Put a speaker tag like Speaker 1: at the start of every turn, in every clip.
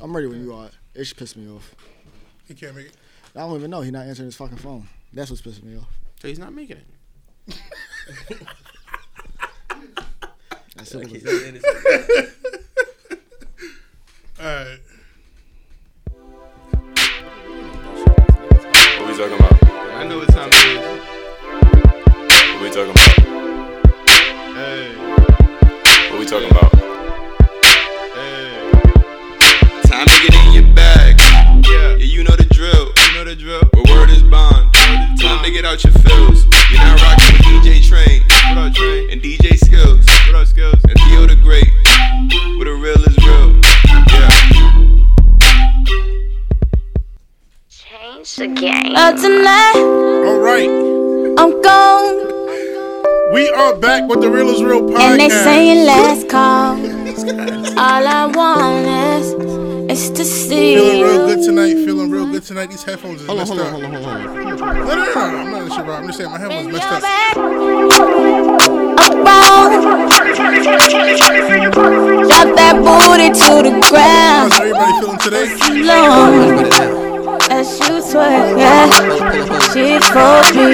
Speaker 1: I'm ready when you are. It should piss me off.
Speaker 2: He can't make it.
Speaker 1: I don't even know he's not answering his fucking phone. That's what's pissing me off.
Speaker 3: So he's not making it.
Speaker 1: That's simple as that.
Speaker 4: It's
Speaker 2: All right.
Speaker 5: What we talking about?
Speaker 3: I know what time it
Speaker 5: What we talking about?
Speaker 3: is. Hey,
Speaker 5: What we talking about?
Speaker 3: hey.
Speaker 5: Time to get in your bag. Yeah, you know the drill.
Speaker 3: You know the drill.
Speaker 5: Where word is bond. Time to get out your feels. You're not rocking with DJ Train
Speaker 3: What up, Trey?
Speaker 5: and DJ Skills
Speaker 3: What up, Skills?
Speaker 5: and Theo the Great. Where the real is real. Yeah.
Speaker 6: Change the game. Oh, tonight
Speaker 2: All right.
Speaker 6: I'm gone,
Speaker 2: We are back with the Real is Real podcast.
Speaker 6: and they saying last call. All I want is, is to see
Speaker 2: Feeling real
Speaker 6: you.
Speaker 2: good tonight. Feeling real good tonight. These headphones is
Speaker 1: Hold on,
Speaker 2: messed
Speaker 1: hold on,
Speaker 2: up.
Speaker 1: hold on, hold on. hold on.
Speaker 2: No, no, no, no, I'm not in shit, bro. I'm just saying my headphones messed
Speaker 6: Your
Speaker 2: up.
Speaker 6: back, around. Drop that booty to the ground.
Speaker 2: How's everybody feeling today?
Speaker 6: long as you twerk that shit for me.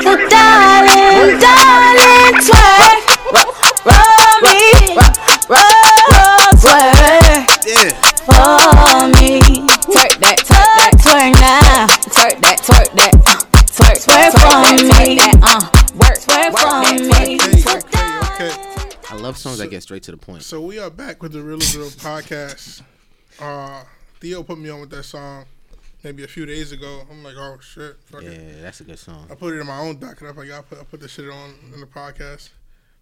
Speaker 6: So darling, darling, twerk, ro- roll me, ro- roll, twerk for me. Twerk that, twerk that, twerk now. Twerk that, twerk that, uh, twerk, twerk for me. Uh, work, twerk for me.
Speaker 2: Okay, okay, okay.
Speaker 3: I love songs that get straight to the point.
Speaker 2: So we are back with the Real is Real podcast. Uh, Theo put me on with that song maybe a few days ago. I'm like, oh shit, fuck
Speaker 3: Yeah,
Speaker 2: it.
Speaker 3: that's a good song.
Speaker 2: I put it in my own docket. I'm like, I put I put this shit on in the podcast.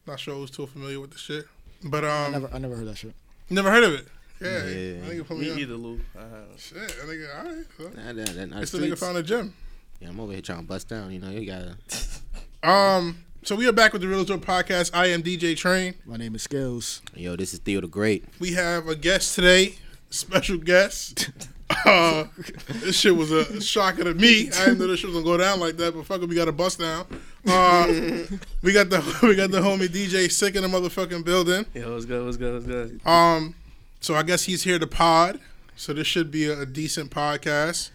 Speaker 2: Not sure who's too familiar with the shit, but um, never,
Speaker 1: Never, I never heard that shit.
Speaker 2: heard of it. Yeah,
Speaker 3: Yeah.
Speaker 2: I think put me
Speaker 4: me
Speaker 2: on.
Speaker 4: either, Lou. I have.
Speaker 2: Shit, I think all right. So.
Speaker 3: Nah, nah, nah, nah,
Speaker 2: This
Speaker 3: streets.
Speaker 2: nigga found a gym.
Speaker 3: Yeah, I'm over here trying to bust down. You know, you gotta.
Speaker 2: Um, so we are back with the Real is Real podcast. I am DJ Train.
Speaker 1: My name is Skills.
Speaker 3: Yo, this is Theo the Great.
Speaker 2: We have a guest today, special guest. Uh, this shit was a shocker to me. I didn't know this shit was gonna go down like that, but fuck it, we got a bust down. Uh, we got the we got the homie DJ sick in the motherfucking building.
Speaker 4: Yo, what's good? What's good? What's good?
Speaker 2: Um, so I guess he's here to pod. So this should be a, a decent podcast.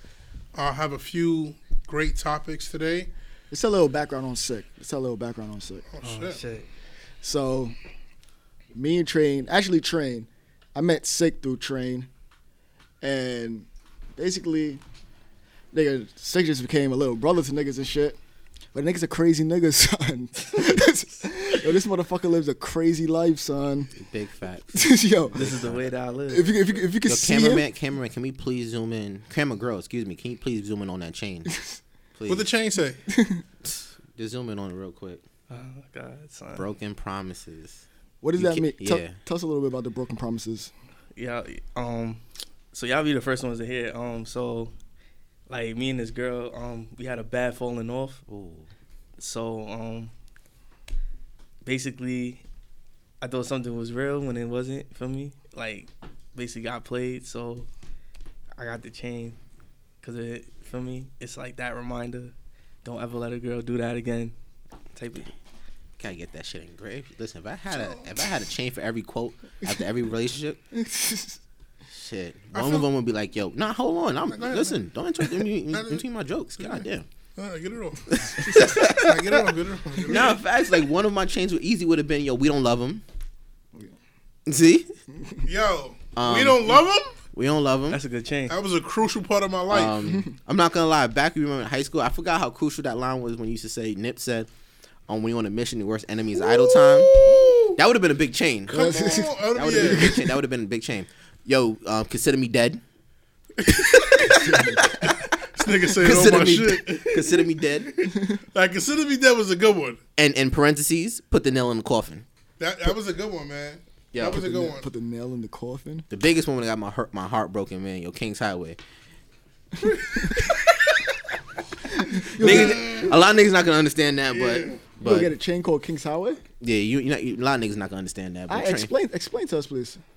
Speaker 2: I have a few great topics today.
Speaker 1: It's a little background on sick. It's a little background on sick.
Speaker 2: Oh,
Speaker 4: Oh,
Speaker 2: shit.
Speaker 4: shit.
Speaker 1: So, me and Train, actually Train, I met Sick through Train, and basically, nigga, Sick just became a little brother to niggas and shit. But niggas a crazy nigga, son. Yo, this motherfucker lives a crazy life, son.
Speaker 3: Big facts.
Speaker 1: Yo,
Speaker 4: This is the way that I
Speaker 1: if
Speaker 4: live.
Speaker 1: you if you, if you can
Speaker 3: Yo,
Speaker 1: see
Speaker 3: cameraman,
Speaker 1: him,
Speaker 3: cameraman, can we please zoom in? Camera girl, excuse me, can you please zoom in on that chain? Please.
Speaker 2: What the chain say?
Speaker 3: Just zoom in on it real quick.
Speaker 4: Oh, God, son.
Speaker 3: Broken promises.
Speaker 1: what does
Speaker 3: you
Speaker 1: that
Speaker 3: can-
Speaker 1: mean? Tell,
Speaker 3: yeah.
Speaker 1: tell us a little bit about the broken promises.
Speaker 4: y'all um so y'all be the first ones to hear it. um so like me and this girl um we had a bad falling off
Speaker 3: Ooh.
Speaker 4: so um basically i thought something was real when it wasn't for me like basically got played so i got the chain because it for me it's like that reminder don't ever let a girl do that again type of
Speaker 3: Gotta get that shit engraved. Listen, if I had a if I had a chain for every quote after every relationship, shit, one
Speaker 2: feel-
Speaker 3: of them would be like, "Yo, nah, hold on, I'm
Speaker 2: ahead,
Speaker 3: listen, don't interrupt me
Speaker 2: Nah, nah.
Speaker 3: between my jokes." God damn.
Speaker 2: Uh, get it off. Nah, get it off. Get it off. Get it
Speaker 3: No,
Speaker 2: off.
Speaker 3: facts. Like one of my chains would easy would have been, "Yo, we don't love him." See,
Speaker 2: Yo, we
Speaker 3: Um,
Speaker 2: don't love him.
Speaker 3: we don't love him.
Speaker 4: that's a good chain
Speaker 2: That was a crucial part of my life.
Speaker 3: Um, I'm not gonna lie. Back you remember in high school, I forgot how crucial that line was when you used to say Nip said, um, "When you're on a mission, your worst enemy is idle time." That would have been a big chain.
Speaker 2: Come on,
Speaker 3: That
Speaker 2: that
Speaker 3: would have been a big chain. That would have been a big chain. Yo, um, consider me dead.
Speaker 2: This nigga said all
Speaker 3: Consider
Speaker 2: my
Speaker 3: me,
Speaker 2: shit.
Speaker 3: consider me dead.
Speaker 2: Like, consider me that was a good one.
Speaker 3: And in parentheses, put the nail in the coffin.
Speaker 2: That that was a good one, man.
Speaker 3: Yeah,
Speaker 2: that was a good one.
Speaker 1: Put the nail in the coffin.
Speaker 3: The biggest one that got my hurt, my heart broken, man. Yo, Kings Highway. niggas, a lot of niggas not gonna understand that,
Speaker 2: Yeah.
Speaker 3: but but
Speaker 1: you get a chain called King's Highway.
Speaker 3: yeah, you, you, know, you- a lot of niggas not gonna understand that. But
Speaker 1: I
Speaker 3: train-
Speaker 1: explain explain to us, please.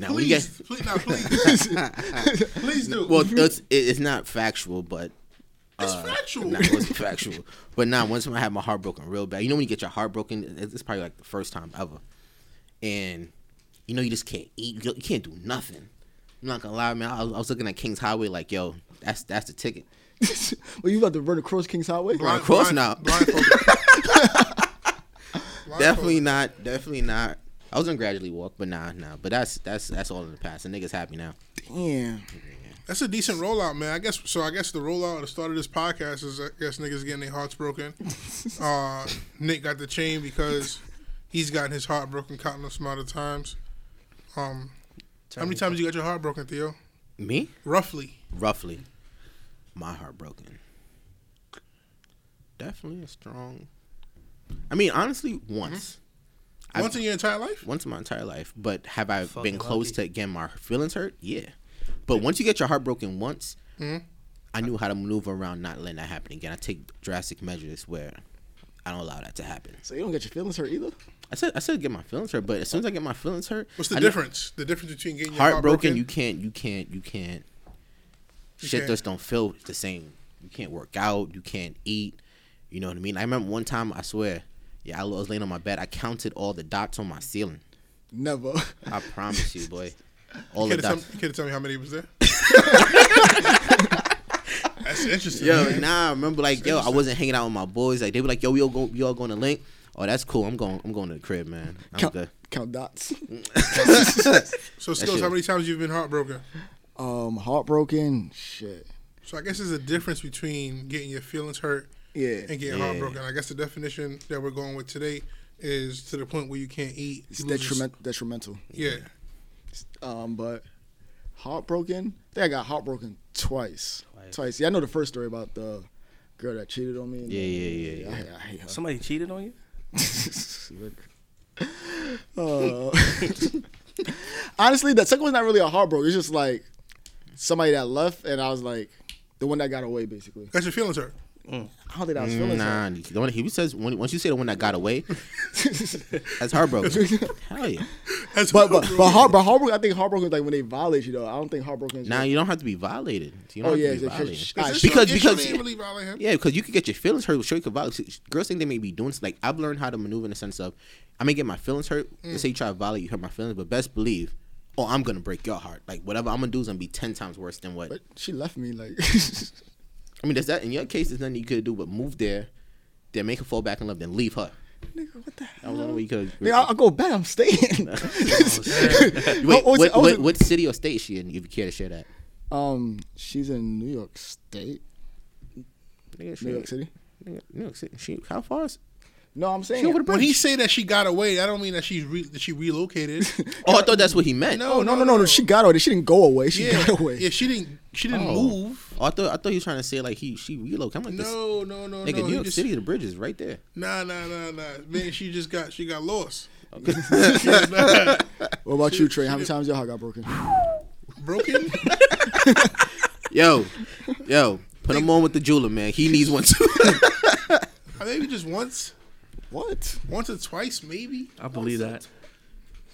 Speaker 3: Now, when you
Speaker 2: please,
Speaker 3: get,
Speaker 2: please, nah, please, please do.
Speaker 3: well, it's, it- it's not factual, but
Speaker 2: it's factual.
Speaker 3: Uh, nah, it wasn't factual. But nah, one time I had my heart broken real bad. You know when you get your heart broken, it's it's probably like the first time ever. And you know you just can't eat. You you can't do nothing. I'm not gonna lie, man. I was, I was looking at King's Highway like, yo, that's that's the ticket.
Speaker 1: well, you about to run across King's Highway?
Speaker 3: Of course not.
Speaker 2: Blindfolded.
Speaker 3: Definitely not. Definitely not. I was gonna gradually walk, but nah, nah. But that's that's that's all in the past. The niggas happy now.
Speaker 1: Damn.
Speaker 2: That's a decent rollout, man. I guess so. I guess the rollout at the start of this podcast is I guess niggas getting their hearts broken. Uh, Nick got the chain because he's gotten his heart broken countless amount of times. Um, how many times you got your heart broken, Theo?
Speaker 3: Me?
Speaker 2: Roughly.
Speaker 3: Roughly. My heart broken. Definitely a strong. I mean, honestly,
Speaker 2: Mm-hmm.
Speaker 3: once. I've-
Speaker 2: Once in your entire life?
Speaker 3: once in my entire life. But have I
Speaker 4: Fucking
Speaker 3: been close
Speaker 4: lucky.
Speaker 3: to getting my feelings hurt? Yeah. But once you get your heart broken once,
Speaker 2: Hmm?
Speaker 3: I knew how to maneuver around not letting that happen again. I take drastic measures where I don't allow that to happen.
Speaker 1: So you don't get your feelings hurt either?
Speaker 3: I said I said get my feelings hurt, but as soon as I get my feelings hurt,
Speaker 2: What's the
Speaker 3: I know-
Speaker 2: difference? The difference between getting your heart
Speaker 3: Heartbroken,
Speaker 2: broken?
Speaker 3: you can't, you can't, you can't. shit
Speaker 2: can't.
Speaker 3: just don't feel the same. You can't work out. You can't eat. You know what I mean? I remember one time, I swear, yeah, I was laying on my bed. I counted all the dots on my ceiling.
Speaker 1: Never.
Speaker 3: I promise you, boy. All the
Speaker 2: Can
Speaker 3: dots.
Speaker 2: you could tell me how many was there? That's interesting.
Speaker 3: Yo,
Speaker 2: man.
Speaker 3: nah, I remember like, yo, I wasn't hanging out with my boys. Like they were like, yo, we all go, we all going to link. Oh, that's cool. I'm going, I'm going to the crib, man. I'm
Speaker 1: count,
Speaker 3: good.
Speaker 1: count dots.
Speaker 2: So, skills,
Speaker 3: shit-
Speaker 2: how many times you've been heartbroken?
Speaker 1: um, heartbroken. Shit.
Speaker 2: So, I guess there's a difference between getting your feelings hurt
Speaker 1: Yeah.
Speaker 2: and getting
Speaker 3: Yeah.
Speaker 2: heartbroken. I guess the definition that we're going with today is to the point where you can't eat.
Speaker 1: It's
Speaker 2: you lose your-
Speaker 1: detriment, detrimental.
Speaker 2: Yeah.
Speaker 1: Um, but heartbroken. I think I got heartbroken twice. Twice. Yeah, I know the first story about the girl that cheated on me.
Speaker 3: Yeah, yeah, yeah,
Speaker 1: I,
Speaker 3: yeah.
Speaker 1: hate- I hate her.
Speaker 4: Somebody cheated on you?
Speaker 1: Uh, honestly, that second one's not really a heartbroken. It's just like somebody that left, and I was like the one that got away. Basically,
Speaker 2: Got your feelings hurt.
Speaker 1: I don't think I was feeling that.
Speaker 3: Nah, the one, he says when, once you say the one that got away, that's heartbroken. Hell yeah.
Speaker 2: That's
Speaker 1: But but but, heart, but heartbroken. I think heartbroken is like when they violate you though. I don't think heartbroken. Is
Speaker 3: Now
Speaker 1: like,
Speaker 3: you don't have to be violated. You don't
Speaker 1: oh
Speaker 3: have
Speaker 1: yeah,
Speaker 3: to be
Speaker 1: yeah,
Speaker 3: violated.
Speaker 1: sh-
Speaker 2: Is
Speaker 1: ah,
Speaker 2: this
Speaker 1: sh-
Speaker 2: your
Speaker 3: because-
Speaker 2: issue? You
Speaker 3: because-
Speaker 2: didn't really violate him.
Speaker 3: Yeah, because you could get your feelings hurt with straight violence. Girls think they may be doing like I've learned how to maneuver in the sense of I may get my feelings hurt. Let's
Speaker 1: Mm.
Speaker 3: say you try to violate, you hurt my feelings, but best believe, oh, I'm gonna break your heart. Like whatever I'm gonna do is gonna be ten times worse than what.
Speaker 1: but she left me like.
Speaker 3: I mean, does that in your case? There's nothing you could do but move there, then make her fall back in love, then leave her.
Speaker 1: Nigga, what the
Speaker 3: That was the
Speaker 1: hell?
Speaker 3: only way you could.
Speaker 1: Nigga, I'll, I'll go back. I'm staying.
Speaker 3: Oh, Wait,
Speaker 1: I was-
Speaker 3: what,
Speaker 1: I was-
Speaker 3: what, what city or state is she in? If you care to share that.
Speaker 1: um, she's in New York State,
Speaker 3: Nigga, she-
Speaker 1: New York City.
Speaker 3: Nigga, New York City. She, how far is?
Speaker 1: No, I'm saying.
Speaker 3: She over the
Speaker 2: When
Speaker 3: bridge.
Speaker 2: he say that she got away, I don't mean that she's re- that she relocated.
Speaker 3: Oh, I thought that's what he meant.
Speaker 1: oh no, no, no, no. She got away. She didn't go away. She
Speaker 2: yeah,
Speaker 1: got away.
Speaker 2: yeah, she didn't. She didn't
Speaker 3: Oh.
Speaker 2: move.
Speaker 3: Oh, I thought I thought he was trying to say like he she relocated. I'm like this.
Speaker 2: No, no, no,
Speaker 3: Nigga,
Speaker 2: no.
Speaker 3: New
Speaker 2: he
Speaker 3: York
Speaker 2: just-
Speaker 3: City, the bridge is right there.
Speaker 2: Nah, nah, nah, nah. Man, she just got she got lost.
Speaker 1: What about you, Trey? How many times your heart got broken?
Speaker 2: Broken.
Speaker 3: Yo, yo, put him on with the jeweler, man. He needs one too.
Speaker 2: Maybe just once,
Speaker 1: What?
Speaker 2: once or twice, maybe
Speaker 4: I believe that.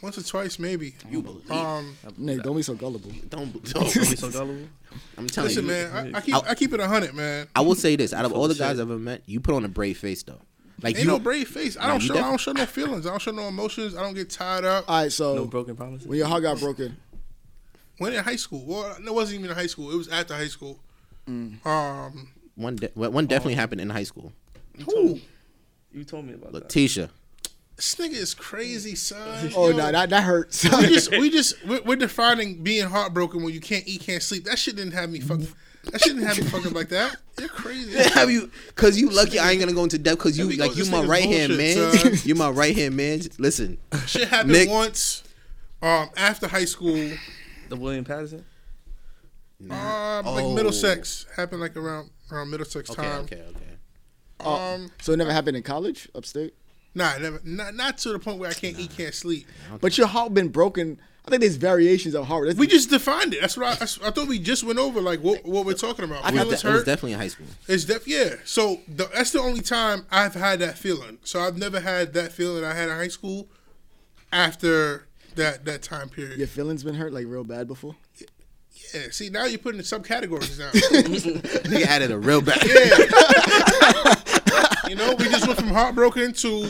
Speaker 2: once or twice, maybe.
Speaker 3: you believe?
Speaker 2: Um,
Speaker 1: Nigga, don't be so gullible.
Speaker 3: don't,
Speaker 4: Don't be so
Speaker 3: don't.
Speaker 4: gullible.
Speaker 3: I'm telling
Speaker 2: listen,
Speaker 3: you,
Speaker 2: man. I, I keep I keep it hundred, man.
Speaker 3: I will say this: out of all the
Speaker 4: Full of
Speaker 3: guys
Speaker 4: shit.
Speaker 3: I've ever met, you put on a brave face though. Like
Speaker 2: Ain't
Speaker 3: you,
Speaker 2: no brave face. I
Speaker 3: Nah,
Speaker 2: don't
Speaker 3: you
Speaker 2: show. I don't show no feelings. I don't show no emotions. I don't get tied up.
Speaker 1: All right, so
Speaker 4: No broken promises.
Speaker 1: when your heart got broken,
Speaker 2: When in high school, well, it wasn't even in high school. It was after high school.
Speaker 3: Mm.
Speaker 2: Um,
Speaker 3: one de- one definitely happened in high school.
Speaker 2: ooh,
Speaker 4: You told me about
Speaker 3: Look,
Speaker 4: that.
Speaker 3: Tisha,
Speaker 2: this nigga is crazy, son.
Speaker 1: oh
Speaker 2: Yo,
Speaker 1: no, that that hurts.
Speaker 2: we just we just we're, we're defining being heartbroken when you can't eat, can't sleep. That shit didn't have me fuck. That shit didn't have me fucking like that. You're crazy.
Speaker 3: have you? Cause you lucky I ain't gonna go into depth. Cause you
Speaker 2: Let me go-
Speaker 3: like you
Speaker 2: this
Speaker 3: my
Speaker 2: nigga's
Speaker 3: right hand man.
Speaker 2: bullshit, son.
Speaker 3: you my right hand man. Listen,
Speaker 2: Shit happened
Speaker 3: Nick.
Speaker 2: once. Um, after high school,
Speaker 4: The William Patterson?
Speaker 2: um, like
Speaker 3: Oh.
Speaker 2: Middlesex happened like around around Middlesex
Speaker 3: okay,
Speaker 2: time.
Speaker 3: okay, okay.
Speaker 2: Um,
Speaker 1: so it never happened in college, upstate.
Speaker 2: nah, never, not not to the point where I can't eat, can't sleep.
Speaker 1: But your heart been broken. I think there's variations of heart. That's-
Speaker 2: We just defined it. That's what I, that's- I thought. We just went over like what what we're talking about.
Speaker 3: It was,
Speaker 2: Feelings
Speaker 3: de- it was
Speaker 2: hurt.
Speaker 3: definitely in high school.
Speaker 2: It's def- yeah. So the, that's the only time I've had that feeling. So I've never had that feeling I had in high school after that that time period.
Speaker 1: your feelings been hurt like real bad before.
Speaker 2: Yeah. See, now you're putting in subcategories now.
Speaker 3: Nigga added a real back.
Speaker 2: you know, we just went from heartbroken to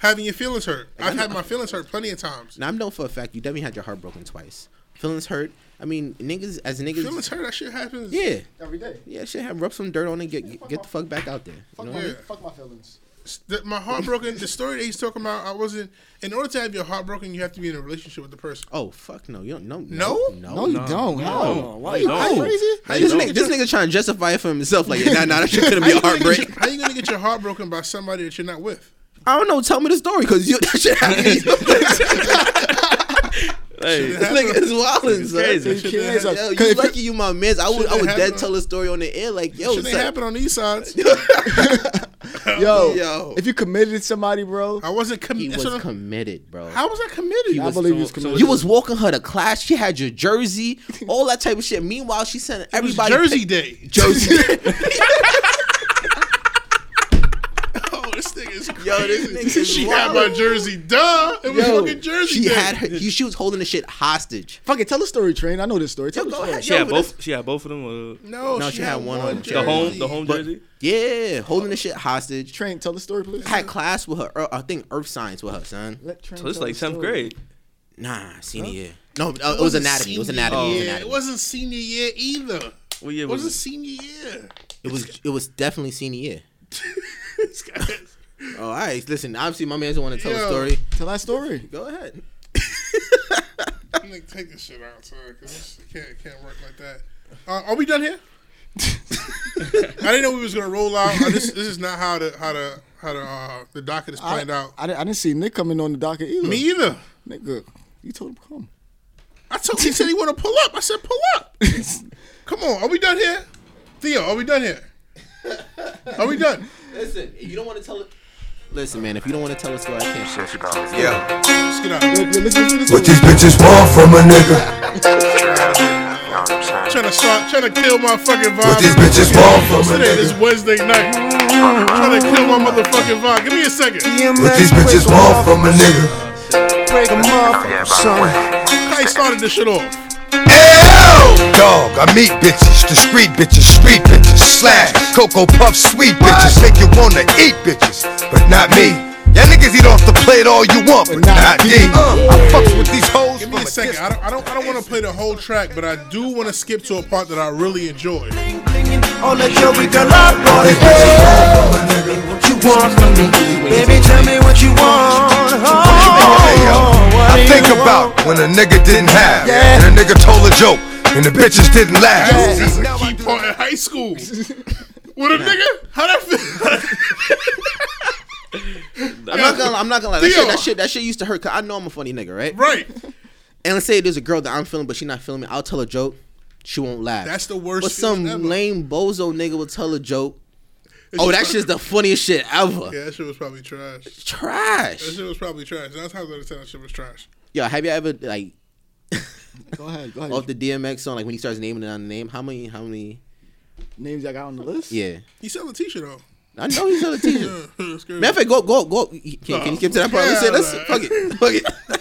Speaker 2: having your feelings hurt. I've had my feelings hurt plenty of times.
Speaker 3: Now I know for a fact you definitely had your heart broken twice. Feelings hurt. I mean, niggas as niggas.
Speaker 2: Feelings hurt. That shit happens.
Speaker 3: Yeah,
Speaker 1: Every day.
Speaker 3: yeah. Shit, have rub some dirt on it. Get get, get the fuck back out there. You
Speaker 1: Fuck,
Speaker 3: know?
Speaker 1: my,
Speaker 2: Yeah.
Speaker 1: fuck my feelings.
Speaker 2: S- the- my heartbroken. the story that he's talking about. I wasn't. In order to have your heart broken, you have to be in a relationship with the person.
Speaker 3: Oh fuck no. You don't no
Speaker 2: No?
Speaker 3: no.
Speaker 1: No, you don't. How?
Speaker 7: no, why
Speaker 1: Are
Speaker 7: you
Speaker 1: you
Speaker 7: don't?
Speaker 1: crazy?
Speaker 2: How you
Speaker 3: this,
Speaker 2: gonna
Speaker 3: nigga,
Speaker 2: get
Speaker 3: this
Speaker 2: your-
Speaker 3: nigga trying to justify it for himself. Like, yeah, nah, nah, that shit couldn't be
Speaker 2: how
Speaker 3: a
Speaker 2: you gonna get
Speaker 3: heartbreak.
Speaker 2: your- How you gonna get your heart broken by somebody that you're not with?
Speaker 3: I don't know. Tell me the story, cause you that shit happened.
Speaker 4: Hey,
Speaker 3: This nigga is wildin', son.
Speaker 4: crazy.
Speaker 1: Shit didn't happen.
Speaker 3: Yo,
Speaker 1: Cause
Speaker 3: you
Speaker 1: if
Speaker 3: lucky you my mans. I would
Speaker 2: Shit
Speaker 3: I would
Speaker 2: didn't
Speaker 3: dead
Speaker 2: happen.
Speaker 3: tell a story on the air like yo.
Speaker 2: Shit ain't
Speaker 3: son.
Speaker 2: happen on these sides.
Speaker 1: Yo,
Speaker 3: Yo.
Speaker 1: if you committed to somebody, bro,
Speaker 2: I wasn't
Speaker 3: He
Speaker 2: committed.
Speaker 3: was committed, bro.
Speaker 2: How was I committed?
Speaker 1: I believe you was committed.
Speaker 3: You was walking her to class. She had your jersey, all that type of shit. Meanwhile, she sent
Speaker 2: It was
Speaker 3: everybody
Speaker 2: Jersey Day.
Speaker 3: Jersey.
Speaker 2: Oh, this thing is crazy.
Speaker 3: Yo, this nigga is
Speaker 2: she had my
Speaker 3: wild.
Speaker 2: jersey. Duh, it was
Speaker 1: Yo,
Speaker 2: fucking Jersey
Speaker 3: she
Speaker 2: Day.
Speaker 3: had her. He, she was holding the shit hostage.
Speaker 1: fucking tell the story, train. I know this story. Tell
Speaker 3: Yo,
Speaker 1: the
Speaker 3: go
Speaker 1: story.
Speaker 3: ahead.
Speaker 4: She
Speaker 3: Yo,
Speaker 4: had
Speaker 3: but
Speaker 4: both. She had both of them. Uh,
Speaker 2: No,
Speaker 3: No,
Speaker 2: she, had, one.
Speaker 3: on
Speaker 2: jersey.
Speaker 3: jersey.
Speaker 4: the home, the home
Speaker 3: But-
Speaker 4: jersey.
Speaker 3: Yeah, holding the shit hostage.
Speaker 1: Train, tell the story, please.
Speaker 3: Had class with her. ear- I think earth science with her son.
Speaker 1: Let Train
Speaker 4: So it's
Speaker 1: tell
Speaker 4: like
Speaker 1: the
Speaker 4: tenth
Speaker 1: story.
Speaker 4: grade.
Speaker 3: Nah, senior year. No, uh, it was
Speaker 2: wasn't
Speaker 3: anatomy. It was
Speaker 2: senior
Speaker 3: anatomy. It was
Speaker 2: year. It
Speaker 3: anatomy.
Speaker 2: wasn't senior year either.
Speaker 4: What year
Speaker 2: It
Speaker 4: was
Speaker 2: wasn't
Speaker 4: it?
Speaker 2: senior year.
Speaker 3: It was. It was definitely senior year.
Speaker 2: This guy is-
Speaker 3: Oh, all right. Listen, obviously my man doesn't want to tell
Speaker 2: Yo.
Speaker 3: a story.
Speaker 1: Tell that story.
Speaker 3: Go ahead.
Speaker 2: I'm gonna take this shit out, son, because it can't, it can't work like that. Uh, are we done here? I didn't know we was gonna roll out. Uh, this, this is not how the how the how the uh, the docket is
Speaker 1: I,
Speaker 2: planned out.
Speaker 1: I, didn't- I didn't see Nick coming on the docket either.
Speaker 2: Me either.
Speaker 1: Nigga, you told him to come.
Speaker 2: I told he said he want to pull up. I said pull up. Come on, are we done here? Theo, are we done here? Are we done?
Speaker 3: Listen, if you don't want to tell it. Listen, man, if you don't want to tell a story, I can't share shit.
Speaker 5: Yeah.
Speaker 2: Let's get out.
Speaker 1: Yo, listen to this one.
Speaker 8: What these bitches want from a nigga?
Speaker 2: Trying to start, trying to kill my fucking vibe.
Speaker 8: What these bitches want from a
Speaker 2: Today is
Speaker 8: nigga?
Speaker 2: Wednesday night. Trying to kill my motherfucking vibe. Give me a second.
Speaker 8: What these bitches want from a nigga?
Speaker 2: I started this shit off.
Speaker 8: Ew! Dog, I meet bitches, the street bitches, street bitches, slash, cocoa puff, sweet bitches, make you wanna eat bitches, but not me. Y'all niggas eat off the plate all you want, but not me. Uh, I fucks with these hoes.
Speaker 2: Give me a second. I don't, I don't, I don't want to play the whole track, but I do want to skip to a part that I really enjoy.
Speaker 9: On the show we can love boy. What you want from me? Baby, tell me what you want.
Speaker 8: Hey, yo,
Speaker 9: Oh, what
Speaker 8: I
Speaker 9: do
Speaker 8: think
Speaker 9: you
Speaker 8: about
Speaker 9: want?
Speaker 8: when a nigga didn't have,
Speaker 9: Yeah.
Speaker 8: and a nigga told a joke, and the bitches didn't laugh.
Speaker 2: This is a key part in high school. With a nigga? How that feel?
Speaker 3: I'm not gonna. I'm not gonna lie. That shit,
Speaker 2: Theo.
Speaker 3: that shit. That shit used to hurt. Cause I know I'm a funny nigga, right?
Speaker 2: right.
Speaker 3: And let's say there's a girl that I'm feeling, but she not feeling me. I'll tell a joke. She won't laugh.
Speaker 2: That's the worst
Speaker 3: But
Speaker 2: feeling
Speaker 3: some
Speaker 2: ever.
Speaker 3: lame bozo nigga will tell a joke. oh, that shit's the funniest shit ever.
Speaker 2: Yeah, that shit was probably trash. That
Speaker 3: Trash.
Speaker 2: shit was probably trash. That's how I understand that shit was trash.
Speaker 3: Yo, have you ever like
Speaker 1: Go ahead, go ahead.
Speaker 3: off the DMX song, like when he starts naming it on the name? How many? How many?
Speaker 1: Names I got on the list?
Speaker 3: Yeah,
Speaker 2: He selling a t-shirt though.
Speaker 3: I know he's on the teacher.
Speaker 2: That's crazy.
Speaker 3: Matter of fact, go, go, go. Can, can you skip to that part? Let's say, let's fuck it, fuck it.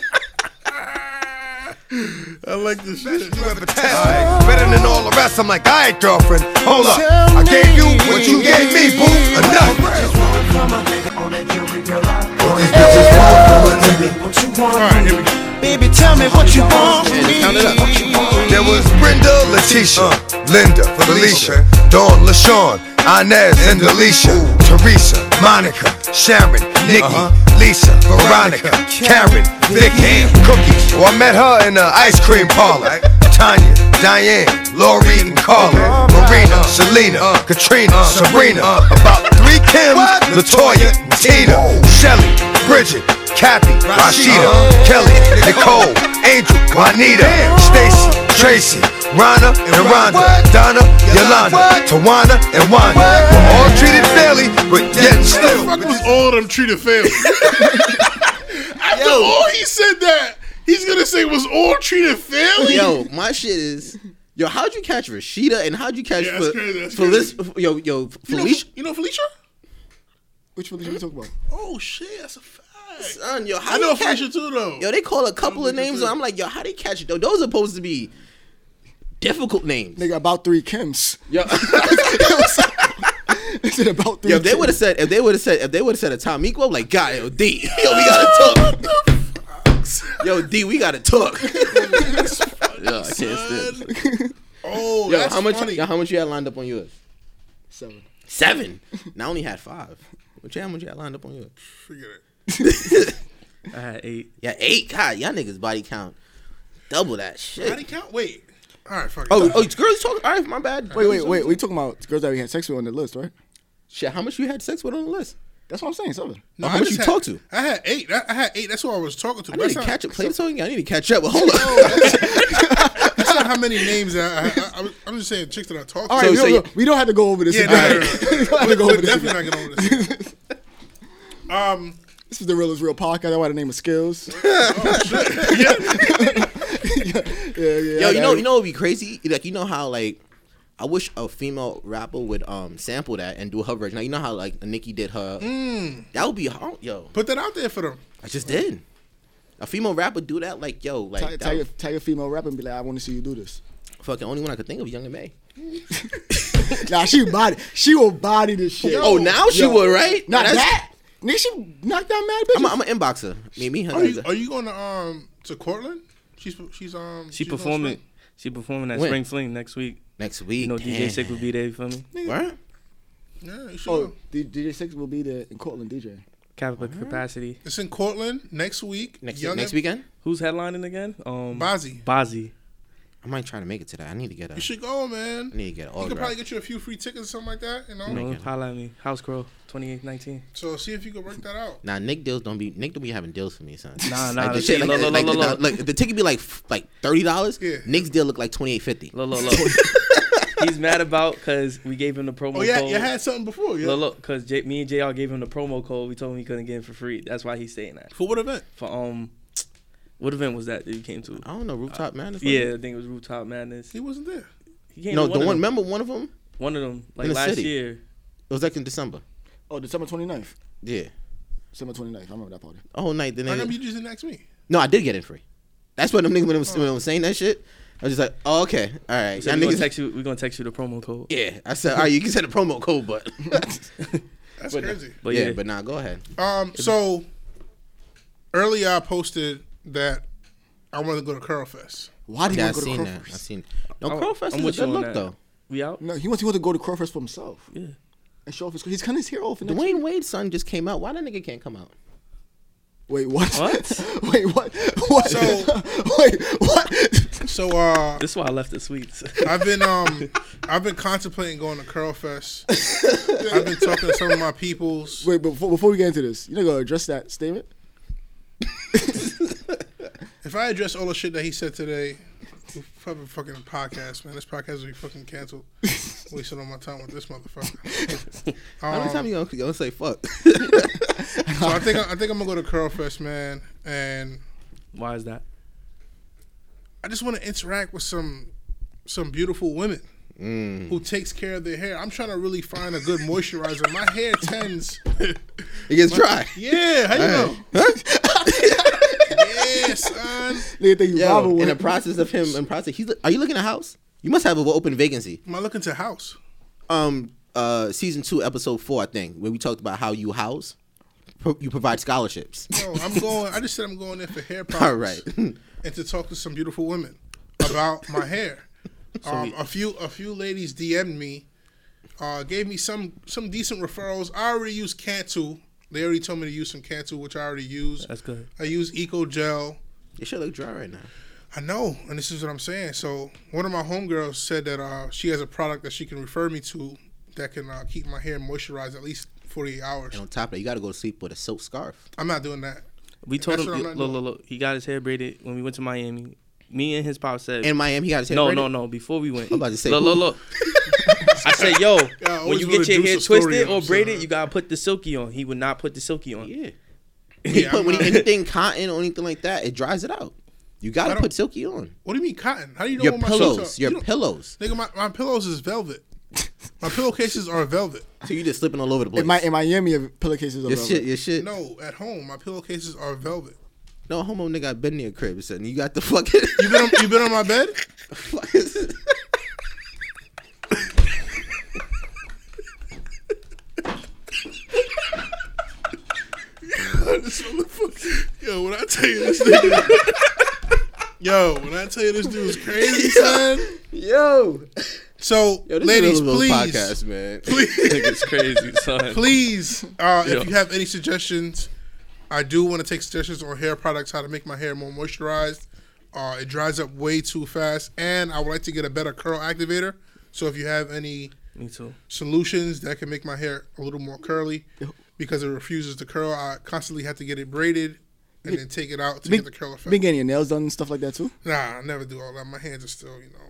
Speaker 2: I like this shit.
Speaker 8: You ever test? Alright, Better than all the rest. I'm like, alright, girlfriend, hold up. I gave you what you gave me, boo. Enough. All these bitches want from a nigga.
Speaker 9: What you want
Speaker 2: All
Speaker 9: from
Speaker 2: right,
Speaker 9: me?
Speaker 2: here we go.
Speaker 9: Baby, tell me what you want from me.
Speaker 3: Count it up.
Speaker 8: There was Brenda, Letitia, Linda, Felicia, Dawn, LaShawn, Inez, and Delicia, Teresa, Monica, Sharon, Nikki, Lisa, Uh-huh. Veronica, Karen, Vicky, Cookies. Well, I met her in the ice cream parlor. Tanya, Diane, Lori, and Carla, Marina, Selena, Katrina, Serena, about three Kims, Uh. Latoya, and Tina, Shelly, Bridget, Kathy, Rashida, Uh-huh. Kelly, Nicole, Angel, Juanita, Stacy, Tracy, Rhonda, and Rhonda, Donna, Yolanda, Tawana, and Wanda. We're all treated fairly, but yet and still.
Speaker 2: Fuck was all of them treated fairly. After all he said that, he's gonna say was all treated fairly.
Speaker 3: Yo, my shit is. Yo, how'd you catch Rashida and how'd you catch
Speaker 2: Yeah,
Speaker 3: yeah,
Speaker 2: that's crazy, that's
Speaker 3: Yo, yo,
Speaker 2: you know,
Speaker 3: Felicia.
Speaker 2: You know Felicia?
Speaker 1: Which one did you talk about?
Speaker 2: Oh shit, that's a fact.
Speaker 3: Son, yo, how
Speaker 2: I know
Speaker 3: you catch,
Speaker 2: Felicia too though.
Speaker 3: Yo, they call a couple of
Speaker 2: Felicia
Speaker 3: names,
Speaker 2: too.
Speaker 3: and I'm like, yo, how they catch it? Though those are supposed to be difficult names.
Speaker 1: Nigga, about three Kims.
Speaker 3: Yo,
Speaker 1: It's in about three.
Speaker 3: Yo, if they would have said, if they would have said, if they would have said a Tom Equal, like, God, yo, D, yo, we gotta talk. yo, D, we gotta talk. yo, I can't stand. it.
Speaker 2: Oh,
Speaker 3: Yo,
Speaker 2: that's
Speaker 3: how much?
Speaker 2: funny.
Speaker 3: Yo, how much you had lined up on yours?
Speaker 1: seven.
Speaker 3: Seven. And I only had five. What you how much you had lined up on yours?
Speaker 2: Forget it.
Speaker 4: I had eight.
Speaker 3: Yeah, eight. God, y'all niggas body count. Double that
Speaker 2: How do
Speaker 3: shit.
Speaker 2: you count? Wait. All right, fuck it.
Speaker 3: Oh, oh, it's girls talking. All right, my bad.
Speaker 1: Wait, wait, wait. We talking about girls that we had sex with on the list, right?
Speaker 3: Shit, how much you had sex with on the list?
Speaker 1: That's what I'm saying. Seven.
Speaker 2: No,
Speaker 3: how much
Speaker 2: just had-
Speaker 3: you talk to?
Speaker 2: I had eight. I, I had eight. That's who I was talking to.
Speaker 3: I
Speaker 2: That's
Speaker 3: need to
Speaker 2: not-
Speaker 3: catch up. Play the song. I need to catch up. But hold on.
Speaker 2: That's not how many names I, I, I, I was, I'm just saying chicks that I talked
Speaker 1: All
Speaker 2: to.
Speaker 1: right, we,
Speaker 3: so
Speaker 1: don't,
Speaker 3: you-
Speaker 1: we don't have to go over this.
Speaker 2: Yeah, no,
Speaker 1: again.
Speaker 2: no, no,
Speaker 1: we don't have
Speaker 2: no. We're,
Speaker 1: to go
Speaker 2: we're
Speaker 1: over this.
Speaker 2: definitely
Speaker 1: again.
Speaker 2: not going over this. Um,
Speaker 1: This is the realest real podcast. I want to name of skills. yeah, yeah.
Speaker 3: Yo,
Speaker 1: I
Speaker 3: you
Speaker 1: got
Speaker 3: know,
Speaker 1: it.
Speaker 3: you know, it'd be crazy. Like, you know how like, I wish a female rapper would um sample that and do her version. Like, you know how like Nicki did her.
Speaker 2: Hmm.
Speaker 3: That would be hard, yo.
Speaker 2: put that out there for them.
Speaker 3: I just did. A female rapper do that, like, yo, like
Speaker 1: Tag,
Speaker 3: that
Speaker 1: tag, a,
Speaker 3: would-
Speaker 1: tag a female rapper and be like, I want to see you do this.
Speaker 3: fucking only one I could think of, Young and May.
Speaker 1: Nah, she body, she will body this shit.
Speaker 3: oh, now she
Speaker 1: Yo.
Speaker 3: would, right?
Speaker 1: Not
Speaker 3: That's-
Speaker 1: that. Nigga, she knocked down mad bitches.
Speaker 3: I'm a, I'm an inboxer. Me, me, her.
Speaker 2: Are you,
Speaker 3: neither.
Speaker 2: are you going to um to Cortland? She's she's um
Speaker 4: She
Speaker 2: she's on
Speaker 4: performing.
Speaker 2: strike.
Speaker 4: She performing at
Speaker 3: When?
Speaker 4: Spring Fling next week.
Speaker 3: Next week,
Speaker 4: You know DJ
Speaker 3: damn.
Speaker 4: Sick will be there for me.
Speaker 3: What?
Speaker 2: Yeah, you should
Speaker 1: Oh,
Speaker 2: go.
Speaker 1: D- DJ Six will be there in Cortland, DJ.
Speaker 4: Cap capacity.
Speaker 2: It's in Cortland next week.
Speaker 3: Next
Speaker 2: Young
Speaker 3: next
Speaker 2: and-
Speaker 3: weekend.
Speaker 4: Who's headlining again? Um,
Speaker 2: Bazzi.
Speaker 4: Bazzi.
Speaker 3: I might try to make it to that. I need to get a.
Speaker 2: You should go, man.
Speaker 3: I need to
Speaker 2: He could
Speaker 3: get an
Speaker 2: probably
Speaker 3: autograph.
Speaker 2: get you a few free tickets or something like that, you know.
Speaker 4: You know, holla at me. House Crow, 2819.
Speaker 2: So see if you can work that out.
Speaker 3: Nah, Nick deals don't be Nick don't be having deals for me, son.
Speaker 4: Nah,
Speaker 3: like
Speaker 4: nah,
Speaker 3: the
Speaker 4: the
Speaker 3: shit,
Speaker 4: shit-
Speaker 3: like,
Speaker 4: look, look,
Speaker 3: like,
Speaker 4: look,
Speaker 3: like,
Speaker 4: look.
Speaker 3: like, if the ticket be like f- like thirty dollars.
Speaker 2: Yeah.
Speaker 3: Nick's deal look like twenty eight fifty.
Speaker 4: Look, look, look. He's mad about because we gave him the promo
Speaker 2: Oh yeah,
Speaker 4: code.
Speaker 2: you had something before. Yeah.
Speaker 4: Look, look, because J- me and JR gave him the promo code. We told him he couldn't get it for free. That's why he's saying that.
Speaker 2: For what event?
Speaker 4: For um, what event was that that you came to?
Speaker 3: I don't know rooftop man. it's like-
Speaker 4: Yeah, I think it was Rooftop Madness.
Speaker 2: He wasn't there.
Speaker 4: He came
Speaker 3: No,
Speaker 4: to
Speaker 3: the one.
Speaker 4: of them,
Speaker 3: Remember one of them?
Speaker 4: one of them like
Speaker 3: the
Speaker 4: last
Speaker 3: city.
Speaker 4: year.
Speaker 3: It was like in December.
Speaker 1: Oh, December 29th.
Speaker 3: Yeah,
Speaker 1: December 29th. I remember that party.
Speaker 3: a whole night. The
Speaker 2: How come you
Speaker 3: nigga.
Speaker 2: just didn't ask me?
Speaker 3: No, I did get in free. That's what them niggas when I was, when I was saying that shit. I was just like, oh, okay, all right.
Speaker 4: So
Speaker 3: Y'all
Speaker 4: we're gonna
Speaker 3: niggas-
Speaker 4: text you. We're gonna text you the promo code.
Speaker 3: yeah, I said, all right, you can send a promo code, but
Speaker 2: That's crazy.
Speaker 4: But
Speaker 3: yeah,
Speaker 4: yeah,
Speaker 3: but nah, go ahead.
Speaker 2: Um, so earlier I posted that I want to go to Curlfest.
Speaker 1: Why do you
Speaker 3: Yeah, I
Speaker 1: want to go
Speaker 3: seen
Speaker 1: to
Speaker 3: that. I
Speaker 1: Crowfest?
Speaker 3: seen. No,
Speaker 4: I'm-
Speaker 3: Crowfest
Speaker 4: I'm
Speaker 3: is a good
Speaker 4: with you on
Speaker 3: look
Speaker 4: that.
Speaker 3: though.
Speaker 4: we out.
Speaker 1: No, he wants he wants to go to Crowfest for himself
Speaker 4: Yeah,
Speaker 1: and show off his. He's kind of here all for next week.
Speaker 3: Dwayne Wade's son just came out. Why that nigga can't come out?
Speaker 1: Wait, what?
Speaker 4: What?
Speaker 1: Wait, what? What?
Speaker 2: So-
Speaker 1: Wait, what?
Speaker 2: So uh,
Speaker 4: this is why I left the suites.
Speaker 2: I've been um, I've been contemplating going to Curlfest. I've been talking to some of my peoples.
Speaker 1: Wait, before, before we get into this, you know, gonna address that statement.
Speaker 2: If I address all the shit that he said today, fucking fucking podcast, man. This podcast will be fucking canceled. Wasted all my time with this motherfucker.
Speaker 3: How many
Speaker 2: Um,
Speaker 3: times you gonna, you gonna say fuck?
Speaker 2: so I think I think I'm gonna go to Curlfest, man, and
Speaker 4: why is that?
Speaker 2: I just want to interact with some some beautiful women
Speaker 3: Mm.
Speaker 2: who takes care of their hair. I'm trying to really find a good moisturizer. My hair tends.
Speaker 3: it gets dry.
Speaker 2: yeah, how you know? yeah, son.
Speaker 1: Nigga, think you
Speaker 3: Yo,
Speaker 1: Robin
Speaker 3: in
Speaker 1: with
Speaker 3: the process of him in process, he's. Are you looking at house? You must have an open vacancy.
Speaker 2: Am I looking to house?
Speaker 3: Um, uh, season two, episode four, I think, where we talked about how you house, pro- you provide scholarships.
Speaker 2: No, I'm going. I just said I'm going there for hair problems.
Speaker 3: All right.
Speaker 2: and to talk to some beautiful women about my hair. Um, a few a few ladies DM'd me, uh, gave me some some decent referrals. I already use Cantu. They already told me to use some Cantu, which I already use.
Speaker 4: That's good.
Speaker 2: I use Eco Gel.
Speaker 3: It should look dry right now.
Speaker 2: I know, and this is what I'm saying. So one of my homegirls said that uh, she has a product that she can refer me to that can uh, keep my hair moisturized at least 48 hours.
Speaker 3: And on top of that, you gotta go to sleep with a silk scarf.
Speaker 2: I'm not doing that.
Speaker 4: We told
Speaker 2: That's what I'm
Speaker 4: him. Look,
Speaker 2: not
Speaker 4: look,
Speaker 2: doing.
Speaker 4: look, He got his hair braided when we went to Miami. Me and his pop said.
Speaker 3: In Miami, he got his hair.
Speaker 4: no,
Speaker 3: braided?
Speaker 4: no, no. Before we went,
Speaker 3: I'm about to say,
Speaker 4: look,
Speaker 3: who-
Speaker 4: look, look. I said, yo,
Speaker 2: I
Speaker 4: when
Speaker 2: always
Speaker 4: you
Speaker 2: wanna
Speaker 4: get your
Speaker 2: do
Speaker 4: hair
Speaker 2: some story
Speaker 4: twisted or
Speaker 2: episodes.
Speaker 4: braided, you gotta put the silky on. He would not put the silky on.
Speaker 3: uh, Yeah.
Speaker 2: Yeah,
Speaker 3: But
Speaker 2: I'm
Speaker 3: when
Speaker 2: not-
Speaker 3: anything cotton or anything like that, it dries it out. You gotta
Speaker 2: don't-
Speaker 3: put silky on.
Speaker 2: what do you mean cotton? How do you know
Speaker 3: Your
Speaker 2: what my sheets
Speaker 3: pillows,
Speaker 2: are?
Speaker 3: your
Speaker 2: You don't-
Speaker 3: pillows.
Speaker 2: Nigga, my, my pillows is velvet. My pillowcases are velvet.
Speaker 3: So you just slipping all over the place.
Speaker 1: in, my, in Miami pillowcases. are
Speaker 3: your
Speaker 1: velvet.
Speaker 3: shit, your shit. No,
Speaker 2: No, at home, my pillowcases are velvet.
Speaker 3: homo nigga, I've been in your crib. Son. You got the fucking.
Speaker 2: You been on, you been on my bed? Yo, when I tell you this nigga. Yo, when I tell you this dude's crazy, son.
Speaker 3: Yo,
Speaker 2: So,
Speaker 3: yo, this
Speaker 2: ladies,
Speaker 3: is a little
Speaker 2: please,
Speaker 3: podcast, man.
Speaker 2: please,
Speaker 4: It's crazy, son.
Speaker 2: please, uh,
Speaker 4: Yo.
Speaker 2: if you have any suggestions, I do want to take suggestions on hair products, how to make my hair more moisturized. Uh, it dries up way too fast, and I would like to get a better curl activator. So, if you have any
Speaker 4: Me too.
Speaker 2: solutions that can make my hair a little more curly because it refuses to curl. I constantly have to get it braided and then take it out to
Speaker 1: Been,
Speaker 2: get the curl effect.
Speaker 1: been getting your nails done and stuff like that too.
Speaker 2: Nah, I never do all that. My hands are still, you know.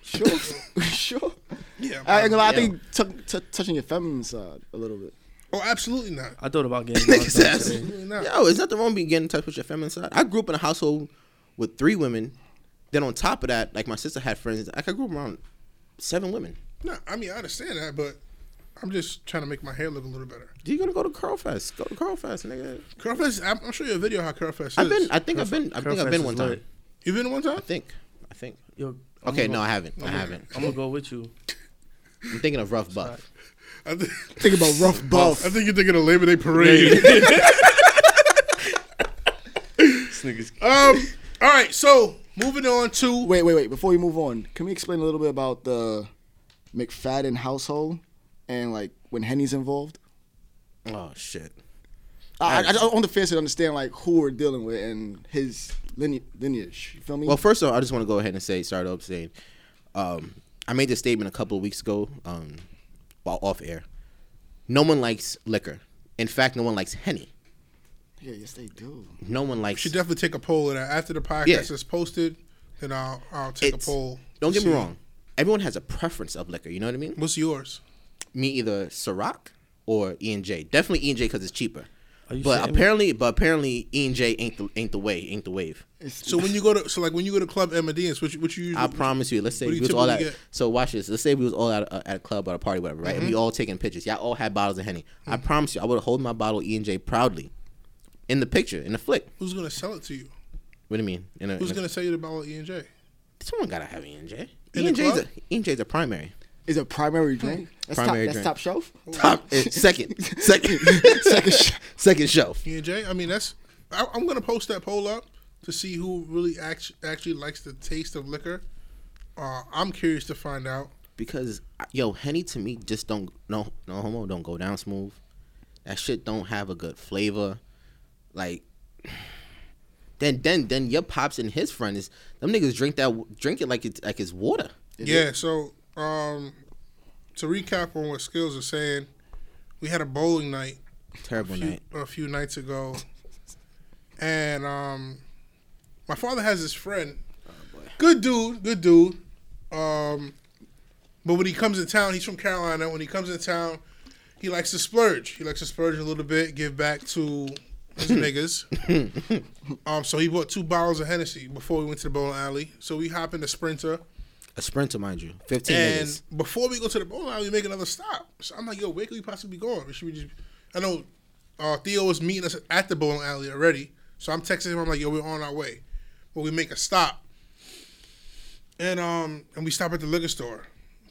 Speaker 1: Sure, sure.
Speaker 2: Yeah.
Speaker 1: I, ain't gonna lie, I
Speaker 3: Yeah.
Speaker 1: think tou- tou- touching your feminine side a little bit.
Speaker 2: oh, absolutely not.
Speaker 4: I thought about getting one
Speaker 3: Niggas ass.
Speaker 4: today.
Speaker 2: Absolutely not.
Speaker 3: Yo, it's nothing wrong with being getting in touch with your feminine side. I grew up in a household with three women. Then on top of that, like my sister had friends. Like I grew up around seven women.
Speaker 2: No, I mean I understand that, but I'm just trying to make my hair look a little better.
Speaker 3: You gonna go to Curl Fest? Go to Curl Fest, nigga.
Speaker 2: Curl fest. I'm, I'll show you a video how curl fest is.
Speaker 3: I've been. I think I've been. I think
Speaker 4: Curl
Speaker 3: I've
Speaker 4: Fest
Speaker 3: been
Speaker 4: is
Speaker 3: one time.
Speaker 4: lit.
Speaker 2: you been one time?
Speaker 3: I think. I think.
Speaker 4: Yo, I'm
Speaker 3: Okay, no,
Speaker 4: gonna go-
Speaker 3: I haven't. I haven't.
Speaker 4: I'm gonna go with you.
Speaker 3: I'm thinking of Rough Buff.
Speaker 2: I think,
Speaker 1: Oh, Think about rough buff.
Speaker 2: I think you're thinking of Labor Day parade.
Speaker 4: This nigga's
Speaker 2: um. All right. So moving on to
Speaker 1: Wait, wait, wait. Before we move on, can we explain a little bit about the McFadden household and like when Henny's involved?
Speaker 3: Oh shit.
Speaker 1: I, I, I, on the fence, to understand like who we're dealing with and his lineage. lineage you feel me?
Speaker 3: Well, first of all, I just want to go ahead and say, start off saying, um, I made this statement a couple of weeks ago, um, while off air. No one likes liquor. In fact, no one likes henny.
Speaker 1: yeah, yes they do.
Speaker 3: No one likes.
Speaker 2: should definitely take a poll of that after the podcast
Speaker 3: Yeah.
Speaker 2: is posted. Then I'll I'll take
Speaker 3: It's-
Speaker 2: a poll.
Speaker 3: Don't
Speaker 2: to
Speaker 3: get me
Speaker 2: see
Speaker 3: wrong. Everyone has a preference of liquor. You know what I mean?
Speaker 2: What's yours?
Speaker 3: Me either Ciroc or E and J. Definitely E and J because it's cheaper.
Speaker 4: Are you
Speaker 3: But
Speaker 4: shitting me?
Speaker 3: apparently, but apparently, E and J ain't the ain't the way, ain't the wave.
Speaker 2: So when you go to so like when you go to Club Amadeus, what you, what you usually
Speaker 3: I promise you. Let's say
Speaker 2: What do
Speaker 3: we
Speaker 2: you
Speaker 3: was all at.
Speaker 2: typically get?
Speaker 3: So watch this. Let's say we was all at a, at a club or a party, whatever, right? And we
Speaker 2: Mm-hmm.
Speaker 3: all taking pictures. Y'all all had bottles of henny. I promise you, I would hold my bottle E and J proudly, in the picture, in the flick.
Speaker 2: who's gonna sell it to you?
Speaker 3: What do you mean? In a,
Speaker 2: Who's
Speaker 3: in a-
Speaker 2: gonna sell you the bottle of E and J?
Speaker 3: Someone gotta have E and J.
Speaker 2: In
Speaker 3: E
Speaker 2: the
Speaker 3: and J's a,
Speaker 2: club?
Speaker 3: E and J's a primary.
Speaker 1: Is a Hmm. primary drink? That's
Speaker 3: Primary
Speaker 1: top, That's
Speaker 3: drink.
Speaker 1: top shelf.
Speaker 3: Top eh, second, second, second, sh- second shelf.
Speaker 2: E and J. I mean that's I, I'm gonna post that poll up to see who really act, actually likes the taste of liquor. Uh, I'm curious to find out.
Speaker 3: because yo henny to me just don't no no homo don't go down smooth that shit don't have a good flavor like then then then your pops and his friend is them niggas drink that drink it like it's like it's water
Speaker 2: yeah. So um, to recap on what Skills was saying, we had a bowling night
Speaker 3: terrible night
Speaker 2: a few nights ago, and um, my father has his friend, good dude, good dude. Um, but when he comes in town, he's from Carolina. When he comes in town, he likes to splurge. He likes to splurge a little bit, give back to his niggas. Um, so he bought two bottles of Hennessy before we went to the bowling alley. So we hop in the Sprinter.
Speaker 3: a sprinter mind you 15
Speaker 2: And
Speaker 3: niggas
Speaker 2: before we go to the bowling alley, we make another stop. So I'm like, yo, where could we possibly be going? Should we just? I know uh, Theo was meeting us at the bowling alley already, so I'm texting him. I'm like, yo, we're on our way, but we make a stop, and um, and we stop at the liquor store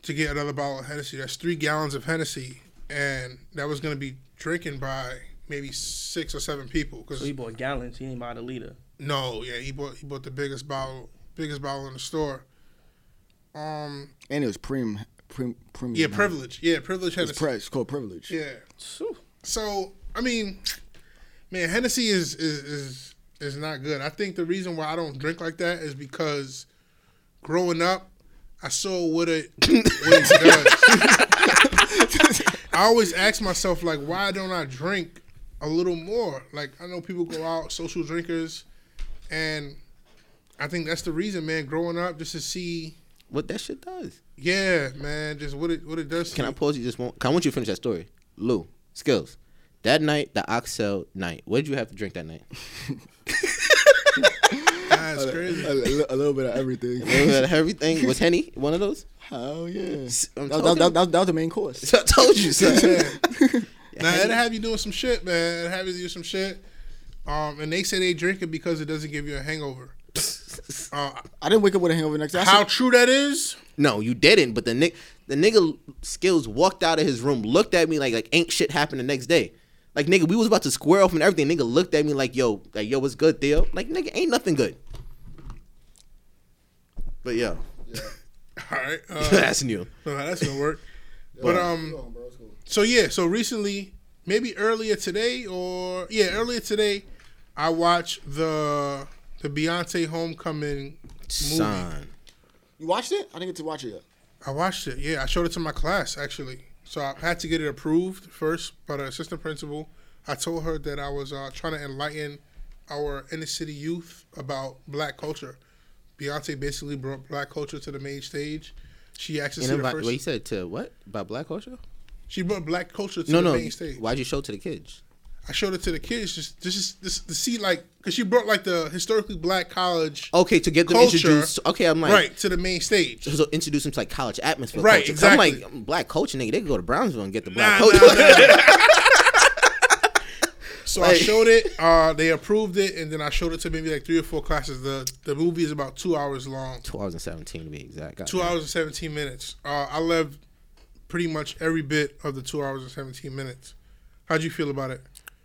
Speaker 2: to get another bottle of Hennessy. That's three gallons of Hennessy, and that was gonna be drinking by maybe six or seven people. Cause
Speaker 4: He bought gallons. He ain't bought a liter.
Speaker 2: no, yeah, he bought he bought the biggest bottle, biggest bottle in the store. Um,
Speaker 1: And it was prim, prim, prim.
Speaker 2: yeah, privilege. Yeah, privilege
Speaker 1: It's,
Speaker 2: Hennessy.
Speaker 1: pri- it's called privilege.
Speaker 2: Yeah.
Speaker 4: Phew.
Speaker 2: So I mean, man, Hennessy is is is is not good. I think the reason why I don't drink like that is because growing up, I saw what it, what it does. I always ask myself like, why don't I drink a little more? Like I know people go out social drinkers, and I think that's the reason, man. Growing up, just to see,
Speaker 3: what that shit does
Speaker 2: yeah, man, just what it what it does.
Speaker 3: can
Speaker 2: to
Speaker 3: i
Speaker 2: you.
Speaker 3: pause you just one 'cause i want you to finish that story lou skills that night the oxtail night what did you have to drink that night
Speaker 2: That's crazy.
Speaker 1: A, li- a little bit of everything.
Speaker 3: everything was henny one of those
Speaker 1: Oh yeah. That, that, that,
Speaker 3: I'm talking-
Speaker 1: that, that was the main course.
Speaker 3: i told you son.
Speaker 2: Now it'll have you doing some shit, man. It'll have you do some shit. Um, and they say they drink it because it doesn't give you a hangover. Uh,
Speaker 1: I didn't wake up with a hangover next day. I
Speaker 2: how
Speaker 1: said-
Speaker 2: true that is?
Speaker 3: No, you didn't. But the nick, the nigga skills walked out of his room, looked at me like like ain't shit happened the next day. Like nigga, we was about to square off and everything. Nigga looked at me like, yo, like yo, what's good, Theo? Like nigga, ain't nothing good. But yo,
Speaker 2: All right. Uh,
Speaker 3: that's new.
Speaker 2: no, that's gonna work. But um, so yeah, so recently, maybe earlier today or yeah, earlier today, I watched the the Beyonce Homecoming movie.
Speaker 3: Son,
Speaker 1: You watched it? I didn't get to watch it yet.
Speaker 2: I watched it. Yeah, I showed it to my class actually. So I had to get it approved first by the assistant principal. I told her that I was uh, trying to enlighten our inner city youth about black culture. Beyonce basically brought black culture to the main stage. She actually
Speaker 3: and
Speaker 2: said
Speaker 3: about,
Speaker 2: first.
Speaker 3: what you said to what about black culture?
Speaker 2: She brought black culture to
Speaker 3: No,
Speaker 2: the
Speaker 3: no.
Speaker 2: main stage.
Speaker 3: Why'd you show it to the kids?
Speaker 2: I showed it to the kids just just just, just to see like because she brought like the historically black college
Speaker 3: Okay, Oh, to get them
Speaker 2: Culture.
Speaker 3: introduced. Okay, I'm like,
Speaker 2: right to the main stage.
Speaker 3: So introduce them to like college atmosphere.
Speaker 2: Right,
Speaker 3: culture. 'Cause I'm
Speaker 2: exactly.
Speaker 3: like black culture, nigga. They could go to Brownsville and get the
Speaker 2: Nah,
Speaker 3: black
Speaker 2: nah,
Speaker 3: culture.
Speaker 2: nah. so I
Speaker 3: Like-
Speaker 2: showed it. Uh, they approved it, and then I showed it to maybe like three or four classes. the The movie is about two hours long,
Speaker 3: Two hours and seventeen to be exact. God
Speaker 2: two
Speaker 3: damn.
Speaker 2: hours and seventeen minutes. Uh, I loved pretty much every bit of the two hours and seventeen minutes. How'd you feel about it?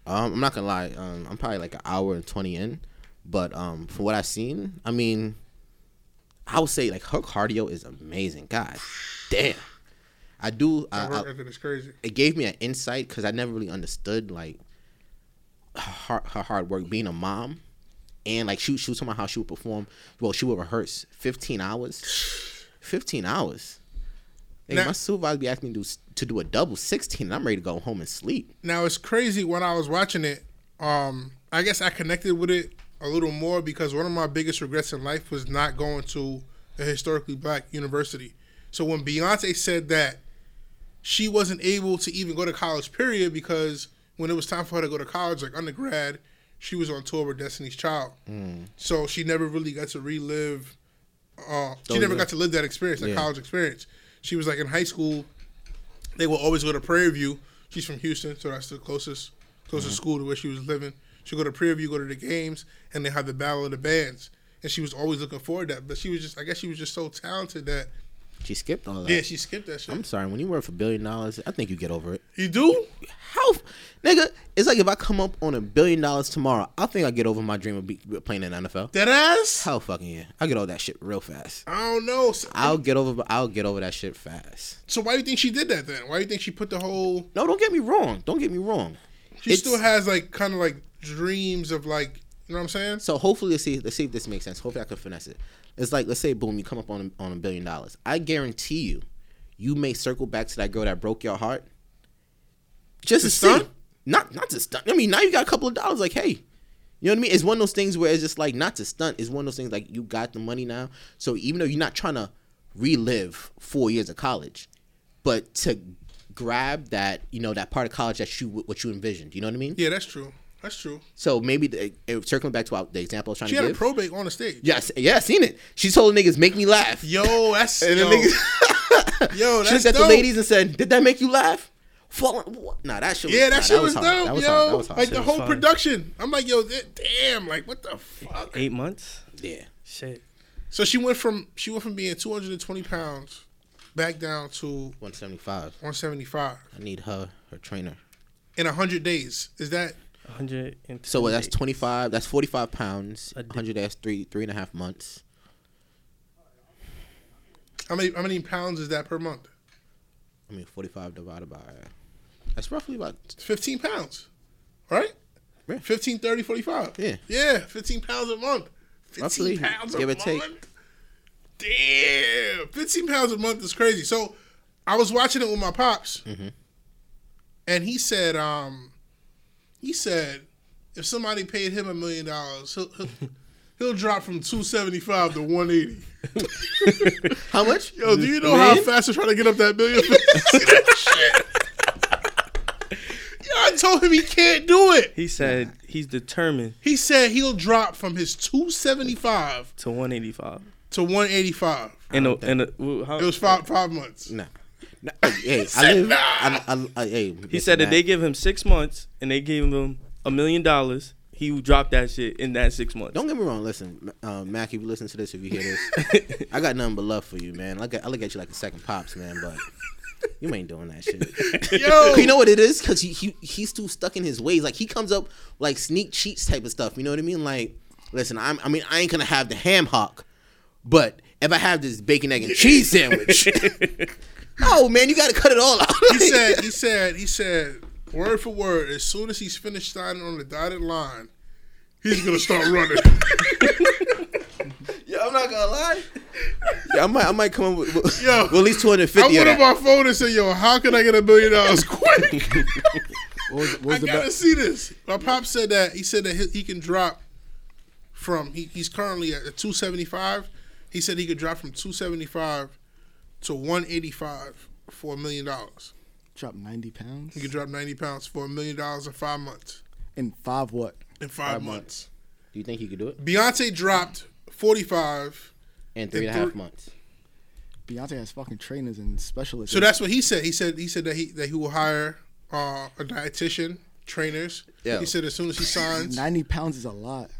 Speaker 3: Um, I'm not gonna lie. Um, I'm probably like an hour and twenty in, but um, from what I've seen, I mean, I would say like her cardio is amazing. God damn, I do. I,
Speaker 2: I,
Speaker 3: I,
Speaker 2: work ethic is crazy.
Speaker 3: it gave me an insight because I never really understood like her, her hard work being a mom, and like she she was talking about how she would perform. Well, she would rehearse fifteen hours, fifteen hours. Like,
Speaker 2: Now-
Speaker 3: my supervisor be asking me to do, s- to do a double sixteen, and I'm ready to go home and sleep.
Speaker 2: Now it's crazy when I was watching it. Um, I guess I connected with it a little more because one of my biggest regrets in life was not going to a historically black university. So when Beyonce said that she wasn't able to even go to college, period, because when it was time for her to go to college, like undergrad, she was on tour with Destiny's Child.
Speaker 3: Mm.
Speaker 2: So she never really got to relive. Uh, she
Speaker 3: Oh,
Speaker 2: never
Speaker 3: yeah.
Speaker 2: got to live that experience, that
Speaker 3: Yeah.
Speaker 2: college experience. She was like in high school they will always go to Prairie View. She's from Houston, so that's the closest
Speaker 3: Mm-hmm.
Speaker 2: closest school to where she was living. She'll go to Prairie View, go to the games, and they have the Battle of the Bands. And she was always looking forward to that. But she was just I guess she was just so talented that
Speaker 3: She skipped all that.
Speaker 2: Yeah, she skipped that shit.
Speaker 3: I'm sorry. When you work for billion dollars, I think you get over it.
Speaker 2: you do?
Speaker 3: How, nigga? It's like if I come up on a billion dollars tomorrow, I think I get over my dream of be, playing in the NFL.
Speaker 2: That ass?
Speaker 3: How fucking yeah? I get over that shit real fast.
Speaker 2: I don't know. So,
Speaker 3: I'll get over. I'll get over that shit fast.
Speaker 2: so why do you think she did that then? Why do you think she put the whole
Speaker 3: No, don't get me wrong. Don't get me wrong.
Speaker 2: she
Speaker 3: It's-
Speaker 2: still has like kind of like dreams of like you know what I'm saying?
Speaker 3: So hopefully, let's see. Let's see if this makes sense. Hopefully, I can finesse it. It's like let's say, boom, you come up on on a billion dollars. I guarantee you, you may circle back to that girl that broke your heart. Just to,
Speaker 2: To
Speaker 3: stunt?
Speaker 2: stunt?
Speaker 3: Not not to stunt. I mean, now you got a couple of dollars. Like, hey, you know what I mean? It's one of those things where it's just like not to stunt. It's one of those things like you got the money now. So even though you're not trying to relive four years of college, but to grab that you know that part of college that you what you envisioned. You know what I mean?
Speaker 2: Yeah, that's true. That's true.
Speaker 3: So maybe the, it, circling back to what- the example I was trying
Speaker 2: She
Speaker 3: to
Speaker 2: had a
Speaker 3: give.
Speaker 2: probate on the stage.
Speaker 3: Yes, yeah, I seen it. She told niggas make me laugh. Yo,
Speaker 2: Yo, that's
Speaker 3: and the
Speaker 2: yo,
Speaker 3: niggas
Speaker 2: yo,
Speaker 3: she
Speaker 2: that's
Speaker 3: looked at
Speaker 2: dope.
Speaker 3: the ladies and said, "Did that make you laugh?" Falling, what? Nah, that shit. Was,
Speaker 2: Yeah, that
Speaker 3: nah,
Speaker 2: shit was,
Speaker 3: hard.
Speaker 2: dope,
Speaker 3: That was
Speaker 2: yo.
Speaker 3: hard. That was hard.
Speaker 2: Like
Speaker 4: Shit
Speaker 2: the
Speaker 4: was
Speaker 2: whole
Speaker 4: fire.
Speaker 2: production. I'm like, yo, that, damn, like what the fuck?
Speaker 4: Eight months?
Speaker 3: yeah,
Speaker 4: Shit.
Speaker 2: So she went from she went from being 220 pounds back down to
Speaker 3: one seventy five.
Speaker 2: 175
Speaker 3: I need her, her trainer.
Speaker 2: in 100 days. Is that
Speaker 4: 100 and
Speaker 3: So what, that's twenty five. That's forty five pounds.
Speaker 4: A day.
Speaker 3: Hundred. That's three, three and a half months.
Speaker 2: how many how many pounds is that per month?
Speaker 3: I mean, forty five divided by. That's roughly about.
Speaker 2: It's 15 pounds, right?
Speaker 3: Yeah.
Speaker 2: 15, 30, 45.
Speaker 3: Yeah.
Speaker 2: yeah, 15 pounds a month. 15
Speaker 3: Roughly,
Speaker 2: pounds
Speaker 3: give
Speaker 2: a
Speaker 3: or take.
Speaker 2: month. Damn, 15 pounds a month is crazy. So I was watching it with my pops,
Speaker 3: Mm-hmm.
Speaker 2: and he said, um, he said, if somebody paid him a million dollars, he'll, he'll he'll drop from 275 to 180.
Speaker 3: How much?
Speaker 2: Yo, do you know how
Speaker 3: Million?
Speaker 2: fast they're trying to get up that million? Shit. Yo, I told him he can't do it.
Speaker 4: He said he's determined
Speaker 2: He said he'll drop from his 275
Speaker 4: to 185.
Speaker 2: to 185.
Speaker 4: And a, and a, woo, how,
Speaker 2: It was five five months.
Speaker 3: Nah. Nah, hey, I live. I, I, I, hey,
Speaker 4: He said that they give him six months and they gave him a million dollars. He would drop that shit in that six months.
Speaker 3: Don't get me wrong. Listen, uh, Mac, if you listen to this, if you hear this, I got nothing but love for you, man. Like I look at you like a second pops, man. But You ain't doing that shit.
Speaker 2: Yo.
Speaker 3: You know what it is? Cause he, he he's too stuck in his ways. Like he comes up like sneak cheats type of stuff. You know what I mean? Like, listen, I'm, I mean I ain't gonna have the ham hock, but if I have this bacon egg and cheese sandwich, oh man, you gotta cut it all out.
Speaker 2: He said, he said, he said, word for word, as soon as he's finished signing on the dotted line, he's gonna start running.
Speaker 3: Yo, I'm not gonna lie. Yeah, I might I might come up with, with,
Speaker 2: Yo.
Speaker 3: with at least
Speaker 2: I
Speaker 3: 250. of
Speaker 2: went on
Speaker 3: that.
Speaker 2: my phone and said, "Yo, how can I get a million dollars quick?
Speaker 1: What was, what
Speaker 2: I
Speaker 1: was the
Speaker 2: gotta
Speaker 1: best?
Speaker 2: see this." My pop said that he said that he, he can drop from he, he's currently at two seventy five. He said he could drop from two seventy five to one eighty five for a million dollars.
Speaker 1: Drop 90 pounds?
Speaker 2: He could drop ninety pounds for a million dollars in five months.
Speaker 1: In five what?
Speaker 2: In five,
Speaker 3: Five
Speaker 2: months.
Speaker 3: Do you think he could do it
Speaker 2: Beyonce dropped forty five.
Speaker 3: in three and a
Speaker 2: thir-
Speaker 3: half months?
Speaker 1: Beyonce has fucking trainers and specialists.
Speaker 2: So that's what he said. He said he said that he that he will hire uh, a dietitian, trainers.
Speaker 3: Yeah.
Speaker 2: He said as soon as he signs.
Speaker 1: 90 pounds is a lot.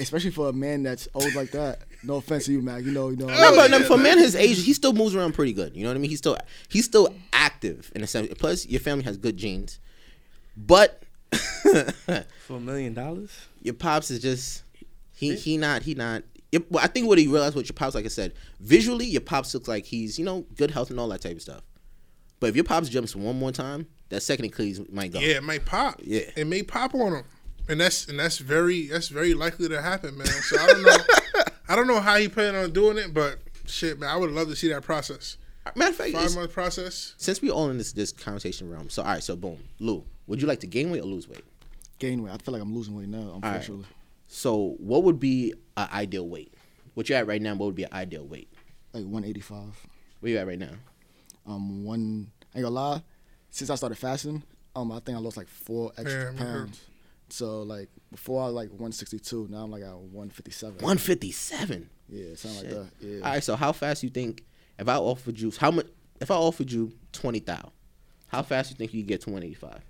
Speaker 1: Especially for a man that's old like that. No offense to you, Mac. You know, you know.
Speaker 3: No, but no, for a man his age, he still moves around pretty good. You know what I mean? He's still he's still active in a sense. Plus, your family has good genes, but
Speaker 4: For a million dollars?
Speaker 3: your pops is just he he not he not. yeah, well, I think what he realized with your pops, like I said, visually your pops looks like he's you know good health and all that type of stuff. But if your pops jumps one more time, that second Achilles might go.
Speaker 2: Yeah, it may pop.
Speaker 3: Yeah.
Speaker 2: it may pop on him, and that's and that's very that's very likely to happen, man. So I don't know, I don't know how he plan on doing it, but shit, man, I would love to see that process,
Speaker 3: Matter of fact,
Speaker 2: five
Speaker 3: it's-
Speaker 2: month process.
Speaker 3: since we all in this this conversation realm, so all right, so boom, Lou, would you like to gain weight or lose weight?
Speaker 1: Gain weight. I feel like I'm losing weight now, unfortunately.
Speaker 3: So what would be an ideal weight? What you're at right now? What would be an ideal weight?
Speaker 1: Like 185.
Speaker 3: Where you at right now?
Speaker 1: Um, one, I ain't gonna lie. Since I started fasting, um, I think I lost like four
Speaker 2: Yeah, I
Speaker 1: extra
Speaker 2: remember.
Speaker 1: pounds. So like before I was like 162, now I'm like at 157.
Speaker 3: 157.
Speaker 1: Yeah, something
Speaker 3: Shit.
Speaker 1: like that. Yeah.
Speaker 3: All right, so how fast you think if I offered you how much if I offered you 20,000, how fast you think you could get to 185?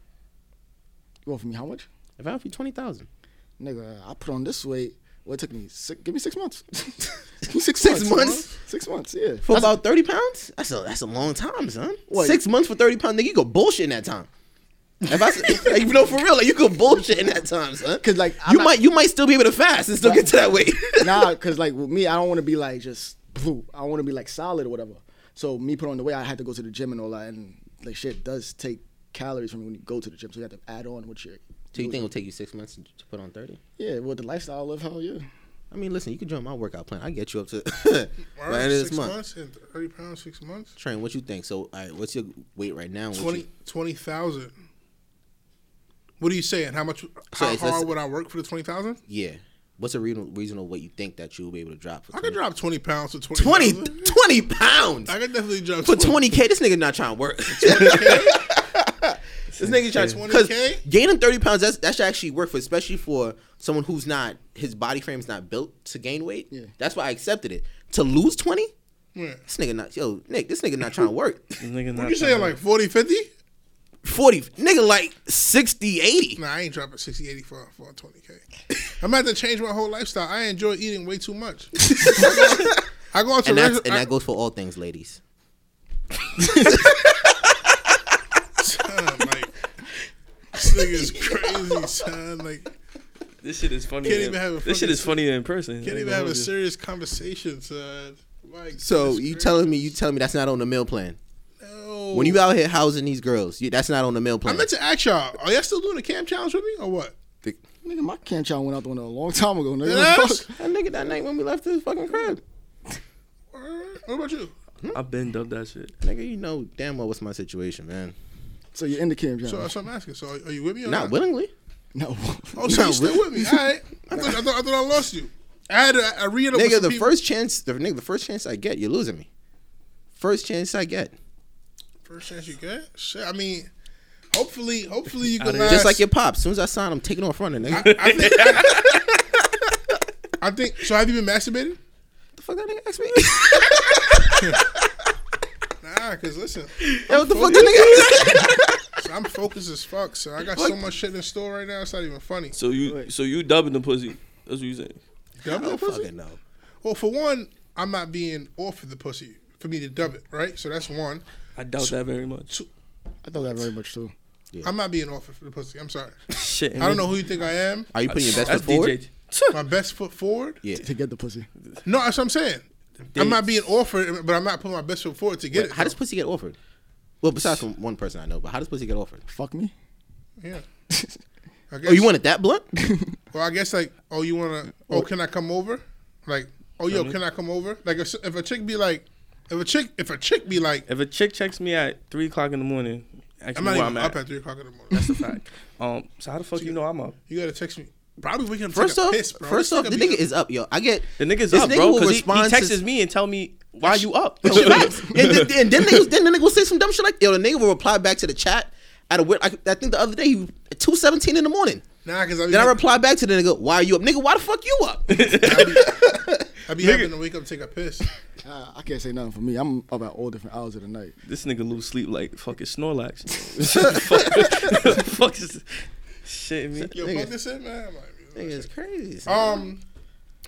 Speaker 1: You want for me how much?
Speaker 3: If I offered you 20,000.
Speaker 1: Nigga, I put on this weight. Well, it took me six, give me six months. Give me
Speaker 3: Six months?
Speaker 1: huh? Six months, yeah.
Speaker 3: For about 30 pounds? That's a that's a long time, son.
Speaker 1: What?
Speaker 3: 6 months for 30 pounds, nigga, you go bullshit in that time. If I s- like, you know for real, like you could bullshit in that time, son.
Speaker 1: 'Cause, like, I'm
Speaker 3: you
Speaker 1: not-
Speaker 3: might you might still be able to fast and still get to that weight.
Speaker 1: nah, cause like with me, I don't want to be like just blue. I want to be like solid or whatever. So me put on the weight, I had to go to the gym and all that, and like shit does take calories from when you go to the gym. So you have to add on what you.
Speaker 3: So you think it'll take you 6 months to to put on 30?
Speaker 1: Yeah, well the lifestyle I live, hell yeah.
Speaker 3: I mean, listen, you can join my workout plan. I get you up to by
Speaker 2: All
Speaker 3: the
Speaker 2: right,
Speaker 3: end of
Speaker 2: six
Speaker 3: this month.
Speaker 2: months and thirty pounds, six months,
Speaker 3: Train, what you think? So, all right, what's your weight right now? and what you-
Speaker 2: twenty twenty thousand. What are you saying? How much? How
Speaker 3: it's- it's-
Speaker 2: hard would I work for the twenty thousand?
Speaker 3: Yeah. What's a reasonable, reasonable weight you think that you'll be able to drop? For
Speaker 2: I could
Speaker 3: 20?
Speaker 2: drop twenty pounds for twenty.
Speaker 3: 20,
Speaker 2: 20.
Speaker 3: 20 pounds
Speaker 2: I could definitely drop
Speaker 3: for twenty k. This nigga not trying to work. this nigga trying twenty
Speaker 2: 20K?
Speaker 3: Gaining thirty pounds that's that should actually work for, especially for someone who's not his body frame's not built to gain weight.
Speaker 1: Yeah.
Speaker 3: That's why I accepted it. To lose twenty,
Speaker 2: Yeah.
Speaker 3: this nigga not yo Nick. This nigga not trying to work.
Speaker 4: This nigga not
Speaker 2: You saying
Speaker 4: tryna-
Speaker 2: like 40, 50?
Speaker 3: Forty nigga like 60, 80.
Speaker 2: Nah, I ain't dropping 60, 80 for, for 20K. I'm about to change my whole lifestyle. I enjoy eating way too much. I go out to
Speaker 3: And that's and
Speaker 2: restaurants.
Speaker 3: that goes for all things, ladies.
Speaker 2: son, like, this nigga is crazy, son. Like,
Speaker 4: This shit is funny.
Speaker 2: Can't
Speaker 4: in-
Speaker 2: even have a
Speaker 4: this shit
Speaker 2: fucking-
Speaker 4: is funnier in person.
Speaker 2: can't
Speaker 4: I ain't
Speaker 2: even
Speaker 4: gonna
Speaker 2: have a
Speaker 4: hold you.
Speaker 2: serious conversation, son. Like,
Speaker 3: So
Speaker 2: this
Speaker 3: you
Speaker 2: crazy.
Speaker 3: telling me you telling me that's not on the meal plan.
Speaker 2: No.
Speaker 3: When you out here housing these girls, you, that's not on the meal
Speaker 2: I
Speaker 3: plan.
Speaker 2: meant to ask y'all, are y'all still doing the cam challenge with me or what?
Speaker 1: Nigga, my can challenge went out the window a long time ago. Nigga,
Speaker 2: Yes?
Speaker 1: What the fuck?
Speaker 3: That nigga that night when we left this fucking crib.
Speaker 2: Alright, What about you?
Speaker 4: I've been dubbed that shit.
Speaker 3: Nigga, you know damn well what's my situation, man.
Speaker 1: So you're in the camp
Speaker 2: So
Speaker 1: challenge?
Speaker 2: that's what I'm asking. So are you with me or
Speaker 3: Not willingly.
Speaker 1: no.
Speaker 2: Oh, so you still
Speaker 3: Not really.
Speaker 2: with me? All right. I thought I, thought, I, thought I lost you. I had to I read up with
Speaker 3: Nigga,
Speaker 2: some
Speaker 3: the
Speaker 2: people.
Speaker 3: first chance the nigga, the first chance I get, you're losing me. First chance I get.
Speaker 2: First chance you get? Shit, I mean, hopefully, hopefully you can
Speaker 4: Outta
Speaker 2: last.
Speaker 3: Just like your pop. As soon as I sign, I'm taking off running, nigga.
Speaker 2: I think, I think. So have you been masturbating?
Speaker 3: the fuck that nigga asked me?
Speaker 2: Nah, cause listen,
Speaker 3: Yo, what the fuck that nigga
Speaker 2: so I'm focused as fuck. So I got so much shit in store right now. It's not even funny.
Speaker 4: So you so you dubbing the pussy. That's what you saying.
Speaker 2: Dub
Speaker 3: I
Speaker 2: the
Speaker 3: don't
Speaker 2: pussy.
Speaker 3: fucking know.
Speaker 2: Well, for one, I'm not being offered the pussy for me to dub it, right? So that's one.
Speaker 4: I doubt that very much.
Speaker 1: I thought that very much too.
Speaker 2: I'm not being offered for the pussy. I'm sorry.
Speaker 4: Shit.
Speaker 2: I don't know who you think I am.
Speaker 3: Are you putting your best
Speaker 4: That's
Speaker 3: foot forward?
Speaker 4: DJ.
Speaker 2: My best foot forward.
Speaker 3: Yeah.
Speaker 1: To get the pussy.
Speaker 2: No, that's what I'm saying. I'm not being offered, but I'm not putting my best foot forward to get
Speaker 3: Wait,
Speaker 2: it.
Speaker 3: how does pussy get offered? Well, besides from one person I know, but how does pussy get offered?
Speaker 1: Fuck me.
Speaker 2: yeah. I guess,
Speaker 3: Oh, you want it that blunt?
Speaker 2: Well, I guess like, oh, you wanna? Oh, can I come over? Like, oh, yo, can I come over? Like, if, if a chick be like, if a chick, if a chick be like,
Speaker 4: If a chick checks me at three o'clock in the morning, ask
Speaker 2: I'm
Speaker 4: me
Speaker 2: not
Speaker 4: where
Speaker 2: even
Speaker 4: I'm
Speaker 2: up
Speaker 4: at.
Speaker 2: at three o'clock in the morning. That's a fact.
Speaker 4: Um, so how the fuck you know I'm up?
Speaker 2: You gotta text me. Probably we can
Speaker 3: First
Speaker 2: take
Speaker 3: off,
Speaker 2: a piss, bro.
Speaker 3: first
Speaker 2: This
Speaker 3: off, the
Speaker 2: be
Speaker 3: nigga
Speaker 2: up.
Speaker 3: is up, yo. I get
Speaker 4: The nigga's
Speaker 3: this
Speaker 4: up,
Speaker 3: nigga
Speaker 4: bro,
Speaker 3: will
Speaker 4: because he, he
Speaker 3: respond to-
Speaker 4: texts me and tell me why you up.
Speaker 3: Yo, facts. and, then, and then niggas, then the nigga will say some dumb shit like, yo, the nigga will reply back to the chat at a weird. I, I think the other day, he two seventeen in the morning.
Speaker 2: Nah, cause I be,
Speaker 3: Then I
Speaker 2: having-
Speaker 3: reply back to the nigga, why are you up, nigga? Why the fuck you up?
Speaker 2: I be having to wake up, and take a piss.
Speaker 1: Uh, I can't say nothing for me. I'm up at all different hours of the night.
Speaker 4: This nigga lose sleep like fucking Snorlax. fuck, fuck is, shit, man.
Speaker 2: Yo, fuck this in, man. I'm like,
Speaker 3: Nigga, it's crazy.
Speaker 2: Um.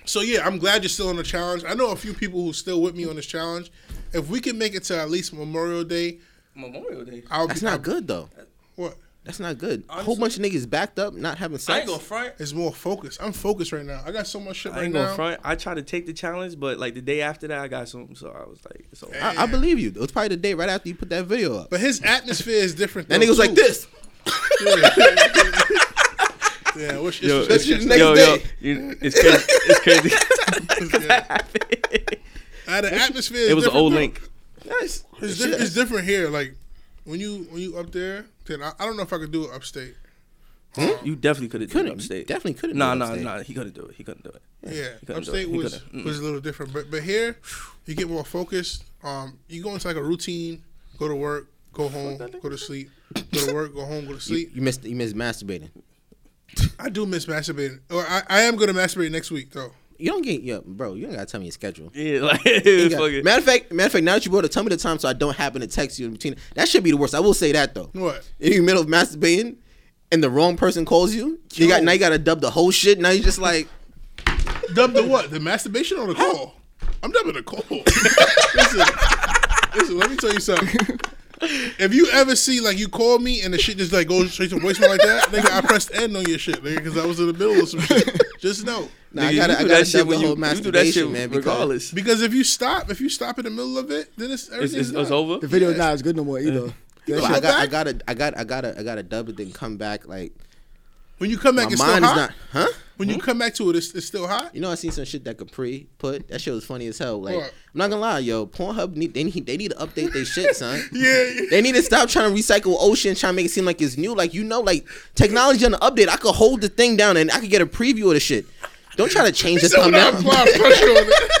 Speaker 2: So yeah, I'm glad you're still on the challenge. I know a few people who's still with me on this challenge. If we can make it to at least Memorial Day,
Speaker 4: Memorial Day.
Speaker 2: I'll
Speaker 3: That's
Speaker 2: be.
Speaker 3: not
Speaker 2: I'll-
Speaker 3: good though.
Speaker 2: What?
Speaker 3: That's not good. A whole bunch of niggas backed up, not having sex.
Speaker 4: I ain't gonna front.
Speaker 2: It's more focused. I'm focused right now. I got so much shit
Speaker 4: I
Speaker 2: right
Speaker 4: ain't gonna
Speaker 2: now.
Speaker 4: front. I tried to take the challenge, but like the day after that, I got something, so I was like, it's over.
Speaker 3: I, I believe you. It was probably the day right after you put that video up.
Speaker 2: But his atmosphere is different.
Speaker 3: That
Speaker 2: though,
Speaker 3: nigga was like
Speaker 2: too.
Speaker 3: this.
Speaker 2: Yeah, which
Speaker 4: Yo,
Speaker 2: is
Speaker 3: That shit
Speaker 2: just-
Speaker 3: next
Speaker 4: yo,
Speaker 3: day.
Speaker 4: yo, you- it's crazy. It's crazy.
Speaker 2: uh, the atmosphere. Is
Speaker 4: it was an
Speaker 2: different,
Speaker 4: old
Speaker 2: though.
Speaker 4: link.
Speaker 3: Nice.
Speaker 2: It's, di- it's different here. Like when you when you up there, then I, I don't know if I could do it upstate.
Speaker 4: You definitely could have done
Speaker 3: Couldn't-
Speaker 4: it upstate.
Speaker 3: definitely could've
Speaker 4: Nah,
Speaker 3: done
Speaker 4: nah,
Speaker 3: upstate.
Speaker 4: nah. He couldn't do it. He couldn't do it.
Speaker 2: Yeah,
Speaker 4: He couldn't do
Speaker 2: upstate
Speaker 4: it. He
Speaker 2: was
Speaker 4: couldn't. mm. Mm-mm.
Speaker 2: was a little different, but but here you get more focused. Um, you go into like a routine. Go to work, go home, go to sleep. Go to work, go home, go to
Speaker 3: You,
Speaker 2: sleep.
Speaker 3: you missed. You missed masturbating.
Speaker 2: I do miss masturbating. Or I, I am gonna masturbate next week though.
Speaker 3: You don't get, yo, bro. You don't gotta tell me your schedule.
Speaker 4: Yeah, like
Speaker 3: You
Speaker 4: it was
Speaker 3: got-
Speaker 4: fucking.
Speaker 3: matter of fact, matter of fact, now that you brought it, tell me the time so I don't happen to text you in between. That should be the worst. I will say that though.
Speaker 2: What?
Speaker 3: If you're in the middle of masturbating, and the wrong person calls you, you got now you gotta dub the whole shit. Now you just like,
Speaker 2: Dub the what? The masturbation or the call? I'm dubbing the call. listen, listen, let me tell you something. If you ever see like you call me and the shit just like goes straight to voicemail like that, nigga, I pressed end on your shit, nigga, because I was in the middle of some shit. Just know.
Speaker 3: nah, I gotta,
Speaker 4: Nigga, you
Speaker 3: I
Speaker 4: do
Speaker 3: gotta
Speaker 4: that shit
Speaker 3: dub the
Speaker 4: when you-
Speaker 3: whole
Speaker 4: you do that shit
Speaker 3: masturbation, man. Because
Speaker 4: Regardless,
Speaker 2: Because if you stop, if you stop in the middle of it, then it's
Speaker 4: it's,
Speaker 2: everything's
Speaker 4: it's, it's
Speaker 2: done.
Speaker 4: over.
Speaker 1: The video's not as good no more either. That
Speaker 3: But I
Speaker 1: shit-
Speaker 3: got, I gotta, I got, I gotta, I gotta dub it, then come back. Like
Speaker 2: When you come back,
Speaker 3: my
Speaker 2: it's
Speaker 3: mind
Speaker 2: still
Speaker 3: is
Speaker 2: hot.
Speaker 3: not, huh?
Speaker 2: When you come back to it, it's, it's still hot.
Speaker 3: You know, I seen some shit that Capri put. That shit was funny as hell. Like,
Speaker 2: What?
Speaker 3: I'm not gonna lie, yo, Pornhub need they need they need to update their shit, son.
Speaker 2: Yeah, yeah.
Speaker 3: They need to stop trying to recycle ocean, trying to make it seem like it's new. Like you know, like technology on the update, I could hold the thing down and I could get a preview of the shit. Don't try to change this
Speaker 2: So
Speaker 3: thumbnail.
Speaker 2: when I apply pressure on it,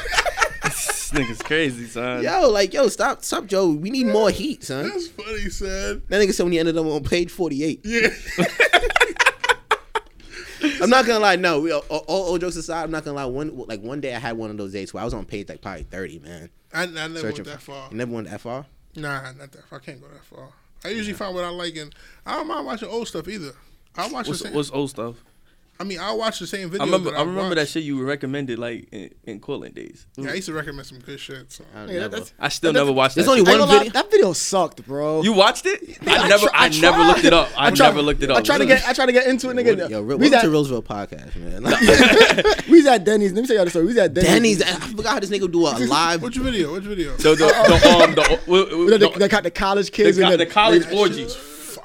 Speaker 4: This nigga's crazy, son.
Speaker 3: Yo, like yo, stop, stop, Joe. We need more heat, son.
Speaker 2: that's funny, son.
Speaker 3: That nigga said when he ended up on page 48.
Speaker 2: Yeah,
Speaker 3: I'm not gonna lie, no. We, all, all, all jokes aside, I'm not gonna lie. One like one day I had one of those days where I was on page like probably 30, man.
Speaker 2: I, I never
Speaker 3: Searching
Speaker 2: went that
Speaker 3: for-
Speaker 2: far.
Speaker 3: You never went that far.
Speaker 2: Nah, not that far. I can't go that far. I usually find what I like, and I don't mind watching old stuff either. I watch
Speaker 4: What's,
Speaker 2: the same.
Speaker 4: what's old stuff?
Speaker 2: I mean, I watch the same videos.
Speaker 4: I remember.
Speaker 2: that
Speaker 4: I remember that
Speaker 2: watch.
Speaker 4: shit you recommended like in, in Cortland days.
Speaker 2: Yeah, I used to recommend some good shit. So.
Speaker 3: I
Speaker 1: Yeah,
Speaker 3: never.
Speaker 1: that's-
Speaker 4: I still never watched.
Speaker 3: There's
Speaker 4: that
Speaker 3: only
Speaker 4: shit.
Speaker 1: I ain't
Speaker 3: one
Speaker 1: gonna lie,
Speaker 3: video-
Speaker 1: That video sucked, bro.
Speaker 4: You watched it? I,
Speaker 1: I
Speaker 4: never.
Speaker 1: tr-
Speaker 4: I,
Speaker 1: I
Speaker 4: never looked it up. I,
Speaker 1: tried-
Speaker 4: never looked it up.
Speaker 1: I tried to get I tried to get into it, nigga.
Speaker 3: Yo, real,
Speaker 1: we
Speaker 3: welcome
Speaker 1: was
Speaker 3: to
Speaker 1: at,
Speaker 3: Roseville podcast, man. Like,
Speaker 1: we was at Denny's. Let me tell y'all the story. We was at Denny's.
Speaker 3: Denny's. I forgot how this nigga do a live.
Speaker 2: Which video? Which video?
Speaker 4: the the the um the, w- w-
Speaker 1: You know,
Speaker 4: the,
Speaker 1: they, they caught the college kids.
Speaker 4: the-
Speaker 1: and
Speaker 4: the college orgies.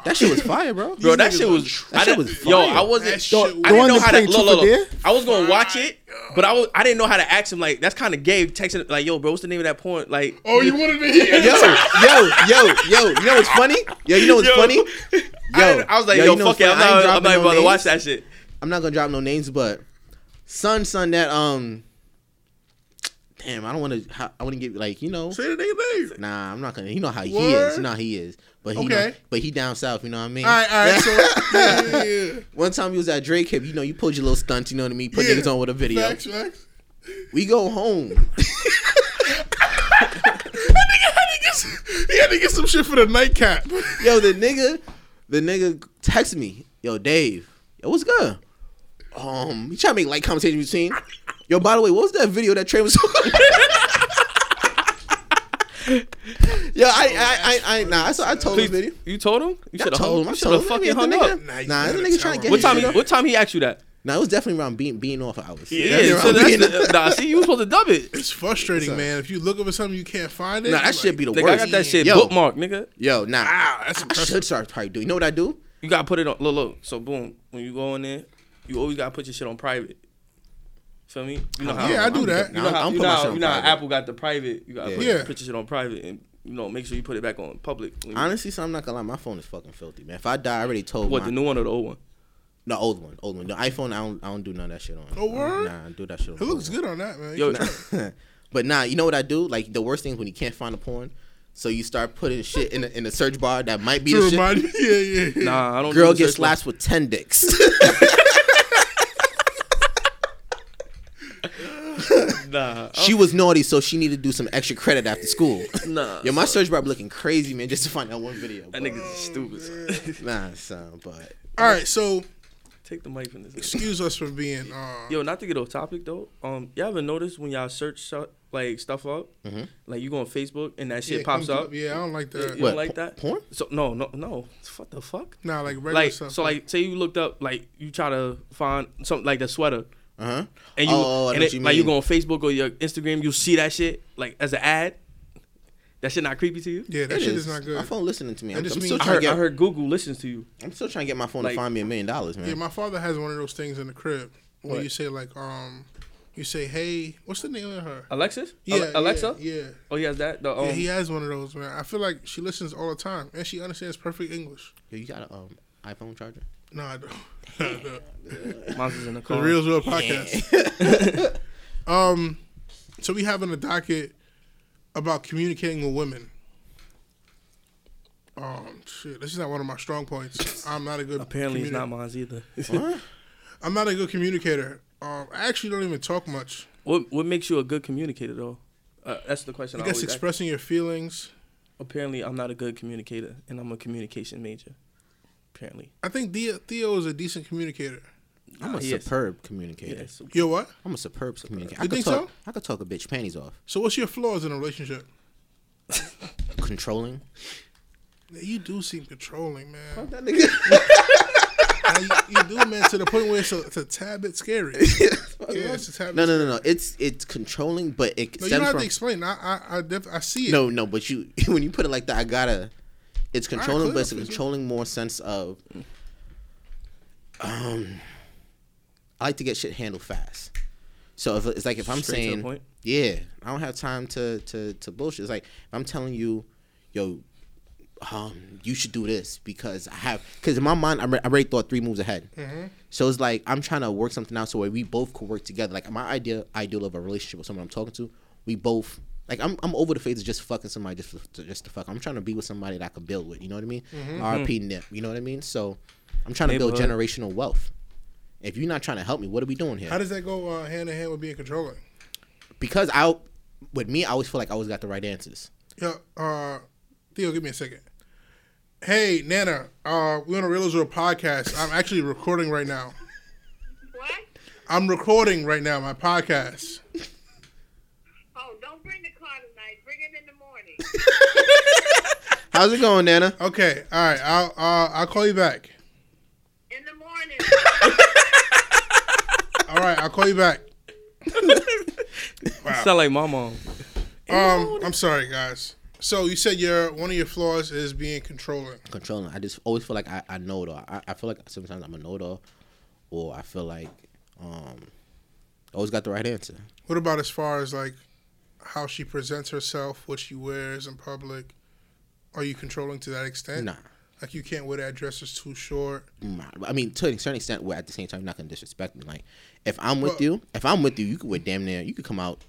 Speaker 3: That shit was fire, bro.
Speaker 4: Bro, that shit was. I
Speaker 3: shit
Speaker 4: didn't,
Speaker 3: was
Speaker 4: yo,
Speaker 3: fire.
Speaker 4: I wasn't.
Speaker 2: That shit
Speaker 4: I
Speaker 1: was
Speaker 4: didn't know how to.
Speaker 1: playing
Speaker 4: Look,
Speaker 1: Truth or
Speaker 4: look, look.
Speaker 1: Dare?
Speaker 4: I was gonna watch it, but I was. I didn't know how to ask him. Like that's kind of gay. Texting like, yo, bro, what's the name of that porn? Like,
Speaker 2: oh, you wanted to hear?
Speaker 3: Yo, yo, yo, yo. You know what's funny? Yo, you know what's
Speaker 4: Yo.
Speaker 3: funny?
Speaker 4: I, didn't- I was like, yo,
Speaker 3: you know what's
Speaker 4: fuck it.
Speaker 3: funny? I
Speaker 4: I'm
Speaker 3: ain't
Speaker 4: not. I'm
Speaker 3: dropping
Speaker 4: not even
Speaker 3: no
Speaker 4: about to
Speaker 3: names.
Speaker 4: watch that shit.
Speaker 3: I'm not gonna drop no names, but son, son, that um, damn, I don't want to. I want to give like you know.
Speaker 2: Say the nigga name.
Speaker 3: Nah, I'm not gonna. You know how he
Speaker 2: Word?
Speaker 3: is. You know how he is. But he,
Speaker 2: Okay.
Speaker 3: but he down south. You know what I mean?
Speaker 2: All right, all right. So, yeah, yeah, yeah.
Speaker 3: One time he was at Drake Hip. You know, you pulled your little stunt. You know what I mean? Put
Speaker 2: Yeah.
Speaker 3: niggas on with a video.
Speaker 2: Facts, facts.
Speaker 3: We go home.
Speaker 2: He had to get some shit for the nightcap.
Speaker 3: Yo, the nigga, the nigga text me. Yo, Dave. Yo, what's good? Um, he trying to make light conversation between. Yo, by the way, what was that video that Trey was? Yo, I, I, I, I nah. I, saw, I told
Speaker 4: Please,
Speaker 3: him, video.
Speaker 4: you told him? You
Speaker 3: Yeah, I
Speaker 4: should have
Speaker 3: told him. I
Speaker 4: You should
Speaker 3: told
Speaker 4: have
Speaker 3: him.
Speaker 4: fucking
Speaker 3: Yeah,
Speaker 4: hung
Speaker 3: the
Speaker 4: up.
Speaker 3: nigga-
Speaker 2: Nah, you
Speaker 3: Nah,
Speaker 2: gotta
Speaker 3: this nigga
Speaker 2: tell
Speaker 3: trying to
Speaker 2: him.
Speaker 3: get
Speaker 4: What time?
Speaker 3: me,
Speaker 4: He,
Speaker 3: yo.
Speaker 4: what time he asked you that?
Speaker 3: Nah, it was definitely around being being off hours.
Speaker 4: Yeah,
Speaker 3: Definitely
Speaker 4: so
Speaker 3: around
Speaker 4: that's
Speaker 3: being-
Speaker 4: the, nah. See, you were supposed to dub it.
Speaker 2: It's frustrating, man. If you looking for something you can't find it,
Speaker 3: Nah,
Speaker 2: you're
Speaker 3: that should
Speaker 2: like,
Speaker 3: be the
Speaker 4: Nigga, I
Speaker 3: worst.
Speaker 4: got that shit
Speaker 3: yo,
Speaker 4: bookmarked, nigga.
Speaker 3: Yo, nah.
Speaker 2: Wow, that's
Speaker 3: I
Speaker 2: impressive.
Speaker 3: should start probably do. You know what I do?
Speaker 4: You gotta put it on. Look, look. So boom, when you go in there, you always gotta put your shit on private. Feel me? You know how?
Speaker 2: Yeah, I do
Speaker 3: I'm-
Speaker 2: that.
Speaker 4: You
Speaker 3: nah,
Speaker 4: know
Speaker 3: I'm- I'm
Speaker 4: how? You
Speaker 3: putting my
Speaker 4: know how,
Speaker 3: shit
Speaker 4: you
Speaker 3: on
Speaker 4: know how
Speaker 3: private.
Speaker 4: Apple got the private. You gotta put,
Speaker 2: Yeah.
Speaker 4: put your shit on private, and you know make sure you put it back on public. when you-
Speaker 3: Honestly, so I'm not gonna lie. My phone is fucking filthy, man. If I die, I already told
Speaker 4: what
Speaker 3: my,
Speaker 4: the new one or the old one?
Speaker 3: no old one, old one. The iPhone, I don't, I don't do none of that shit on.
Speaker 2: Oh, word?
Speaker 3: Nah, I do that shit. on
Speaker 2: It looks
Speaker 3: old
Speaker 2: good on that, man.
Speaker 4: Yo,
Speaker 3: one. but nah, you know what I do? Like the worst thing is when you can't find a porn, so you start putting shit in the, in the search bar that might be
Speaker 2: You
Speaker 3: the
Speaker 2: remind
Speaker 3: shit.
Speaker 2: me, yeah, yeah, yeah.
Speaker 4: nah, I don't.
Speaker 3: Girl
Speaker 4: do
Speaker 3: gets
Speaker 4: search bar.
Speaker 3: slashed with ten dicks.
Speaker 4: Nah,
Speaker 3: she was naughty, so she needed to do some extra credit after school.
Speaker 4: Nah.
Speaker 3: Yo, my search bar be looking crazy, man, just to find that one video.
Speaker 4: that
Speaker 3: bro.
Speaker 4: nigga's stupid.
Speaker 3: Nah, son, but
Speaker 2: All right, so
Speaker 4: Take the mic from this. nigga.
Speaker 2: excuse us for being. Uh,
Speaker 4: Yo, not to get off topic though. Um, y'all ever notice when y'all search so- like stuff up,
Speaker 3: Mm-hmm.
Speaker 4: like you go on Facebook and that shit
Speaker 2: it
Speaker 4: pops
Speaker 2: comes
Speaker 4: up.
Speaker 2: Yeah, I don't like that.
Speaker 4: You
Speaker 3: What,
Speaker 4: don't like
Speaker 3: po-
Speaker 4: that?
Speaker 3: porn?
Speaker 4: So no, no, no. What the fuck?
Speaker 2: Nah, like regular
Speaker 4: like
Speaker 2: stuff.
Speaker 4: so like say you looked up like you try to find something like the sweater
Speaker 3: uh huh.
Speaker 4: and you
Speaker 3: Oh, I know
Speaker 4: and
Speaker 3: what
Speaker 4: it,
Speaker 3: you
Speaker 4: like you
Speaker 3: mean.
Speaker 4: go on Facebook or your Instagram you see that shit like as an ad that shit not creepy to you
Speaker 2: yeah, that
Speaker 3: It
Speaker 2: shit is.
Speaker 3: is.
Speaker 2: not good.
Speaker 3: My phone listening to me. I'm,
Speaker 2: just
Speaker 3: I'm
Speaker 2: means-
Speaker 3: still
Speaker 4: I
Speaker 3: trying to get.
Speaker 4: heard, I heard Google listens to you
Speaker 3: I'm still trying to get my phone
Speaker 4: Like-
Speaker 3: to find me a million dollars, man.
Speaker 2: Yeah, my father has one of those things in the crib where
Speaker 4: What?
Speaker 2: you say like, um, you say, hey, what's the name of her?
Speaker 4: Alexis
Speaker 2: Yeah,
Speaker 4: Ale- Alexa
Speaker 2: Yeah, yeah.
Speaker 4: oh he has that the um,
Speaker 2: Yeah, he has one of those, man. I feel like she listens all the time, and she understands perfect English.
Speaker 3: Yo, you got a um, iPhone charger?
Speaker 2: No, I don't. I don't.
Speaker 4: monsters in the
Speaker 2: The
Speaker 4: car
Speaker 2: Real's Real podcast. um, so we have on the docket about communicating with women. Um, shit, this is not one of my strong points. I'm not a good.
Speaker 4: apparently it's
Speaker 2: communi-
Speaker 4: not mine either
Speaker 2: I'm not a good communicator. Um, I actually don't even talk much.
Speaker 4: what what makes you a good communicator though uh, that's the question
Speaker 2: I
Speaker 4: I,
Speaker 2: guess
Speaker 4: always ask.
Speaker 2: expressing your feelings.
Speaker 4: apparently I'm not a good communicator and I'm a communication major apparently
Speaker 2: I think Theo, Theo is a decent communicator.
Speaker 3: I'm
Speaker 4: Nah,
Speaker 3: a
Speaker 4: he is.
Speaker 3: superb communicator.
Speaker 4: yes
Speaker 2: Yo, what?
Speaker 3: I'm a superb communicator.
Speaker 2: You
Speaker 3: I could
Speaker 2: think
Speaker 3: talk,
Speaker 2: so?
Speaker 3: I could talk a bitch panties off.
Speaker 2: So what's your flaws in a relationship?
Speaker 3: Controlling.
Speaker 2: You do seem controlling, man.
Speaker 3: That nigga.
Speaker 2: Now, you, you do, man, to the point where it's a, it's a tad bit scary. Yeah, it's a tad bit
Speaker 3: No, no, no, no. It's it's controlling, but it
Speaker 2: No, you don't
Speaker 3: stems
Speaker 2: have to
Speaker 3: from.
Speaker 2: explain. I, I, I, def- I see it.
Speaker 3: No, no, but you when you put it like that, I gotta. It's controlling,
Speaker 2: clear
Speaker 3: but it's a
Speaker 2: up, is it?
Speaker 3: controlling more sense of. Um, I like to get shit handled fast. So if it's like if I'm
Speaker 4: Straight to the
Speaker 3: saying,
Speaker 4: point?
Speaker 3: yeah, I don't have time to to to bullshit. It's like if I'm telling you, yo, um, you should do this because I have because in my mind I'm, I already thought three moves ahead. So it's like I'm trying to work something out so where we both could work together. Like my idea ideal of a relationship with someone I'm talking to, we both like I'm I'm over the phase of just fucking somebody just for- just to fuck. I'm trying to be with somebody that I could build with. You know what I mean? RP Nip. You know what I mean? So I'm trying to build
Speaker 4: Neighborhood.
Speaker 3: generational wealth. If you're not trying to help me, what are we doing here?
Speaker 2: How does that go uh, hand in hand with being controlling?
Speaker 3: because I with me, I always feel like I always got the right answers.
Speaker 2: Yo, uh, Theo, give me a second. Hey, Nana, uh, we're on a Real Israel podcast. I'm actually recording right now.
Speaker 7: What?
Speaker 2: I'm recording right now my podcast.
Speaker 7: Oh, don't bring the car tonight. Bring it in the morning.
Speaker 3: How's it going, Nana?
Speaker 2: Okay, all right. I'll uh, I'll call you back.
Speaker 7: In the morning.
Speaker 2: All right, I'll call you back.
Speaker 4: You sound like my mom
Speaker 2: Um, I'm sorry, guys. So you said your one of your flaws is being controlling.
Speaker 3: Controlling. I just always feel like I, I know it all. I, I feel like sometimes I'm a know it all, or I feel like um, I always got the right answer.
Speaker 2: What about as far as like how she presents herself, what she wears in public? Are you controlling to that extent?
Speaker 3: Nah.
Speaker 2: Like you can't wear that dress; it's too short.
Speaker 3: Mm, I mean, to a certain extent, where at the same time, you're not gonna disrespect me. Like, if I'm with
Speaker 2: Well-
Speaker 3: you, if I'm with you, you could wear damn near, you could come out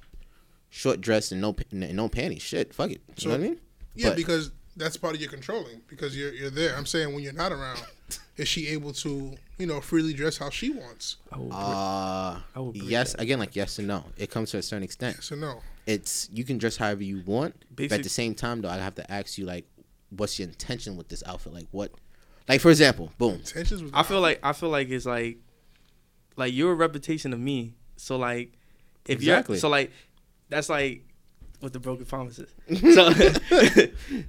Speaker 3: short dress and no pa- and no panties. Shit, fuck it. You
Speaker 2: So-
Speaker 3: know what I mean?
Speaker 2: Yeah,
Speaker 3: But-
Speaker 2: because that's part of your controlling because you're you're there. I'm saying when you're not around, is she able to you know freely dress how she wants?
Speaker 4: I will
Speaker 3: Uh,
Speaker 4: would believe
Speaker 3: yes, again, like yes and no. It comes to a certain extent.
Speaker 2: So no.
Speaker 3: It's you can dress however you want, but
Speaker 4: Basic-
Speaker 3: at the same time, though, I have to ask you like, what's your intention with this outfit? Like, what? Like for example, boom.
Speaker 2: Tensions with
Speaker 4: I feel like I feel like it's like like you're a reputation of me. So like if
Speaker 3: Exactly.
Speaker 4: you're so like that's like with the broken promises. So,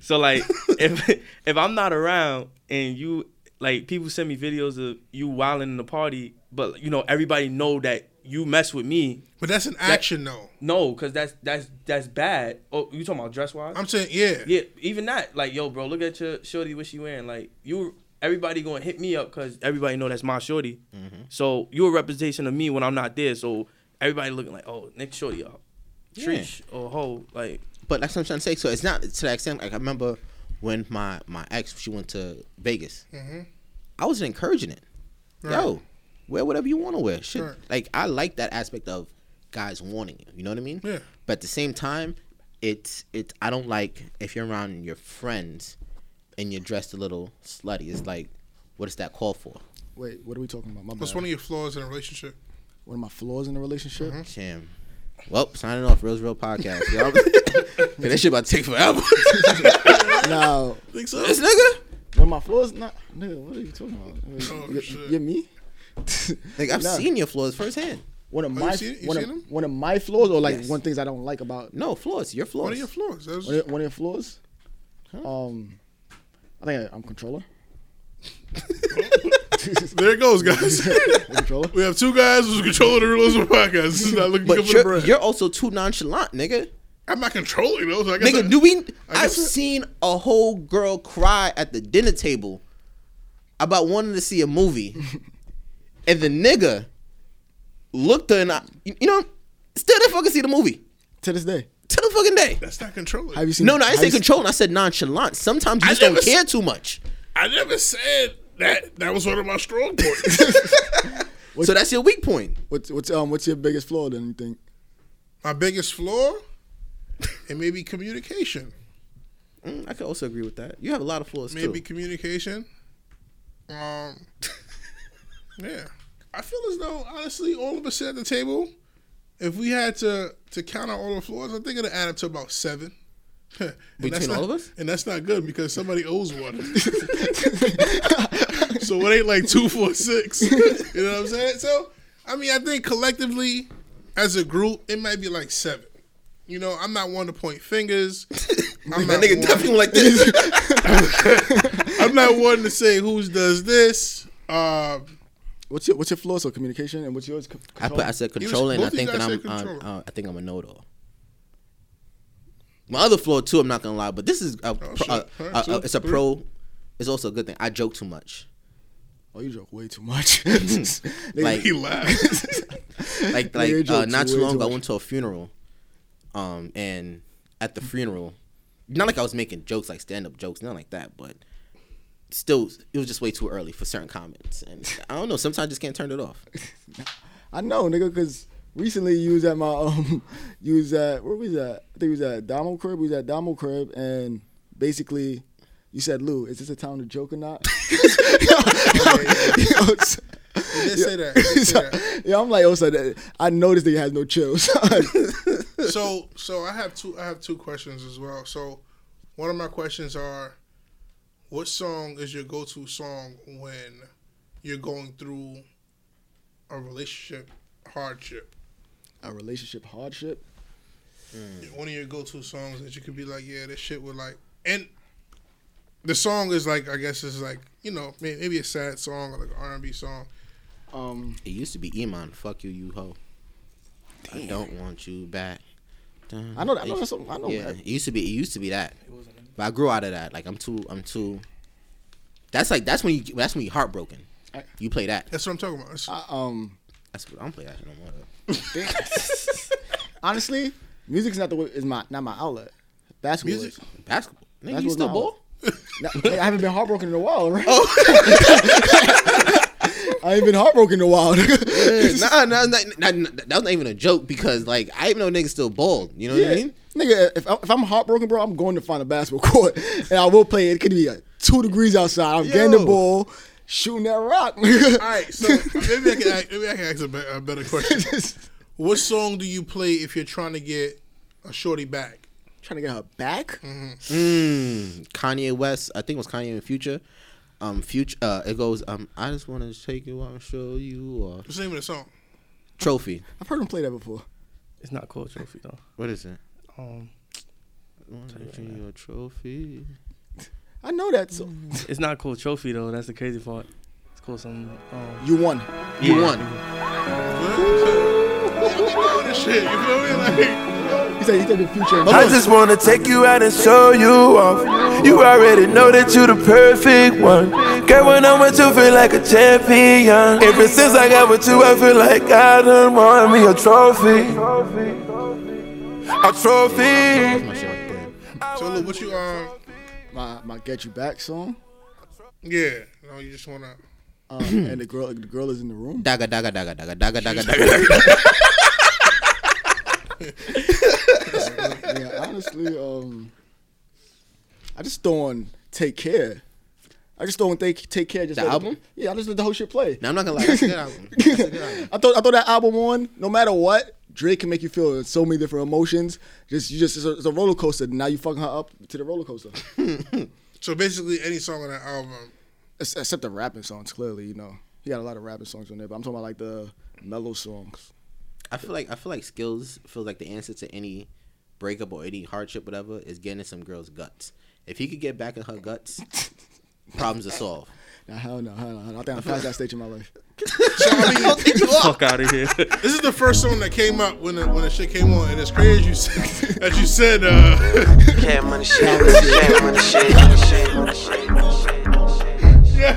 Speaker 4: so like if if I'm not around and you like people send me videos of you wilding in the party, but you know everybody know that you mess with me.
Speaker 2: But that's an action though.
Speaker 4: No, cause that's that's that's bad. Oh, you talking about dress wise?
Speaker 2: I'm saying, yeah.
Speaker 4: Yeah, even that. Like, yo, bro, look at your shorty. What she wearing? Like, you. Everybody gonna hit me up because everybody know that's my shorty. So you're a representation of me when I'm not there. So everybody looking like, oh, Nick shorty up, treesh or hoe. Like,
Speaker 3: But that's what I'm trying to say. So it's not to that extent. Like I remember when my my ex she went to Vegas. I wasn't encouraging it. Yo, wear whatever you want to wear. Shit.
Speaker 2: Right.
Speaker 3: Like I like that aspect of guys warning you. You know what I mean?
Speaker 2: Yeah.
Speaker 3: But at the same time, it's it's I don't like if you're around your friends and you're dressed a little slutty. It's like, what is that call for?
Speaker 1: Wait, what are we talking about? My
Speaker 2: What's
Speaker 1: bad.
Speaker 2: one of your flaws in a relationship?
Speaker 1: One of my flaws in a relationship?
Speaker 3: Damn. Well, signing off. Real real podcast. Y'all. Man, that shit about to take forever.
Speaker 1: Now,
Speaker 2: Think so?
Speaker 3: this nigga.
Speaker 1: one of my flaws? Not, nigga, what are you talking about?
Speaker 2: Oh,
Speaker 1: you,
Speaker 2: shit.
Speaker 1: you're me?
Speaker 3: Like I've
Speaker 1: Nah.
Speaker 3: seen your flaws firsthand.
Speaker 1: One of
Speaker 2: you
Speaker 1: my
Speaker 2: seen it? You
Speaker 1: one
Speaker 2: seen 'em?
Speaker 1: of, one of my flaws, or like
Speaker 3: Yes.
Speaker 1: one of the things I don't like about
Speaker 3: No flaws. Your flaws.
Speaker 2: What are your flaws? That was-
Speaker 1: one of, one of your flaws. Um, I think I, I'm controller.
Speaker 2: there it goes, guys.
Speaker 1: I'm controller.
Speaker 2: we have two guys who's controlling the rules of the podcast. This is not looking good
Speaker 3: But
Speaker 2: for the
Speaker 3: you're,
Speaker 2: brand.
Speaker 3: you're also too nonchalant, nigga.
Speaker 2: I'm not controlling those. I guess
Speaker 3: Nigga,
Speaker 2: I-
Speaker 3: do we? I've
Speaker 2: guess I-
Speaker 3: seen a whole girl cry at the dinner table about wanting to see a movie, and the nigga looked her and I, you you know, still didn't fucking see the movie
Speaker 1: to this day,
Speaker 3: to the fucking day.
Speaker 2: That's not controlling.
Speaker 1: have you seen?
Speaker 3: No, no, I didn't
Speaker 1: have
Speaker 3: say
Speaker 1: you seen-
Speaker 3: control. and I said nonchalant. Sometimes you just don't
Speaker 2: never s-
Speaker 3: care too much.
Speaker 2: I never said that. That was one of my strong points.
Speaker 3: So that's your weak point.
Speaker 1: What's what's um what's your biggest flaw? Then you think?
Speaker 2: my biggest flaw, it may be communication.
Speaker 3: Mm, I could also agree with that. You have a lot of flaws
Speaker 2: Maybe
Speaker 3: too.
Speaker 2: communication. Um, yeah, I feel as though honestly, all of us sit at the table. If we had to to count out all the floors, I think it'd add up to about seven. And that's
Speaker 3: Between
Speaker 2: not-
Speaker 3: all of us?
Speaker 2: and that's not good because somebody owes one. so it ain't like two, four, six. You know what I'm saying? So I mean, I think collectively, as a group, it might be like seven. You know, I'm not one to point fingers. I'm
Speaker 3: That
Speaker 2: not
Speaker 3: nigga
Speaker 2: one-
Speaker 3: definitely like this.
Speaker 2: I'm not one to say who's does this. Uh,
Speaker 1: What's your what's your flaw? So communication and what's yours? Co-
Speaker 3: I put I said
Speaker 2: was-
Speaker 3: control and I
Speaker 2: both of you
Speaker 3: think that
Speaker 2: guys
Speaker 3: I'm
Speaker 2: said
Speaker 3: um,
Speaker 2: control.
Speaker 3: uh, I think I'm a know it all. My other flaw too, I'm not gonna lie, but this is a, pro,
Speaker 2: Oh, shit.
Speaker 3: a,
Speaker 2: All
Speaker 3: a,
Speaker 2: right,
Speaker 3: a-
Speaker 2: two,
Speaker 3: it's a
Speaker 2: three.
Speaker 3: pro. It's also a good thing. I joke too much.
Speaker 1: oh, you joke way too much. Nigga,
Speaker 3: Like-
Speaker 2: he laughed.
Speaker 3: Like
Speaker 1: Yeah, you
Speaker 3: like uh,
Speaker 1: joke
Speaker 3: not
Speaker 1: too-
Speaker 3: too
Speaker 1: way
Speaker 3: long
Speaker 1: too
Speaker 3: ago, I
Speaker 1: much.
Speaker 3: went to a funeral, um, and at the funeral, not like I was making jokes like stand up jokes, nothing like that, but still, it was just way too early for certain comments, and I don't know. Sometimes I just can't turn it off.
Speaker 1: I know, nigga, because recently you was at my um, you was at where was that? I think it was at Damo Crib. We was at Damo Crib, and basically, you said, "Lou, is this a time to joke or not?" Yo, so-
Speaker 2: They did say that. They did say that.
Speaker 1: yeah, I'm like, oh, so that, I know this nigga has no chill. son.
Speaker 2: so so I have two I have two questions as well. So one of my questions are what song is your go to song when you're going through a relationship hardship?
Speaker 1: a relationship hardship.
Speaker 2: One of your go to songs that you could be like, Yeah, this shit would like and the song is like I guess it's like, you know, may- maybe a sad song or like an R and B song.
Speaker 1: Um,
Speaker 3: It used to be Iman. Fuck you, you hoe. I don't want you back.
Speaker 1: I know that. I know that's. I know.
Speaker 3: yeah,
Speaker 1: that.
Speaker 3: it used to be. It used to be that. But I grew out of that. Like I'm too. I'm too. That's like that's when you. That's when you heartbroken. You play that.
Speaker 2: That's what I'm talking about. It's-
Speaker 1: I, um,
Speaker 3: That's what I don't play that shit no more. though.
Speaker 1: honestly, music's not the way- is my not my outlet. Basketball. Music.
Speaker 2: Music?
Speaker 3: Basketball. Nigga,
Speaker 1: That's
Speaker 3: you
Speaker 1: what
Speaker 3: still
Speaker 1: my-
Speaker 3: ball?
Speaker 1: I haven't been heartbroken in a while, right? I ain't been heartbroken in a while. nigga.
Speaker 3: nah, nah, nah, nah, nah, that was not even a joke because like I even know niggas still bald. You know what I mean?
Speaker 1: Nigga, if, I- if I'm heartbroken, bro, I'm going to find a basketball court and I will play. it. It could be like two degrees outside. I'm getting the
Speaker 3: Yo.
Speaker 1: ball, shooting that rock. nigga.
Speaker 2: all right, so maybe I can ask, maybe I can ask a, be- a better question. What song do you play if you're trying to get a shorty back?
Speaker 1: Trying to get her back.
Speaker 3: Hmm, Kanye West, I think it was Kanye in Future. Um, future, uh, it goes. Um, I just want to take you out and show you or
Speaker 2: What's the name of the song?
Speaker 3: trophy.
Speaker 1: I've heard him play that before.
Speaker 4: it's not called trophy though.
Speaker 3: What is it?
Speaker 4: Um,
Speaker 3: Your trophy.
Speaker 1: I know that song.
Speaker 4: It's not called trophy though. That's the crazy part. It's called some. Um,
Speaker 1: You won.
Speaker 4: you
Speaker 3: won.
Speaker 2: This shit, you feel me? Like,
Speaker 1: He said he said the future.
Speaker 9: I just wanna take you out and show you off. You already know that you the perfect one. Girl, when I'm with you, feel like a champion. Ever since I got with you, I feel like I done won me a trophy. A trophy.
Speaker 3: My shit right there.
Speaker 2: so look, what you um?
Speaker 1: my my get you back song.
Speaker 2: Yeah, no, you just wanna.
Speaker 1: Um, and the girl the girl is in the room.
Speaker 3: Daga daga daga daga daga daga daga.
Speaker 1: yeah, honestly, um, I just don't take care. I just don't take take care. Just
Speaker 3: The
Speaker 1: let it-
Speaker 3: album?
Speaker 1: yeah, I just let the whole shit play.
Speaker 3: Now I'm not gonna lie. That's a good album. That's a good album.
Speaker 1: I thought I thought that album on. No matter what, Drake can make you feel so many different emotions. Just you just it's a, it's a roller coaster. Now you fucking her up to the roller coaster.
Speaker 2: So basically, any song on that album.
Speaker 1: Ex- Except the rapping songs, clearly, you know, he got a lot of rapping songs on there. But I'm talking about like the mellow songs.
Speaker 3: I feel like I feel like skills feels like the answer to any breakup or any hardship, whatever, is getting in some girl's guts. If he could get back in her guts, problems are solved.
Speaker 1: Nah, hell no, hell no, hell no. I think I'm past that stage in my life.
Speaker 4: Fuck out of here.
Speaker 2: This is the first song that came out when the, when the shit came on, and it's crazy you said, that you said. Uh,
Speaker 9: Can't money shit, can't money shit, can't
Speaker 2: yeah,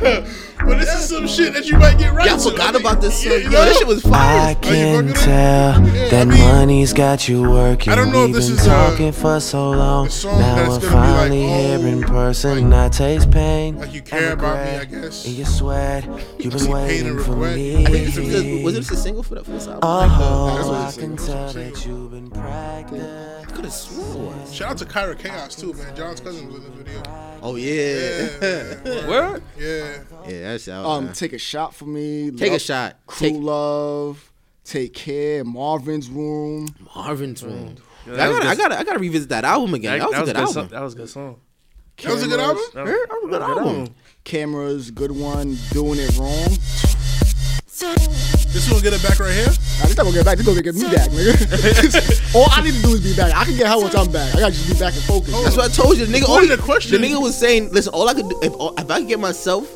Speaker 2: but this is some shit that you might get right.
Speaker 3: Y'all
Speaker 2: to.
Speaker 3: forgot
Speaker 2: I mean,
Speaker 3: about this
Speaker 2: yeah,
Speaker 3: song.
Speaker 2: you
Speaker 3: Yo,
Speaker 2: know?
Speaker 3: this shit was
Speaker 9: I
Speaker 3: fire.
Speaker 9: can
Speaker 2: fucking up?
Speaker 9: tell
Speaker 2: Yeah, I
Speaker 9: that
Speaker 2: mean-
Speaker 9: money's got you working.
Speaker 2: I don't know if
Speaker 9: We've
Speaker 2: this
Speaker 9: been
Speaker 2: is, uh,
Speaker 9: talking for so long.
Speaker 2: a song
Speaker 9: Now
Speaker 2: that's
Speaker 9: we're
Speaker 2: gonna be like,
Speaker 9: finally here
Speaker 2: oh,
Speaker 9: in person.
Speaker 2: like-
Speaker 9: I taste pain.
Speaker 2: like you
Speaker 9: and
Speaker 2: care about me,
Speaker 9: regret
Speaker 2: I guess.
Speaker 9: And you sweat. You've
Speaker 2: see
Speaker 9: been
Speaker 2: pain
Speaker 9: waiting
Speaker 2: and
Speaker 9: for
Speaker 2: regret.
Speaker 9: me.
Speaker 2: I
Speaker 3: I think this was, was this a single for that for this album?
Speaker 9: Oh, I
Speaker 2: That's what
Speaker 9: can
Speaker 2: it is.
Speaker 9: tell that you've been practicing.
Speaker 3: I could have swore.
Speaker 2: Shout out to Kyra Chaos too, man. John's cousin was in this video.
Speaker 3: Oh yeah,
Speaker 2: Yeah, man.
Speaker 4: Where?
Speaker 2: yeah.
Speaker 3: yeah, that's out.
Speaker 1: Um,
Speaker 3: Um,
Speaker 1: take a shot for me.
Speaker 3: Take a
Speaker 1: Love-
Speaker 3: shot.
Speaker 1: Crew
Speaker 3: Take-
Speaker 1: love. Take care. Marvin's room.
Speaker 3: Marvin's Room.
Speaker 4: Yeah,
Speaker 3: I
Speaker 4: that was
Speaker 3: gotta, I
Speaker 4: good.
Speaker 3: gotta, I gotta revisit that album again.
Speaker 4: That-
Speaker 3: that, was a good
Speaker 4: good
Speaker 3: album.
Speaker 4: song. That was a good song.
Speaker 2: That was a good album.
Speaker 4: That
Speaker 3: Yeah, that was a good album.
Speaker 1: Cameras, good one. Doing it wrong.
Speaker 2: This one get it back right here.
Speaker 1: Nah, this time gonna get back. This gonna get me back, nigga. All I need to do is be back. I can get her once I'm back. I gotta just be back and focused.
Speaker 2: Oh.
Speaker 3: That's what I told you. The nigga,
Speaker 2: According
Speaker 3: all-
Speaker 2: to question-
Speaker 3: the nigga was saying, listen, all I could do if, all, if I could get myself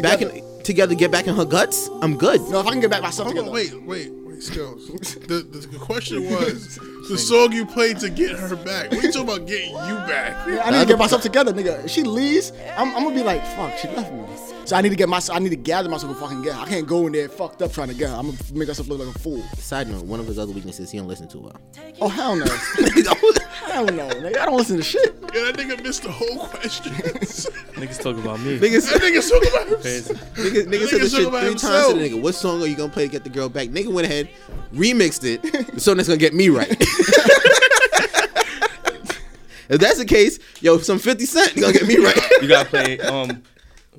Speaker 3: back in together, get back in her guts, I'm good.
Speaker 1: No, if I can get back myself
Speaker 2: Hold
Speaker 1: together.
Speaker 2: on, wait, wait, wait, Skills. The, the, the question was the song you played to get her back. What you talking about getting you back?
Speaker 1: I need to get myself together, nigga. If she leaves, I'm, I'm gonna be like, fuck, she left me. So I need to get myself. I need to gather myself and fucking get. Her. I can't go in there fucked up trying to get her. I'm gonna make myself look like a fool.
Speaker 3: Side note: One of his other weaknesses, he don't listen too well.
Speaker 1: Oh hell no, hell no, nigga. I don't listen to shit.
Speaker 2: Yeah, that nigga missed the whole question. that
Speaker 4: Niggas talk about me.
Speaker 3: Niggas,
Speaker 2: nigga's talking about himself.
Speaker 4: Crazy.
Speaker 3: niggas, niggas
Speaker 2: Nigga
Speaker 3: said this
Speaker 2: talking
Speaker 3: shit
Speaker 2: about
Speaker 3: three times to the
Speaker 2: himself.
Speaker 3: nigga. What song are you gonna play to get the girl back? Nigga went ahead, remixed it. The song that's gonna get me right. if that's the case, yo, some Fifty Cent gonna get me right.
Speaker 4: You gotta play. Um,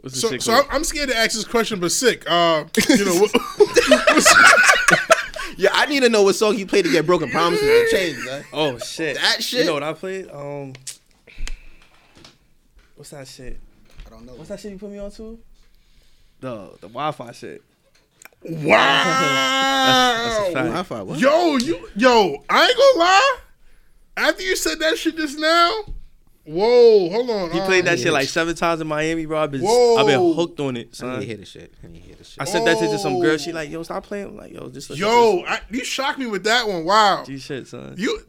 Speaker 4: what's the
Speaker 2: So,
Speaker 4: shit
Speaker 2: so I'm,
Speaker 4: called?
Speaker 2: I'm scared to ask this question, but sick. Uh, you know, what,
Speaker 3: yeah, I need to know what song you played to get broken promises and chains. man.
Speaker 4: Oh shit.
Speaker 3: That
Speaker 4: You
Speaker 3: shit?
Speaker 4: know what I played? Um, what's that shit?
Speaker 1: I don't know.
Speaker 4: What's that shit you put me on to? The the Wi-Fi shit.
Speaker 2: wow.
Speaker 4: Fact.
Speaker 3: Wi-Fi, what?
Speaker 2: Yo, you, yo, I ain't gonna lie. After you said that shit just now, whoa, hold on. um,
Speaker 4: He played that shit like seven times in Miami, bro. I've been, I've
Speaker 2: Ah, Whoa.
Speaker 4: been hooked on it,
Speaker 3: I need to
Speaker 4: son.
Speaker 3: hear the shit. I need to hear the shit.
Speaker 4: I sent that shit to some girl. She like, yo, stop playing. I'm like, yo, just listen to
Speaker 2: Yo, I, you shocked me with that one. Wow.
Speaker 4: this G shit, son.
Speaker 2: You,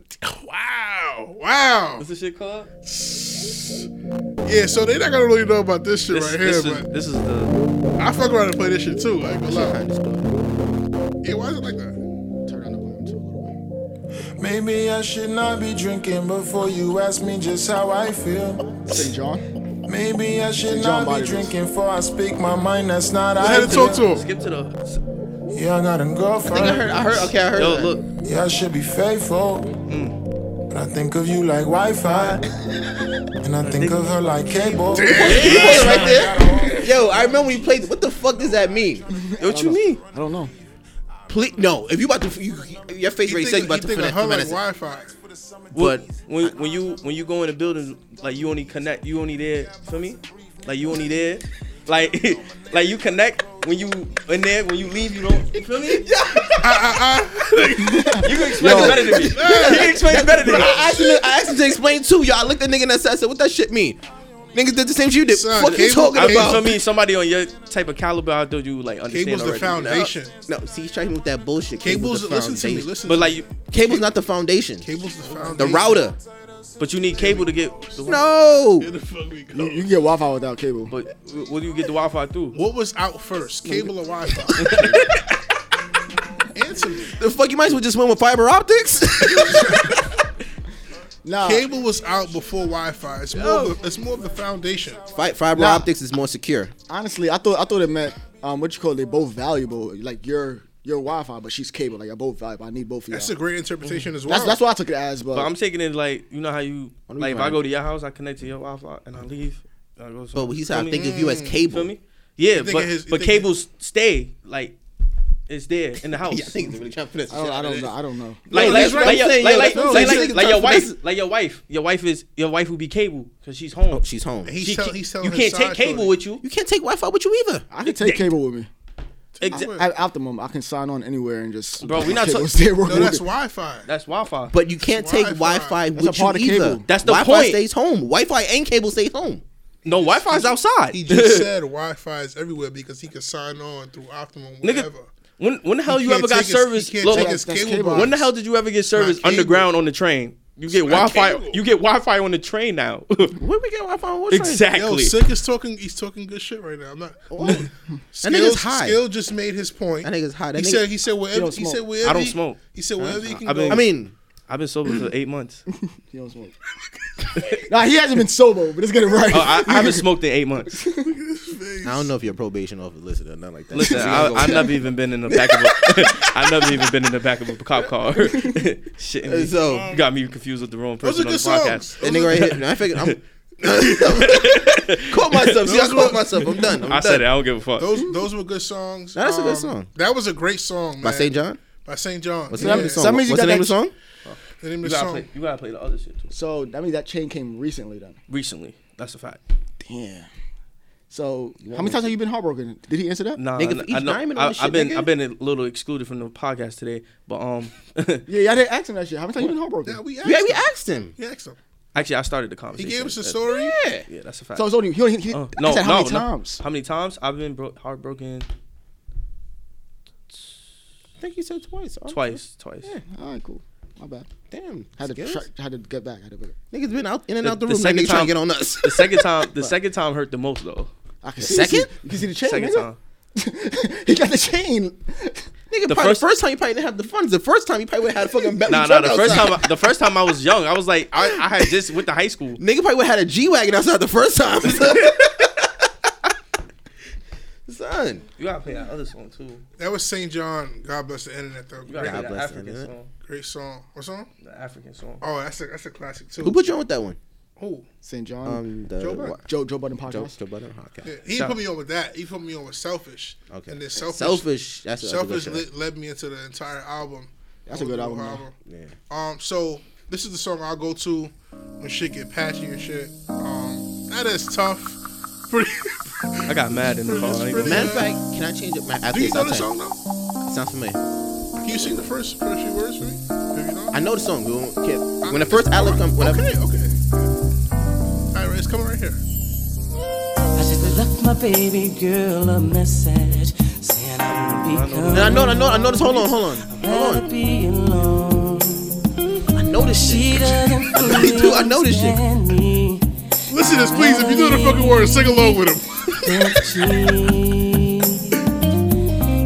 Speaker 2: wow, wow.
Speaker 4: What's the shit called?
Speaker 2: Yeah, so they not gonna really know about this shit
Speaker 4: This,
Speaker 2: right
Speaker 4: this,
Speaker 2: here,
Speaker 4: is,
Speaker 2: but
Speaker 4: this is the
Speaker 2: I fuck around and play this shit too. I ain't gonna lie.
Speaker 3: Behind the story.
Speaker 2: Yeah, why is it like that?
Speaker 1: Turn down the volume too a little bit.
Speaker 9: Maybe I should not be drinking before you ask me just how I feel.
Speaker 1: St. John.
Speaker 9: Maybe I should
Speaker 1: John
Speaker 9: not be
Speaker 1: Body this.
Speaker 9: drinking before I speak my mind. That's not
Speaker 2: I had to talk to him.
Speaker 4: skip to the.
Speaker 9: Yeah, I got a girlfriend.
Speaker 3: I heard. I heard. Okay, I heard.
Speaker 4: Yo,
Speaker 3: that.
Speaker 4: look,
Speaker 9: Yeah, I should be faithful. But I think of you like Wi Fi. and I think of her like cable.
Speaker 3: You put it right there. Yo, I remember when you played. What the fuck does that mean? What you mean?
Speaker 1: I don't know.
Speaker 3: Please, no. If you about to, you, your face already
Speaker 2: You
Speaker 3: said
Speaker 2: think,
Speaker 3: you
Speaker 2: you
Speaker 3: about to
Speaker 2: think of
Speaker 3: finesse.
Speaker 2: her like
Speaker 3: finesse it.
Speaker 2: Wi-Fi.
Speaker 4: what,
Speaker 3: But-
Speaker 4: when when you when you go in the building, like you only connect, you only there. Feel me? Like you only there. Like like you connect when you in there. When you leave, you don't. You feel me? You can explain it better than me. You can explain it better than
Speaker 3: I
Speaker 4: me.
Speaker 3: asked, him, I asked him to explain too, y'all. I looked at nigga in the ass. I said, "What that shit mean?" Niggas did the same shit you did.
Speaker 2: Son,
Speaker 3: what you
Speaker 2: cable-
Speaker 3: talking
Speaker 2: I mean,
Speaker 4: I mean, for
Speaker 3: about?
Speaker 4: me, somebody on your type of caliber, I thought you like understand
Speaker 2: Cable's the
Speaker 4: already.
Speaker 2: foundation.
Speaker 3: No, see, he's trying with that bullshit.
Speaker 2: Cable's,
Speaker 3: the
Speaker 2: listen to me,
Speaker 3: foundation.
Speaker 2: listen.
Speaker 4: But
Speaker 2: to
Speaker 4: like,
Speaker 2: me.
Speaker 4: you-
Speaker 3: Cable's not the foundation.
Speaker 2: cable's the foundation.
Speaker 3: The router.
Speaker 4: but you need cable to get. The,
Speaker 3: No.
Speaker 2: Where the fuck we go?
Speaker 1: You, you can get Wi Fi without cable.
Speaker 4: But what do you get the Wi-Fi through?
Speaker 2: What was out first, cable or Wi-Fi? Answer me.
Speaker 3: The fuck, you might as well just went with fiber optics.
Speaker 1: Nah,
Speaker 2: Cable was out before Wi-Fi. It's more, of the, it's more of the foundation.
Speaker 3: Fi- fiber
Speaker 1: Nah.
Speaker 3: optics is more secure.
Speaker 1: honestly, I thought I thought it meant um, what you call it. They both valuable. Like your your Wi Fi, but she's cable. Like you're both valuable. I need both of you.
Speaker 2: That's a great interpretation as well.
Speaker 1: Mm-hmm. That's, that's what I took it as. But,
Speaker 4: But I'm taking it like you know how you
Speaker 3: do you
Speaker 4: like if I
Speaker 3: mind?
Speaker 4: go to your house, I connect to your Wi-Fi and I leave. I go
Speaker 3: But he's how I think
Speaker 4: you
Speaker 3: of you as
Speaker 4: feel
Speaker 3: cable.
Speaker 4: me? Yeah,
Speaker 2: think
Speaker 4: but
Speaker 2: it is- you
Speaker 4: but
Speaker 2: think it-
Speaker 4: cables stay like it's there in the house.
Speaker 3: Yeah, I think he's really trying to finish.
Speaker 1: I don't, I don't know. I don't know.
Speaker 4: Like,
Speaker 3: No,
Speaker 4: like,
Speaker 3: that's right.
Speaker 4: like,
Speaker 3: I'm saying,
Speaker 4: like,
Speaker 3: yo,
Speaker 4: like,
Speaker 3: that's-
Speaker 4: like,
Speaker 3: that's-
Speaker 4: like, like your
Speaker 3: that's-
Speaker 4: wife, like your wife, your wife is your wife will be cable because she's home.
Speaker 3: Oh, she's home.
Speaker 2: He's,
Speaker 4: She
Speaker 2: tell,
Speaker 4: can't-
Speaker 2: he's telling
Speaker 4: you
Speaker 2: his
Speaker 4: can't take
Speaker 2: side
Speaker 4: cable
Speaker 2: shorty.
Speaker 4: with you.
Speaker 3: You can't take Wi-Fi with you either.
Speaker 4: Ah.
Speaker 1: I can take cable with me.
Speaker 4: Exa-
Speaker 1: At Optimum, I can sign on anywhere and just.
Speaker 4: Bro, we not
Speaker 1: Cable
Speaker 4: talk-
Speaker 1: stay working
Speaker 2: No,
Speaker 1: with
Speaker 2: that's
Speaker 1: it.
Speaker 2: Wi-Fi.
Speaker 4: That's Wi-Fi.
Speaker 3: But you can't take
Speaker 2: Wi-Fi.
Speaker 3: Wi-Fi
Speaker 1: a
Speaker 3: with you
Speaker 1: part of
Speaker 3: either.
Speaker 1: cable.
Speaker 3: That's
Speaker 4: That's
Speaker 3: the
Speaker 4: the
Speaker 3: Wi-Fi
Speaker 4: point.
Speaker 3: stays home. Wi-Fi and cable stay home.
Speaker 4: no, Wi-Fi's outside.
Speaker 2: He just said Wi-Fi is everywhere because he can sign on through Optimum whatever.
Speaker 4: Nigga, when when the hell
Speaker 2: He
Speaker 4: you
Speaker 2: can't
Speaker 4: ever got
Speaker 2: take his- he
Speaker 4: service?
Speaker 2: can't
Speaker 4: Look,
Speaker 2: take
Speaker 4: look,
Speaker 2: his
Speaker 1: that's
Speaker 2: cable
Speaker 1: cable.
Speaker 2: box.
Speaker 4: when the hell did you ever get service
Speaker 2: not cable.
Speaker 4: underground on the train? You get
Speaker 2: not
Speaker 4: Wi-Fi.
Speaker 2: cable.
Speaker 4: You get Wi-Fi on the train now.
Speaker 3: Where we get Wi-Fi? on
Speaker 2: Yo,
Speaker 4: exactly.
Speaker 2: Sick is talking. He's talking good shit right now. I'm not. Skills,
Speaker 3: nigga's high.
Speaker 2: Skill just made his point.
Speaker 3: That nigga's high. That
Speaker 2: he
Speaker 3: nigga-
Speaker 2: said. He said wherever.
Speaker 1: don't
Speaker 2: He said
Speaker 1: smoke.
Speaker 2: wherever.
Speaker 4: I don't
Speaker 2: he-
Speaker 4: smoke.
Speaker 2: He said wherever he can
Speaker 4: I've
Speaker 2: go.
Speaker 4: been-
Speaker 3: I mean,
Speaker 4: I've been sober for eight months. Oh,
Speaker 1: He don't smoke. nah, he hasn't been sober, but let's get it right.
Speaker 4: Oh, I, I haven't smoked in eight months.
Speaker 3: I don't know if your probation officer listened or nothing like that.
Speaker 4: Listen,
Speaker 3: We
Speaker 4: I,
Speaker 3: gonna go-
Speaker 4: I've never even been in the back of a. I've never even been in the back of a cop car. Shit, me.
Speaker 3: So-
Speaker 4: you got me confused with the wrong
Speaker 2: Those are
Speaker 4: person on the
Speaker 2: good
Speaker 4: podcast.
Speaker 2: songs.
Speaker 3: that nigga right here. No, I figured I'm. caught myself. See, I caught myself. I'm done. I'm
Speaker 4: I
Speaker 3: done.
Speaker 4: said it. I don't give a fuck.
Speaker 2: Those those were good songs. Um,
Speaker 3: No, that's a good song.
Speaker 2: That was a great song, man.
Speaker 3: By St. John.
Speaker 2: By St. John.
Speaker 3: What's the name of the
Speaker 2: Yeah.
Speaker 3: song?
Speaker 1: That means
Speaker 3: What's
Speaker 1: you
Speaker 3: the
Speaker 1: got
Speaker 3: name of the
Speaker 1: that-
Speaker 3: song?
Speaker 2: The name
Speaker 4: you
Speaker 2: of the
Speaker 4: gotta
Speaker 2: song.
Speaker 4: play. You gotta play the other shit too.
Speaker 1: so that means that chain came recently then.
Speaker 4: Recently, that's a fact.
Speaker 1: Damn. So how many times have you been heartbroken? Did he answer that?
Speaker 4: Nah,
Speaker 3: Nigga,
Speaker 4: I,
Speaker 3: each
Speaker 4: I know,
Speaker 3: diamond on
Speaker 4: I,
Speaker 3: this shit,
Speaker 4: I've been
Speaker 3: nigga.
Speaker 4: I've been a little excluded from the podcast today, but um,
Speaker 1: Yeah, y'all didn't ask him that shit. How many times you been heartbroken?
Speaker 2: Yeah, we asked.
Speaker 3: Yeah, we
Speaker 2: him.
Speaker 3: asked him.
Speaker 2: We asked him.
Speaker 4: actually, I started the
Speaker 2: He
Speaker 4: conversation.
Speaker 2: gave us a
Speaker 4: That-
Speaker 2: story.
Speaker 3: Yeah.
Speaker 4: Yeah, that's a fact.
Speaker 1: so it's only he only he,
Speaker 4: Uh,
Speaker 1: I said how many times?
Speaker 4: How many times I've been bro- heartbroken?
Speaker 3: I think he said twice. Oh,
Speaker 4: Twice, twice.
Speaker 1: All right, cool. My bad.
Speaker 3: Damn.
Speaker 1: Had to
Speaker 3: skills.
Speaker 1: tra- had to get back. Had to get-
Speaker 3: Niggas been out in and
Speaker 4: The-
Speaker 3: out the,
Speaker 4: the
Speaker 3: room. That
Speaker 4: second
Speaker 3: nigga trying to
Speaker 4: time-
Speaker 3: get on us.
Speaker 4: The second time, the second time hurt the most though.
Speaker 1: I can
Speaker 3: second?
Speaker 1: You can see the chain,
Speaker 4: Second
Speaker 1: nigga. he got the chain.
Speaker 3: Nigga,
Speaker 4: The
Speaker 3: probably
Speaker 4: first-
Speaker 3: the first time you probably didn't have the funds. The first time you probably would have had a fucking belly
Speaker 4: Nah, nah.
Speaker 3: truck
Speaker 4: The first
Speaker 3: outside.
Speaker 4: time, I, the first time I was young, I was like, I, I had just went to high school.
Speaker 3: Nigga probably would have had a G wagon outside the first time. Son,
Speaker 4: You gotta play that other song too.
Speaker 2: That was St. John. God bless the internet, though.
Speaker 4: You gotta
Speaker 2: Great,
Speaker 3: God
Speaker 4: play that
Speaker 3: bless the
Speaker 4: African
Speaker 3: internet.
Speaker 4: song.
Speaker 2: great song. What song?
Speaker 4: The African song.
Speaker 2: Oh, that's a that's a classic too.
Speaker 3: who put you on with that one?
Speaker 2: Oh,
Speaker 1: St. John.
Speaker 3: Um, the
Speaker 2: Joe Budden.
Speaker 3: what?
Speaker 1: Joe Joe Budden
Speaker 3: Joe,
Speaker 1: podcast.
Speaker 3: Joe Budden. Oh,
Speaker 2: yeah.
Speaker 3: Okay.
Speaker 2: He didn't put me on with that. He put me on with Selfish.
Speaker 3: Okay.
Speaker 2: And then Selfish.
Speaker 3: selfish. That's that's a good
Speaker 2: Selfish
Speaker 3: shout.
Speaker 2: led, led me into the entire album.
Speaker 1: That's a good album, man.
Speaker 3: Yeah.
Speaker 2: Um, so this is the song I'll go to when shit get patchy and shit. Um, that is tough. Pretty.
Speaker 4: I got mad in the car. I ain't gonna-
Speaker 3: Matter of fact, can I change it? My, after
Speaker 2: Do you
Speaker 3: this,
Speaker 2: know
Speaker 3: I'll
Speaker 2: the
Speaker 3: tell
Speaker 2: song though?
Speaker 3: It sounds familiar.
Speaker 2: Can you sing the first first few words for me? If you know.
Speaker 3: I know the song. We won't care. When the first outlet comes, when
Speaker 2: Okay,
Speaker 3: I,
Speaker 2: okay. All right, it's coming right here.
Speaker 10: I just left my baby girl a message saying I'm gonna be
Speaker 3: and I know, I know, I know this. Hold on, hold on, hold
Speaker 10: gonna
Speaker 3: on.
Speaker 10: be alone.
Speaker 3: I know this
Speaker 10: She
Speaker 3: shit.
Speaker 10: doesn't fully
Speaker 3: really do. I know this shit.
Speaker 10: understand me.
Speaker 2: Listen to this, please. If you know the fucking words, sing along with him.
Speaker 10: But she,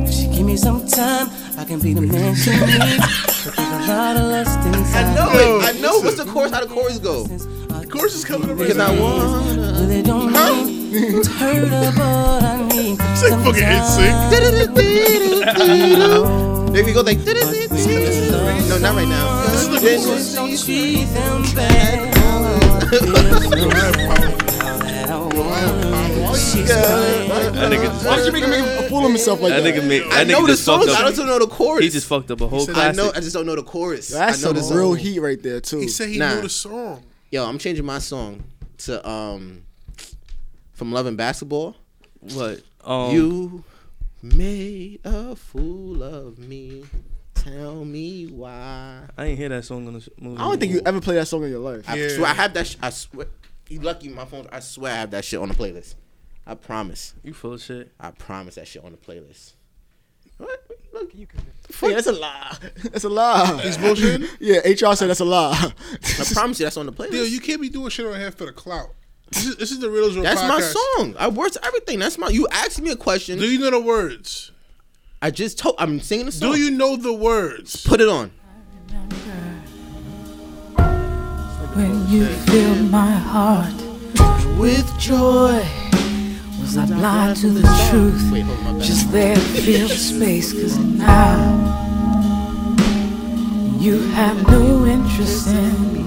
Speaker 10: if she give me some time, I can be the man she needs. But there's a lot of lust inside.
Speaker 3: I know
Speaker 2: Yo,
Speaker 3: it. I know. What's the
Speaker 2: listen.
Speaker 3: chorus? How the chorus go?
Speaker 2: The chorus is coming up right
Speaker 3: Because
Speaker 2: now.
Speaker 3: I want.
Speaker 10: Well, they don't mean to hurt her, but I need
Speaker 2: It's like fucking NSYNC.
Speaker 3: There we go, like. No, not right now.
Speaker 10: treat them bad.
Speaker 4: That nigga just.
Speaker 1: Why did you make him make a fool of himself like
Speaker 4: That
Speaker 1: that?
Speaker 4: nigga made.
Speaker 3: I
Speaker 4: That
Speaker 3: know
Speaker 4: nigga
Speaker 3: the
Speaker 4: just
Speaker 3: songs.
Speaker 4: fucked
Speaker 3: I
Speaker 4: up.
Speaker 3: don't know the chorus.
Speaker 4: He just fucked up a whole
Speaker 3: I
Speaker 4: classic.
Speaker 3: know. I just don't know the chorus.
Speaker 1: That's
Speaker 3: I know
Speaker 1: some
Speaker 3: the
Speaker 1: real
Speaker 3: song.
Speaker 1: heat right there too.
Speaker 2: He said he
Speaker 3: Nah.
Speaker 2: knew the song.
Speaker 3: Yo, I'm changing my song to um, from Love and Basketball.
Speaker 4: What? Um,
Speaker 3: you Made a fool of me. Tell me why.
Speaker 4: I ain't hear that song on the movie.
Speaker 1: I don't think you ever played that song in your life.
Speaker 3: I swear I have that. Sh- I swear. You lucky my phone. I swear I have that shit on the playlist. I promise.
Speaker 4: You full of shit.
Speaker 3: I promise that shit on the playlist.
Speaker 1: Look, you can. Yeah, that's a lie. That's a lie.
Speaker 2: He's bullshitting?
Speaker 1: yeah, HR said that's a lie.
Speaker 3: I promise you that's on the playlist.
Speaker 2: Deal, you can't be doing shit on here for the clout. This is, this is the Riddles Room
Speaker 3: That's my
Speaker 2: podcast.
Speaker 3: song. I words everything. That's my. You asked me a question.
Speaker 2: Do you know the words?
Speaker 3: I just told. I'm singing the song.
Speaker 2: Do you know the words?
Speaker 3: put it on?
Speaker 11: When you filled my heart with joy, was I blind to the truth? Just there to fill the space, cause now you have no interest in me.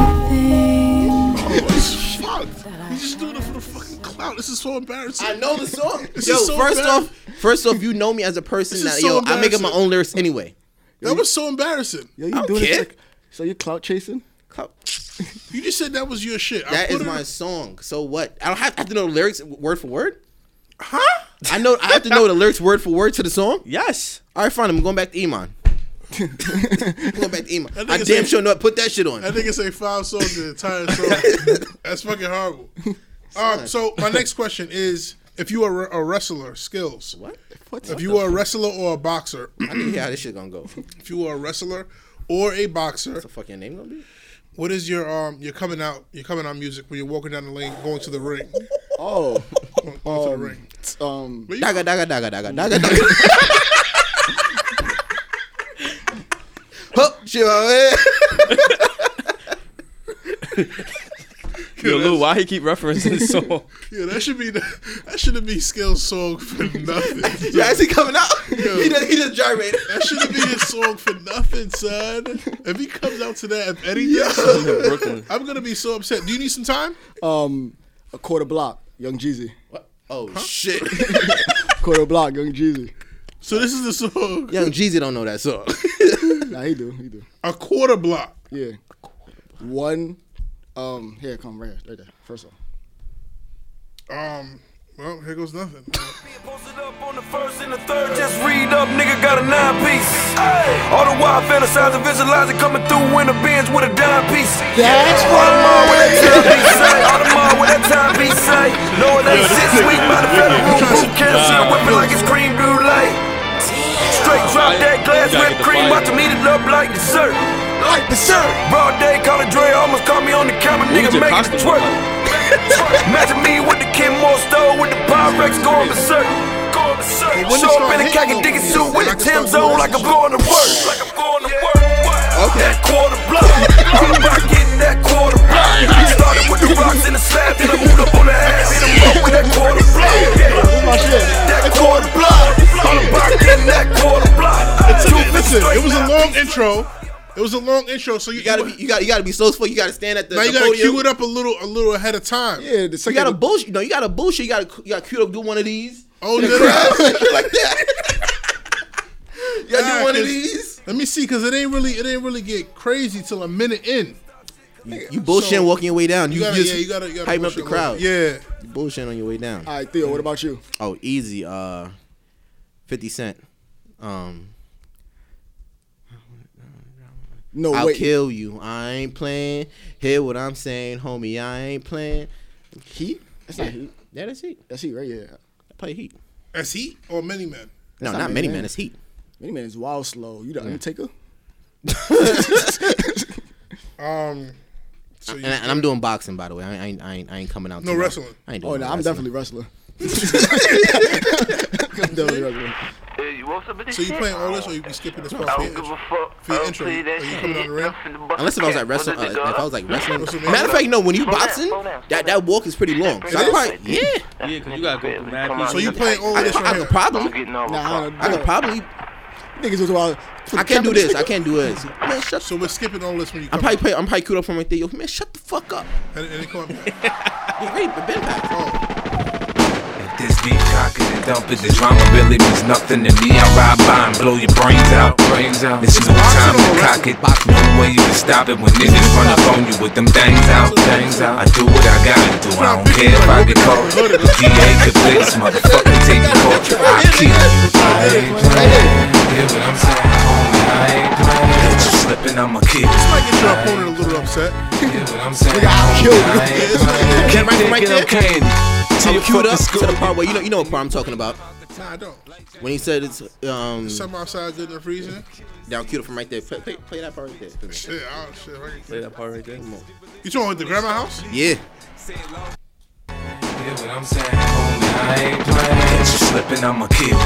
Speaker 11: Anything.
Speaker 2: He's fucked. He's just doing it for the fucking clout. This is so embarrassing.
Speaker 3: I know the song.
Speaker 2: This
Speaker 3: yo,
Speaker 2: is so
Speaker 3: first
Speaker 2: bad.
Speaker 3: off, first off, you know me as a person.
Speaker 2: This
Speaker 3: Now,
Speaker 2: is
Speaker 3: yo,
Speaker 2: so
Speaker 3: I'm making my
Speaker 2: embarrassing.
Speaker 3: own lyrics anyway.
Speaker 2: that was so embarrassing.
Speaker 1: Yo, you
Speaker 3: I don't
Speaker 1: doing this
Speaker 3: care.
Speaker 1: like, so you clout chasing?
Speaker 2: You just said that was your shit. I
Speaker 3: That
Speaker 2: put
Speaker 3: is
Speaker 2: it-
Speaker 3: my song. So what? I don't have, I have to know the lyrics word for word.
Speaker 2: Huh?
Speaker 3: I know I have to know the lyrics word for word to the song.
Speaker 4: Yes.
Speaker 3: All right, fine. I'm going back to Iman. I'm going back to Iman.
Speaker 2: think
Speaker 3: I
Speaker 2: it's
Speaker 3: damn
Speaker 2: like-
Speaker 3: sure know. Put that shit on.
Speaker 2: That nigga say five songs the entire song. That's fucking horrible. Um, so my next question is: If you are a wrestler, skills. What?
Speaker 3: What?
Speaker 2: If you are a wrestler or a boxer,
Speaker 3: I need to hear how this shit gonna go. What's
Speaker 2: if you are a wrestler or a boxer,
Speaker 3: the fucking name gonna be?
Speaker 2: what is your um? Your coming out, your coming out music when you're walking down the lane, going to the ring,
Speaker 1: Oh,
Speaker 2: going, going to the
Speaker 1: um,
Speaker 2: ring.
Speaker 1: t- um,
Speaker 3: Daga daga daga daga daga daga. Huh, shit, my
Speaker 4: Yo, Lou, why he keep referencing this song?
Speaker 2: Yeah, that should be the, that shouldn't be skills song for nothing.
Speaker 3: man. You actually coming out? He just he just gyrated.
Speaker 2: That shouldn't be his song for nothing, son. If he comes out to that, if anything,
Speaker 4: Brooklyn.
Speaker 2: I'm gonna be so upset. Do you need some time?
Speaker 1: um, a quarter block, Young Jeezy.
Speaker 3: Oh shit.
Speaker 1: Quarter block, Young Jeezy.
Speaker 2: So this is the song.
Speaker 3: Young Jeezy don't know that song.
Speaker 1: Nah, he do, he do.
Speaker 2: A quarter block.
Speaker 1: Yeah. One, um, here it come right, here, right there. First one.
Speaker 2: Um. Well, here goes nothing. Uh,
Speaker 9: Posted up on the first and the third, just read up, nigga got a nine piece. All the while fantasizing, visualizing, coming through in the bins with a dime piece.
Speaker 1: That's
Speaker 9: All the with that time be say, all the mall with that time be say. No, it ain't shit sweet by the federal boot camp, see it whipping like it's cream brulee. Straight drop that glass
Speaker 5: Gotta get the
Speaker 9: whipped cream,
Speaker 5: fire.
Speaker 9: about to meet it up like dessert. Like dessert. Broad day, call it Dre, almost caught me on the camera, nigga,
Speaker 5: Who's your
Speaker 9: make it
Speaker 5: costume
Speaker 9: twerk.
Speaker 5: designer?
Speaker 9: Imagine me with the Kim Moore stole with the Pyrex going berserk. Going berserk.
Speaker 2: when
Speaker 9: Show
Speaker 2: this
Speaker 9: up in a
Speaker 2: song hit,
Speaker 9: khaki
Speaker 2: though,
Speaker 9: digging
Speaker 2: yeah,
Speaker 9: suit with a
Speaker 2: I can
Speaker 9: Tim
Speaker 2: start
Speaker 9: zone
Speaker 2: doing
Speaker 9: like I'm
Speaker 2: this
Speaker 9: going to work. Like I'm going to work. Okay. That quarter block. I'm about to get that quarter block. Started with the rocks and the slab, then I moved up on the ass. Hit 'em up with that quarter block. That quarter block. I'm about to get that quarter block.
Speaker 2: Listen, it was a long intro. It was a long intro, so you,
Speaker 3: You gotta be you gotta you gotta be so slow. You gotta stand at the,
Speaker 2: now
Speaker 3: the
Speaker 2: you gotta
Speaker 3: podium.
Speaker 2: cue it up a little, a little ahead of time.
Speaker 1: Yeah, the
Speaker 3: You
Speaker 1: second
Speaker 3: gotta
Speaker 1: one-
Speaker 3: bullshit. No, you gotta bullshit. You gotta you gotta cue up. Do one of these.
Speaker 2: Oh, did it?
Speaker 3: like that. you gotta
Speaker 2: Nah,
Speaker 3: do one of
Speaker 2: 'cause-
Speaker 3: these.
Speaker 2: Let me see, cause it ain't really, it ain't really get crazy till a minute in.
Speaker 3: You bullshitting
Speaker 2: So-
Speaker 3: walking your way down. You,
Speaker 2: You gotta,
Speaker 3: just
Speaker 2: yeah, you gotta, you gotta
Speaker 3: hyping up
Speaker 2: push
Speaker 3: the
Speaker 2: it a little.
Speaker 3: crowd.
Speaker 2: Yeah,
Speaker 3: You bullshitting on your way down.
Speaker 1: All right, Theo, what about you?
Speaker 3: Oh, easy. Uh, Fifty Cent. Um,
Speaker 1: No,
Speaker 3: I'll
Speaker 1: wait.
Speaker 3: kill you. I ain't playing. Hear what I'm saying, homie. I ain't playing. Heat. That's not heat. Yeah, that's heat.
Speaker 1: That's he right here.
Speaker 3: I play heat.
Speaker 2: that's he or many men.
Speaker 3: No,
Speaker 1: not
Speaker 3: not
Speaker 1: Many
Speaker 3: many
Speaker 1: Men.
Speaker 3: men. It's heat.
Speaker 1: Many man is wild slow. You the Undertaker?
Speaker 2: Um, so you,
Speaker 3: And, I, and I'm doing boxing, by the way. I ain't, I ain't, I ain't, I ain't coming out.
Speaker 2: No
Speaker 3: tonight.
Speaker 2: wrestling.
Speaker 3: I ain't doing
Speaker 1: Oh no, I'm definitely
Speaker 3: wrestling.
Speaker 1: wrestler. I'm definitely wrestler.
Speaker 2: so you playing all this, or you be skipping this part?
Speaker 12: I
Speaker 2: for
Speaker 12: don't
Speaker 2: your
Speaker 12: give
Speaker 2: intro?
Speaker 12: a fuck.
Speaker 2: For your
Speaker 12: I don't
Speaker 2: intro,
Speaker 12: play that
Speaker 2: are you
Speaker 12: shit.
Speaker 2: coming out the ring?
Speaker 12: I'm finna bust
Speaker 3: Unless if I was at
Speaker 12: a cat
Speaker 3: wrestling, uh,
Speaker 12: with
Speaker 3: if
Speaker 12: a
Speaker 3: I was like wrestling.
Speaker 2: WrestleMania.
Speaker 3: Matter of fact, no. When you
Speaker 12: Slow down,
Speaker 3: boxing,
Speaker 12: slow down, slow
Speaker 3: that that
Speaker 12: down.
Speaker 3: walk is pretty long. So
Speaker 12: It
Speaker 3: I'm
Speaker 12: is?
Speaker 3: probably yeah.
Speaker 12: gun.
Speaker 4: Yeah, 'cause you gotta go through mad
Speaker 12: Come
Speaker 4: people.
Speaker 12: on,
Speaker 2: So you
Speaker 12: nigga.
Speaker 2: playing all this
Speaker 3: I
Speaker 2: right
Speaker 3: have a
Speaker 2: here?
Speaker 12: I'm
Speaker 3: problem.
Speaker 12: getting all
Speaker 1: Nah,
Speaker 12: the
Speaker 1: nah,
Speaker 3: I could probably.
Speaker 1: Niggas was wild.
Speaker 3: I can't do this. I can't do this. Man, shut.
Speaker 2: So we're skipping all this when you
Speaker 3: I'm
Speaker 2: come.
Speaker 3: probably play, I'm probably queued up from right there. Yo, man, shut the fuck up.
Speaker 2: and, and it come.
Speaker 3: You ready for Ben Pack?
Speaker 2: Oh,
Speaker 13: this deep, cock it and dump it. The drama really means nothing to me. I ride by and blow your brains out. Brains out. It's no time to cock it. No way you can stop it when niggas run up on you with them things out. Things out. I do what I gotta do. I don't care if I get caught. The DA could play this motherfucker, take the court. I keep it. I ain't playing. Hear what I'm saying, homie? I ain't playing. Catch you slipping, I'ma kick.
Speaker 2: Get your opponent a little upset.
Speaker 13: I'm saying, homie, I ain't playing.
Speaker 3: Can I right there?
Speaker 13: Can.
Speaker 3: Till you queued up to the part where you know you know what part I'm talking about.
Speaker 2: Nah, I don't.
Speaker 3: When he said it's um
Speaker 2: Some outside good in the freezing.
Speaker 3: down queued up from right there. Play, play, play that part right there. for me.
Speaker 2: Shit, oh shit, right here.
Speaker 4: Play that part right there.
Speaker 2: You talking about the grandma house?
Speaker 3: Yeah.
Speaker 13: Hear what I'm saying, homie? I ain't playing. Catch you slipping, I'ma kill you. I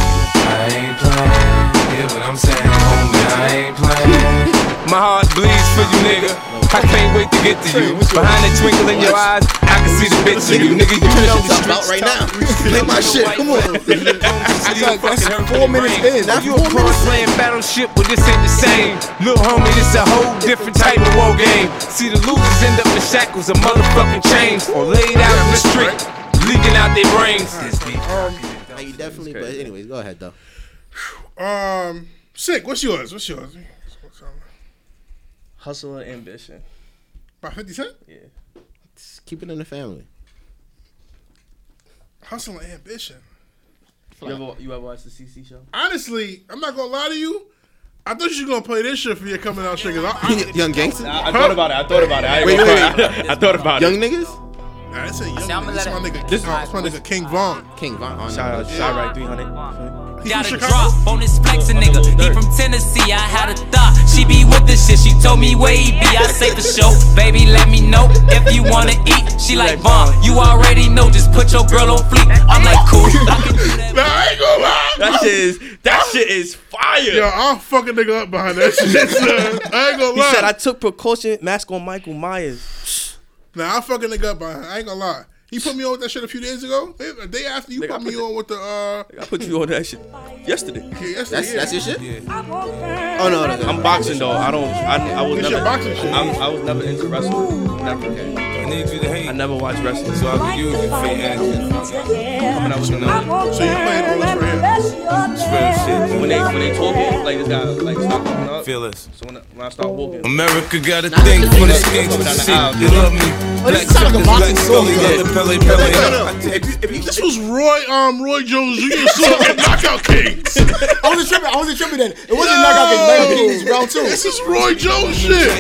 Speaker 13: ain't playing. Hear what I'm saying, homie? I ain't playing. My heart bleeds for you, nigga. I can't wait to get to you. Behind the twinkle in your eyes, I can see the bitch in you, nigga. You know the streets right now. Play my shit. Come on. That's four minutes in. Now you a pro playing battleship, but this ain't the same. Lil homie, it's a whole different type of war game. See the losers end up in shackles of motherfucking chains or laid out in the street, leaking out their brains.
Speaker 3: Now you definitely. But anyways, go ahead though.
Speaker 2: Um, sick. What's yours? What's yours?
Speaker 4: Hustle and ambition.
Speaker 2: By Fifty Cent.
Speaker 4: Yeah.
Speaker 3: Just keep it in the family.
Speaker 2: Hustle and ambition.
Speaker 4: You ever, you ever watch the CC show?
Speaker 2: Honestly, I'm not gonna lie to you. I thought you were gonna play this shit for your coming out shit. 'cause I, I,
Speaker 3: Young gangster.
Speaker 4: I thought about it. I thought about it. I ain't
Speaker 3: Wait,
Speaker 4: gonna
Speaker 3: wait,
Speaker 4: cry. I thought about
Speaker 3: Young
Speaker 4: it.
Speaker 3: niggas.
Speaker 2: Nah, that's a young nigga. This my nigga. This my nigga King Von.
Speaker 3: King Von. oh, on
Speaker 4: Shout out,
Speaker 3: that.
Speaker 4: Uh, shout out, 300.
Speaker 2: He's
Speaker 8: Got
Speaker 2: from
Speaker 8: a
Speaker 2: Chicago.
Speaker 8: drop on this flex a nigga. He from Tennessee. I had a thought. She be with the shit. She told me where he be. I say for sure. Baby, let me know if you wanna eat. She like bomb. You already know. Just put your girl on fleek. I'm like cool. I can do that.
Speaker 4: That shit is that shit is fire.
Speaker 2: Yo, I'll fuck a nigga up behind that shit. son. I ain't gonna
Speaker 4: He
Speaker 2: lie.
Speaker 4: said I took precaution. Mask on Michael Myers.
Speaker 2: Nah, I fucking nigga up behind. I ain't gonna lie. He put me on with that shit a few days ago. A day after you put me on with the uh,
Speaker 4: I put you on that shit yesterday.
Speaker 2: yeah, yesterday,
Speaker 3: That's
Speaker 2: yeah.
Speaker 3: that's your shit.
Speaker 4: Oh no, no, no. I'm boxing though. I don't. I, I was
Speaker 2: It's
Speaker 4: never.
Speaker 2: your boxing shit.
Speaker 4: I'm, I was never into wrestling. Never. I never watched wrestling, so I could use your fake ass. Coming out with the numbers.
Speaker 2: So you playing all this right here?
Speaker 4: Shit. When they when they told me like this guy like stop coming up.
Speaker 8: Feel us.
Speaker 4: So when I, when I start walking,
Speaker 8: America got a thing for the skates to see. They love me. Black suckers, black scully, other pele pele.
Speaker 3: If you, if you,
Speaker 2: This was Roy um Roy Jones Jr. song at Knockout Kings.
Speaker 1: I wasn't tripping. I wasn't tripping then. It wasn't knockout game. Knockout game was round two.
Speaker 2: This is Roy Jones shit.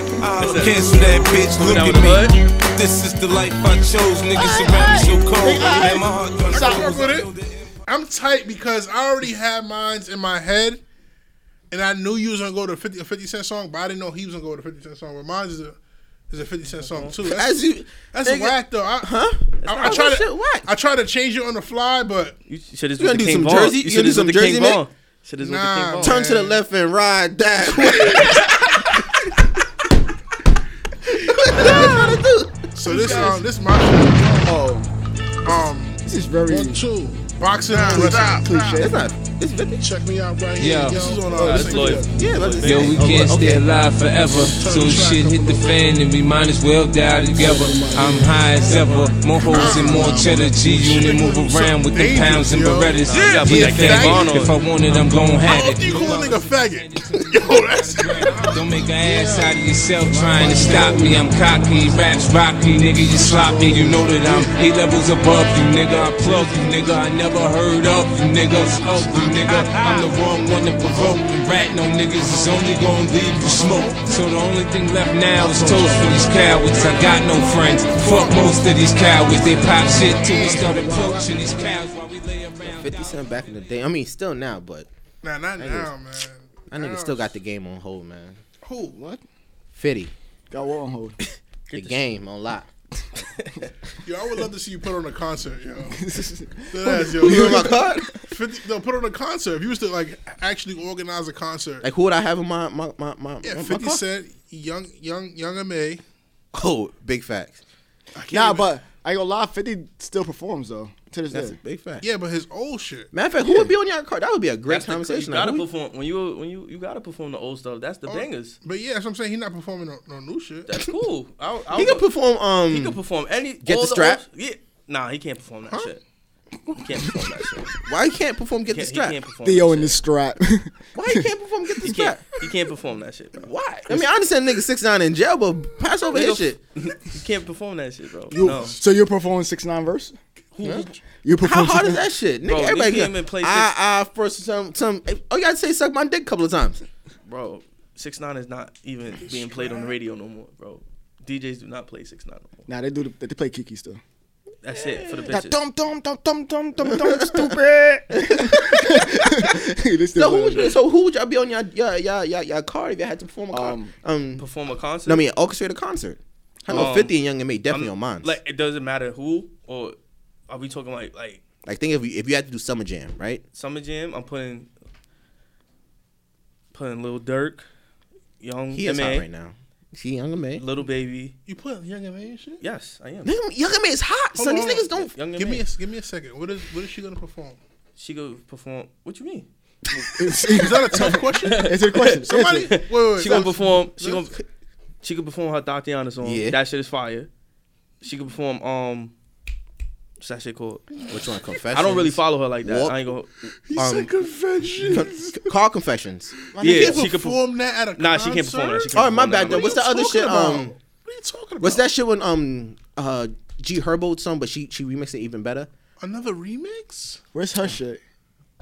Speaker 8: Cancel that bitch, look at me. This is the life I chose, niggas around me so cold. Man, my heart gonna
Speaker 2: I can fuck with it. I'm tight because I already had mines in my head, and I knew you was gonna go to a 50, a 50 Cent song, but I didn't know he was gonna go to a 50 Cent song. But mine is a is a 50 Cent song too. That's,
Speaker 3: as you,
Speaker 2: that's
Speaker 3: nigga,
Speaker 2: whack though. I, huh?
Speaker 4: Oh,
Speaker 2: I, I
Speaker 3: not
Speaker 2: try
Speaker 3: that
Speaker 2: to
Speaker 3: shit whack.
Speaker 2: I try to change it on the fly, but
Speaker 4: you should have
Speaker 3: You gonna
Speaker 4: with the
Speaker 3: do some
Speaker 4: King Von.
Speaker 3: Jersey-
Speaker 4: You
Speaker 3: you gonna
Speaker 4: should
Speaker 3: do
Speaker 4: have
Speaker 3: some
Speaker 4: with the King
Speaker 3: Jersey, Nick?
Speaker 4: Von. Should have with the King
Speaker 2: Nah,
Speaker 4: Von.
Speaker 3: Turn to the left and ride that.
Speaker 2: so this um, this my shit.
Speaker 1: Oh,
Speaker 2: Um,
Speaker 1: this is very.
Speaker 2: two boxing and wrestling.
Speaker 1: Cliche.
Speaker 3: It's not. It's 50.
Speaker 2: Check me out right
Speaker 8: Yeah.
Speaker 2: here. This is on uh,
Speaker 4: Nah,
Speaker 2: this
Speaker 4: that's
Speaker 2: ain't
Speaker 4: Lloyd.
Speaker 2: good.
Speaker 3: Yeah, let's just
Speaker 8: Yo,
Speaker 3: say-
Speaker 8: we
Speaker 3: okay,
Speaker 8: can't stay
Speaker 3: okay.
Speaker 8: alive forever. Soon shit hit the fan and we might as well die together. I'm high as ever. More hoes and more cheddar. G unit move around with the pounds and berettas. Yeah,
Speaker 4: put that King Von on.
Speaker 8: If I want it, I'm gon'
Speaker 2: How
Speaker 8: have
Speaker 2: do you
Speaker 8: it.
Speaker 2: call a nigga faggot? Yo, that's
Speaker 8: Don't make an ass out of yourself trying to stop me. I'm cocky, raps rocky, nigga. You sloppy, you know that I'm eight levels above you, nigga. I plug you, nigga. I never heard of you, nigga. Slow you, nigga. I'm the wrong one to provoke. and Rat, no niggas is only gonna leave you smoke. So the only thing left now is toast for these cowards. I got no friends. Fuck most of these cowards. They pop shit till we start approaching these cowards while we lay around.
Speaker 3: 50 Cent back in the day. I mean, still now, but
Speaker 2: nah, not now, man.
Speaker 3: that nigga still got the game on hold, man.
Speaker 2: Who? What?
Speaker 3: 50.
Speaker 1: Got one hold.
Speaker 3: The game on lock.
Speaker 2: Yo, I would love to see you put on a concert, yo. Deadass, yo.
Speaker 3: You in my card?
Speaker 2: 50, no, put on a concert. If you was to like actually organize a concert,
Speaker 3: Like, who would I have in my my my my?
Speaker 2: yeah,
Speaker 3: my
Speaker 2: Fifty
Speaker 3: car?
Speaker 2: Cent, Young Young Young Ma. I
Speaker 3: Oh, big facts.
Speaker 2: can't
Speaker 1: Nah,
Speaker 2: even-
Speaker 1: but I ain't gonna lie. Fifty still performs though to this
Speaker 3: That's a
Speaker 1: day.
Speaker 3: big fact.
Speaker 2: yeah, but his old shit.
Speaker 3: Matter of fact, who would be on your card? That would be a great
Speaker 4: That's the-
Speaker 3: conversation. Oh.
Speaker 4: You
Speaker 3: Like,
Speaker 4: gotta
Speaker 3: who-
Speaker 4: perform when you when you you gotta perform the old stuff. That's the bangers.
Speaker 2: But yeah, that's what I'm saying. He's not performing no, no new shit.
Speaker 4: That's cool. I, I
Speaker 3: he
Speaker 4: would-
Speaker 3: could perform. Um,
Speaker 4: He could perform any.
Speaker 3: Get
Speaker 4: all
Speaker 3: the strap?
Speaker 4: old- yeah. Nah, he can't perform that shit. He can't perform that shit.
Speaker 3: Why he can't perform Get
Speaker 4: He
Speaker 3: the
Speaker 4: can't- he
Speaker 3: Strap?
Speaker 4: can't perform
Speaker 1: Theo
Speaker 4: that
Speaker 1: in the strap.
Speaker 3: Why he can't perform Get the
Speaker 4: He
Speaker 3: Strap?
Speaker 4: can't, he can't perform that shit, bro.
Speaker 3: Why? I mean, I understand nigga six nine in jail, but pass over his shit.
Speaker 4: you can't perform that shit, bro.
Speaker 1: You,
Speaker 4: no.
Speaker 1: So you're performing six nine verse?
Speaker 4: Who-
Speaker 1: You
Speaker 3: How
Speaker 1: perform
Speaker 3: hard is
Speaker 1: 6ix9ine?
Speaker 3: that shit, nigga?
Speaker 4: Bro, you
Speaker 3: everybody
Speaker 4: can't
Speaker 3: can.
Speaker 4: even play six-
Speaker 3: I, I first some some. Oh, you gotta say suck my dick a couple of times.
Speaker 4: bro. Six nine is not even being played on the radio no more, bro. DJs do not play six nine.
Speaker 1: Nah, they do. The, they play Kiki still.
Speaker 4: That's it for the
Speaker 1: That
Speaker 4: bitches.
Speaker 1: dum dum dum dum dum dum dum. Stupid. They
Speaker 3: So
Speaker 1: still
Speaker 3: who,
Speaker 1: play
Speaker 3: would
Speaker 1: that
Speaker 3: you,
Speaker 1: shit.
Speaker 3: so who would y'all be on your your your your, your card if you had to perform a card?
Speaker 4: Um,
Speaker 3: Um,
Speaker 4: perform a concert.
Speaker 3: no, I mean orchestrate a concert. I know
Speaker 4: Um,
Speaker 3: Fifty and Young and Me definitely
Speaker 4: I'm-
Speaker 3: on mine. Like,
Speaker 4: Like it doesn't matter who or are we talking like like
Speaker 3: think if you if you had to do Summer Jam, right?
Speaker 4: Summer Jam? I'm putting putting Lil Durk, Young
Speaker 3: He is hot right now. He Young and Me.
Speaker 4: Little Baby.
Speaker 2: You put Young and May and shit?
Speaker 4: Yes, I am.
Speaker 3: Nigga, Young and Me is hot.
Speaker 2: Hold
Speaker 3: son,
Speaker 2: on,
Speaker 3: these
Speaker 2: hold
Speaker 3: niggas don't.
Speaker 4: Young and
Speaker 2: Give me
Speaker 4: May.
Speaker 2: a give me a second. What is what is she gonna perform?
Speaker 4: She go perform. What you mean?
Speaker 1: Is
Speaker 2: that a tough question?
Speaker 1: Answer the question.
Speaker 2: Somebody,
Speaker 1: Answer
Speaker 2: wait, wait, wait.
Speaker 4: she gonna perform. She
Speaker 2: Let's-
Speaker 4: gonna she could perform her Tatiana song.
Speaker 3: Yeah.
Speaker 4: That shit is fire. She could perform um. What's that shit called?
Speaker 3: Which one? Confessions.
Speaker 4: I don't really follow her like that.
Speaker 3: Walk-
Speaker 4: I ain't gonna.
Speaker 2: He
Speaker 3: um,
Speaker 2: said confessions.
Speaker 3: Con- Call Confessions.
Speaker 4: yeah,
Speaker 2: can't
Speaker 4: she could perform.
Speaker 2: perform that at a
Speaker 4: Nah,
Speaker 2: concert?
Speaker 4: she can't perform that. She can't
Speaker 3: All right, my
Speaker 4: perform that.
Speaker 3: bad. Then what's the other
Speaker 2: talking
Speaker 3: shit?
Speaker 2: about?
Speaker 3: Um,
Speaker 2: What are you talking about?
Speaker 3: what's that shit when um uh G Herbo song, but she she remixed it even better.
Speaker 2: Another remix?
Speaker 1: Where's her shit?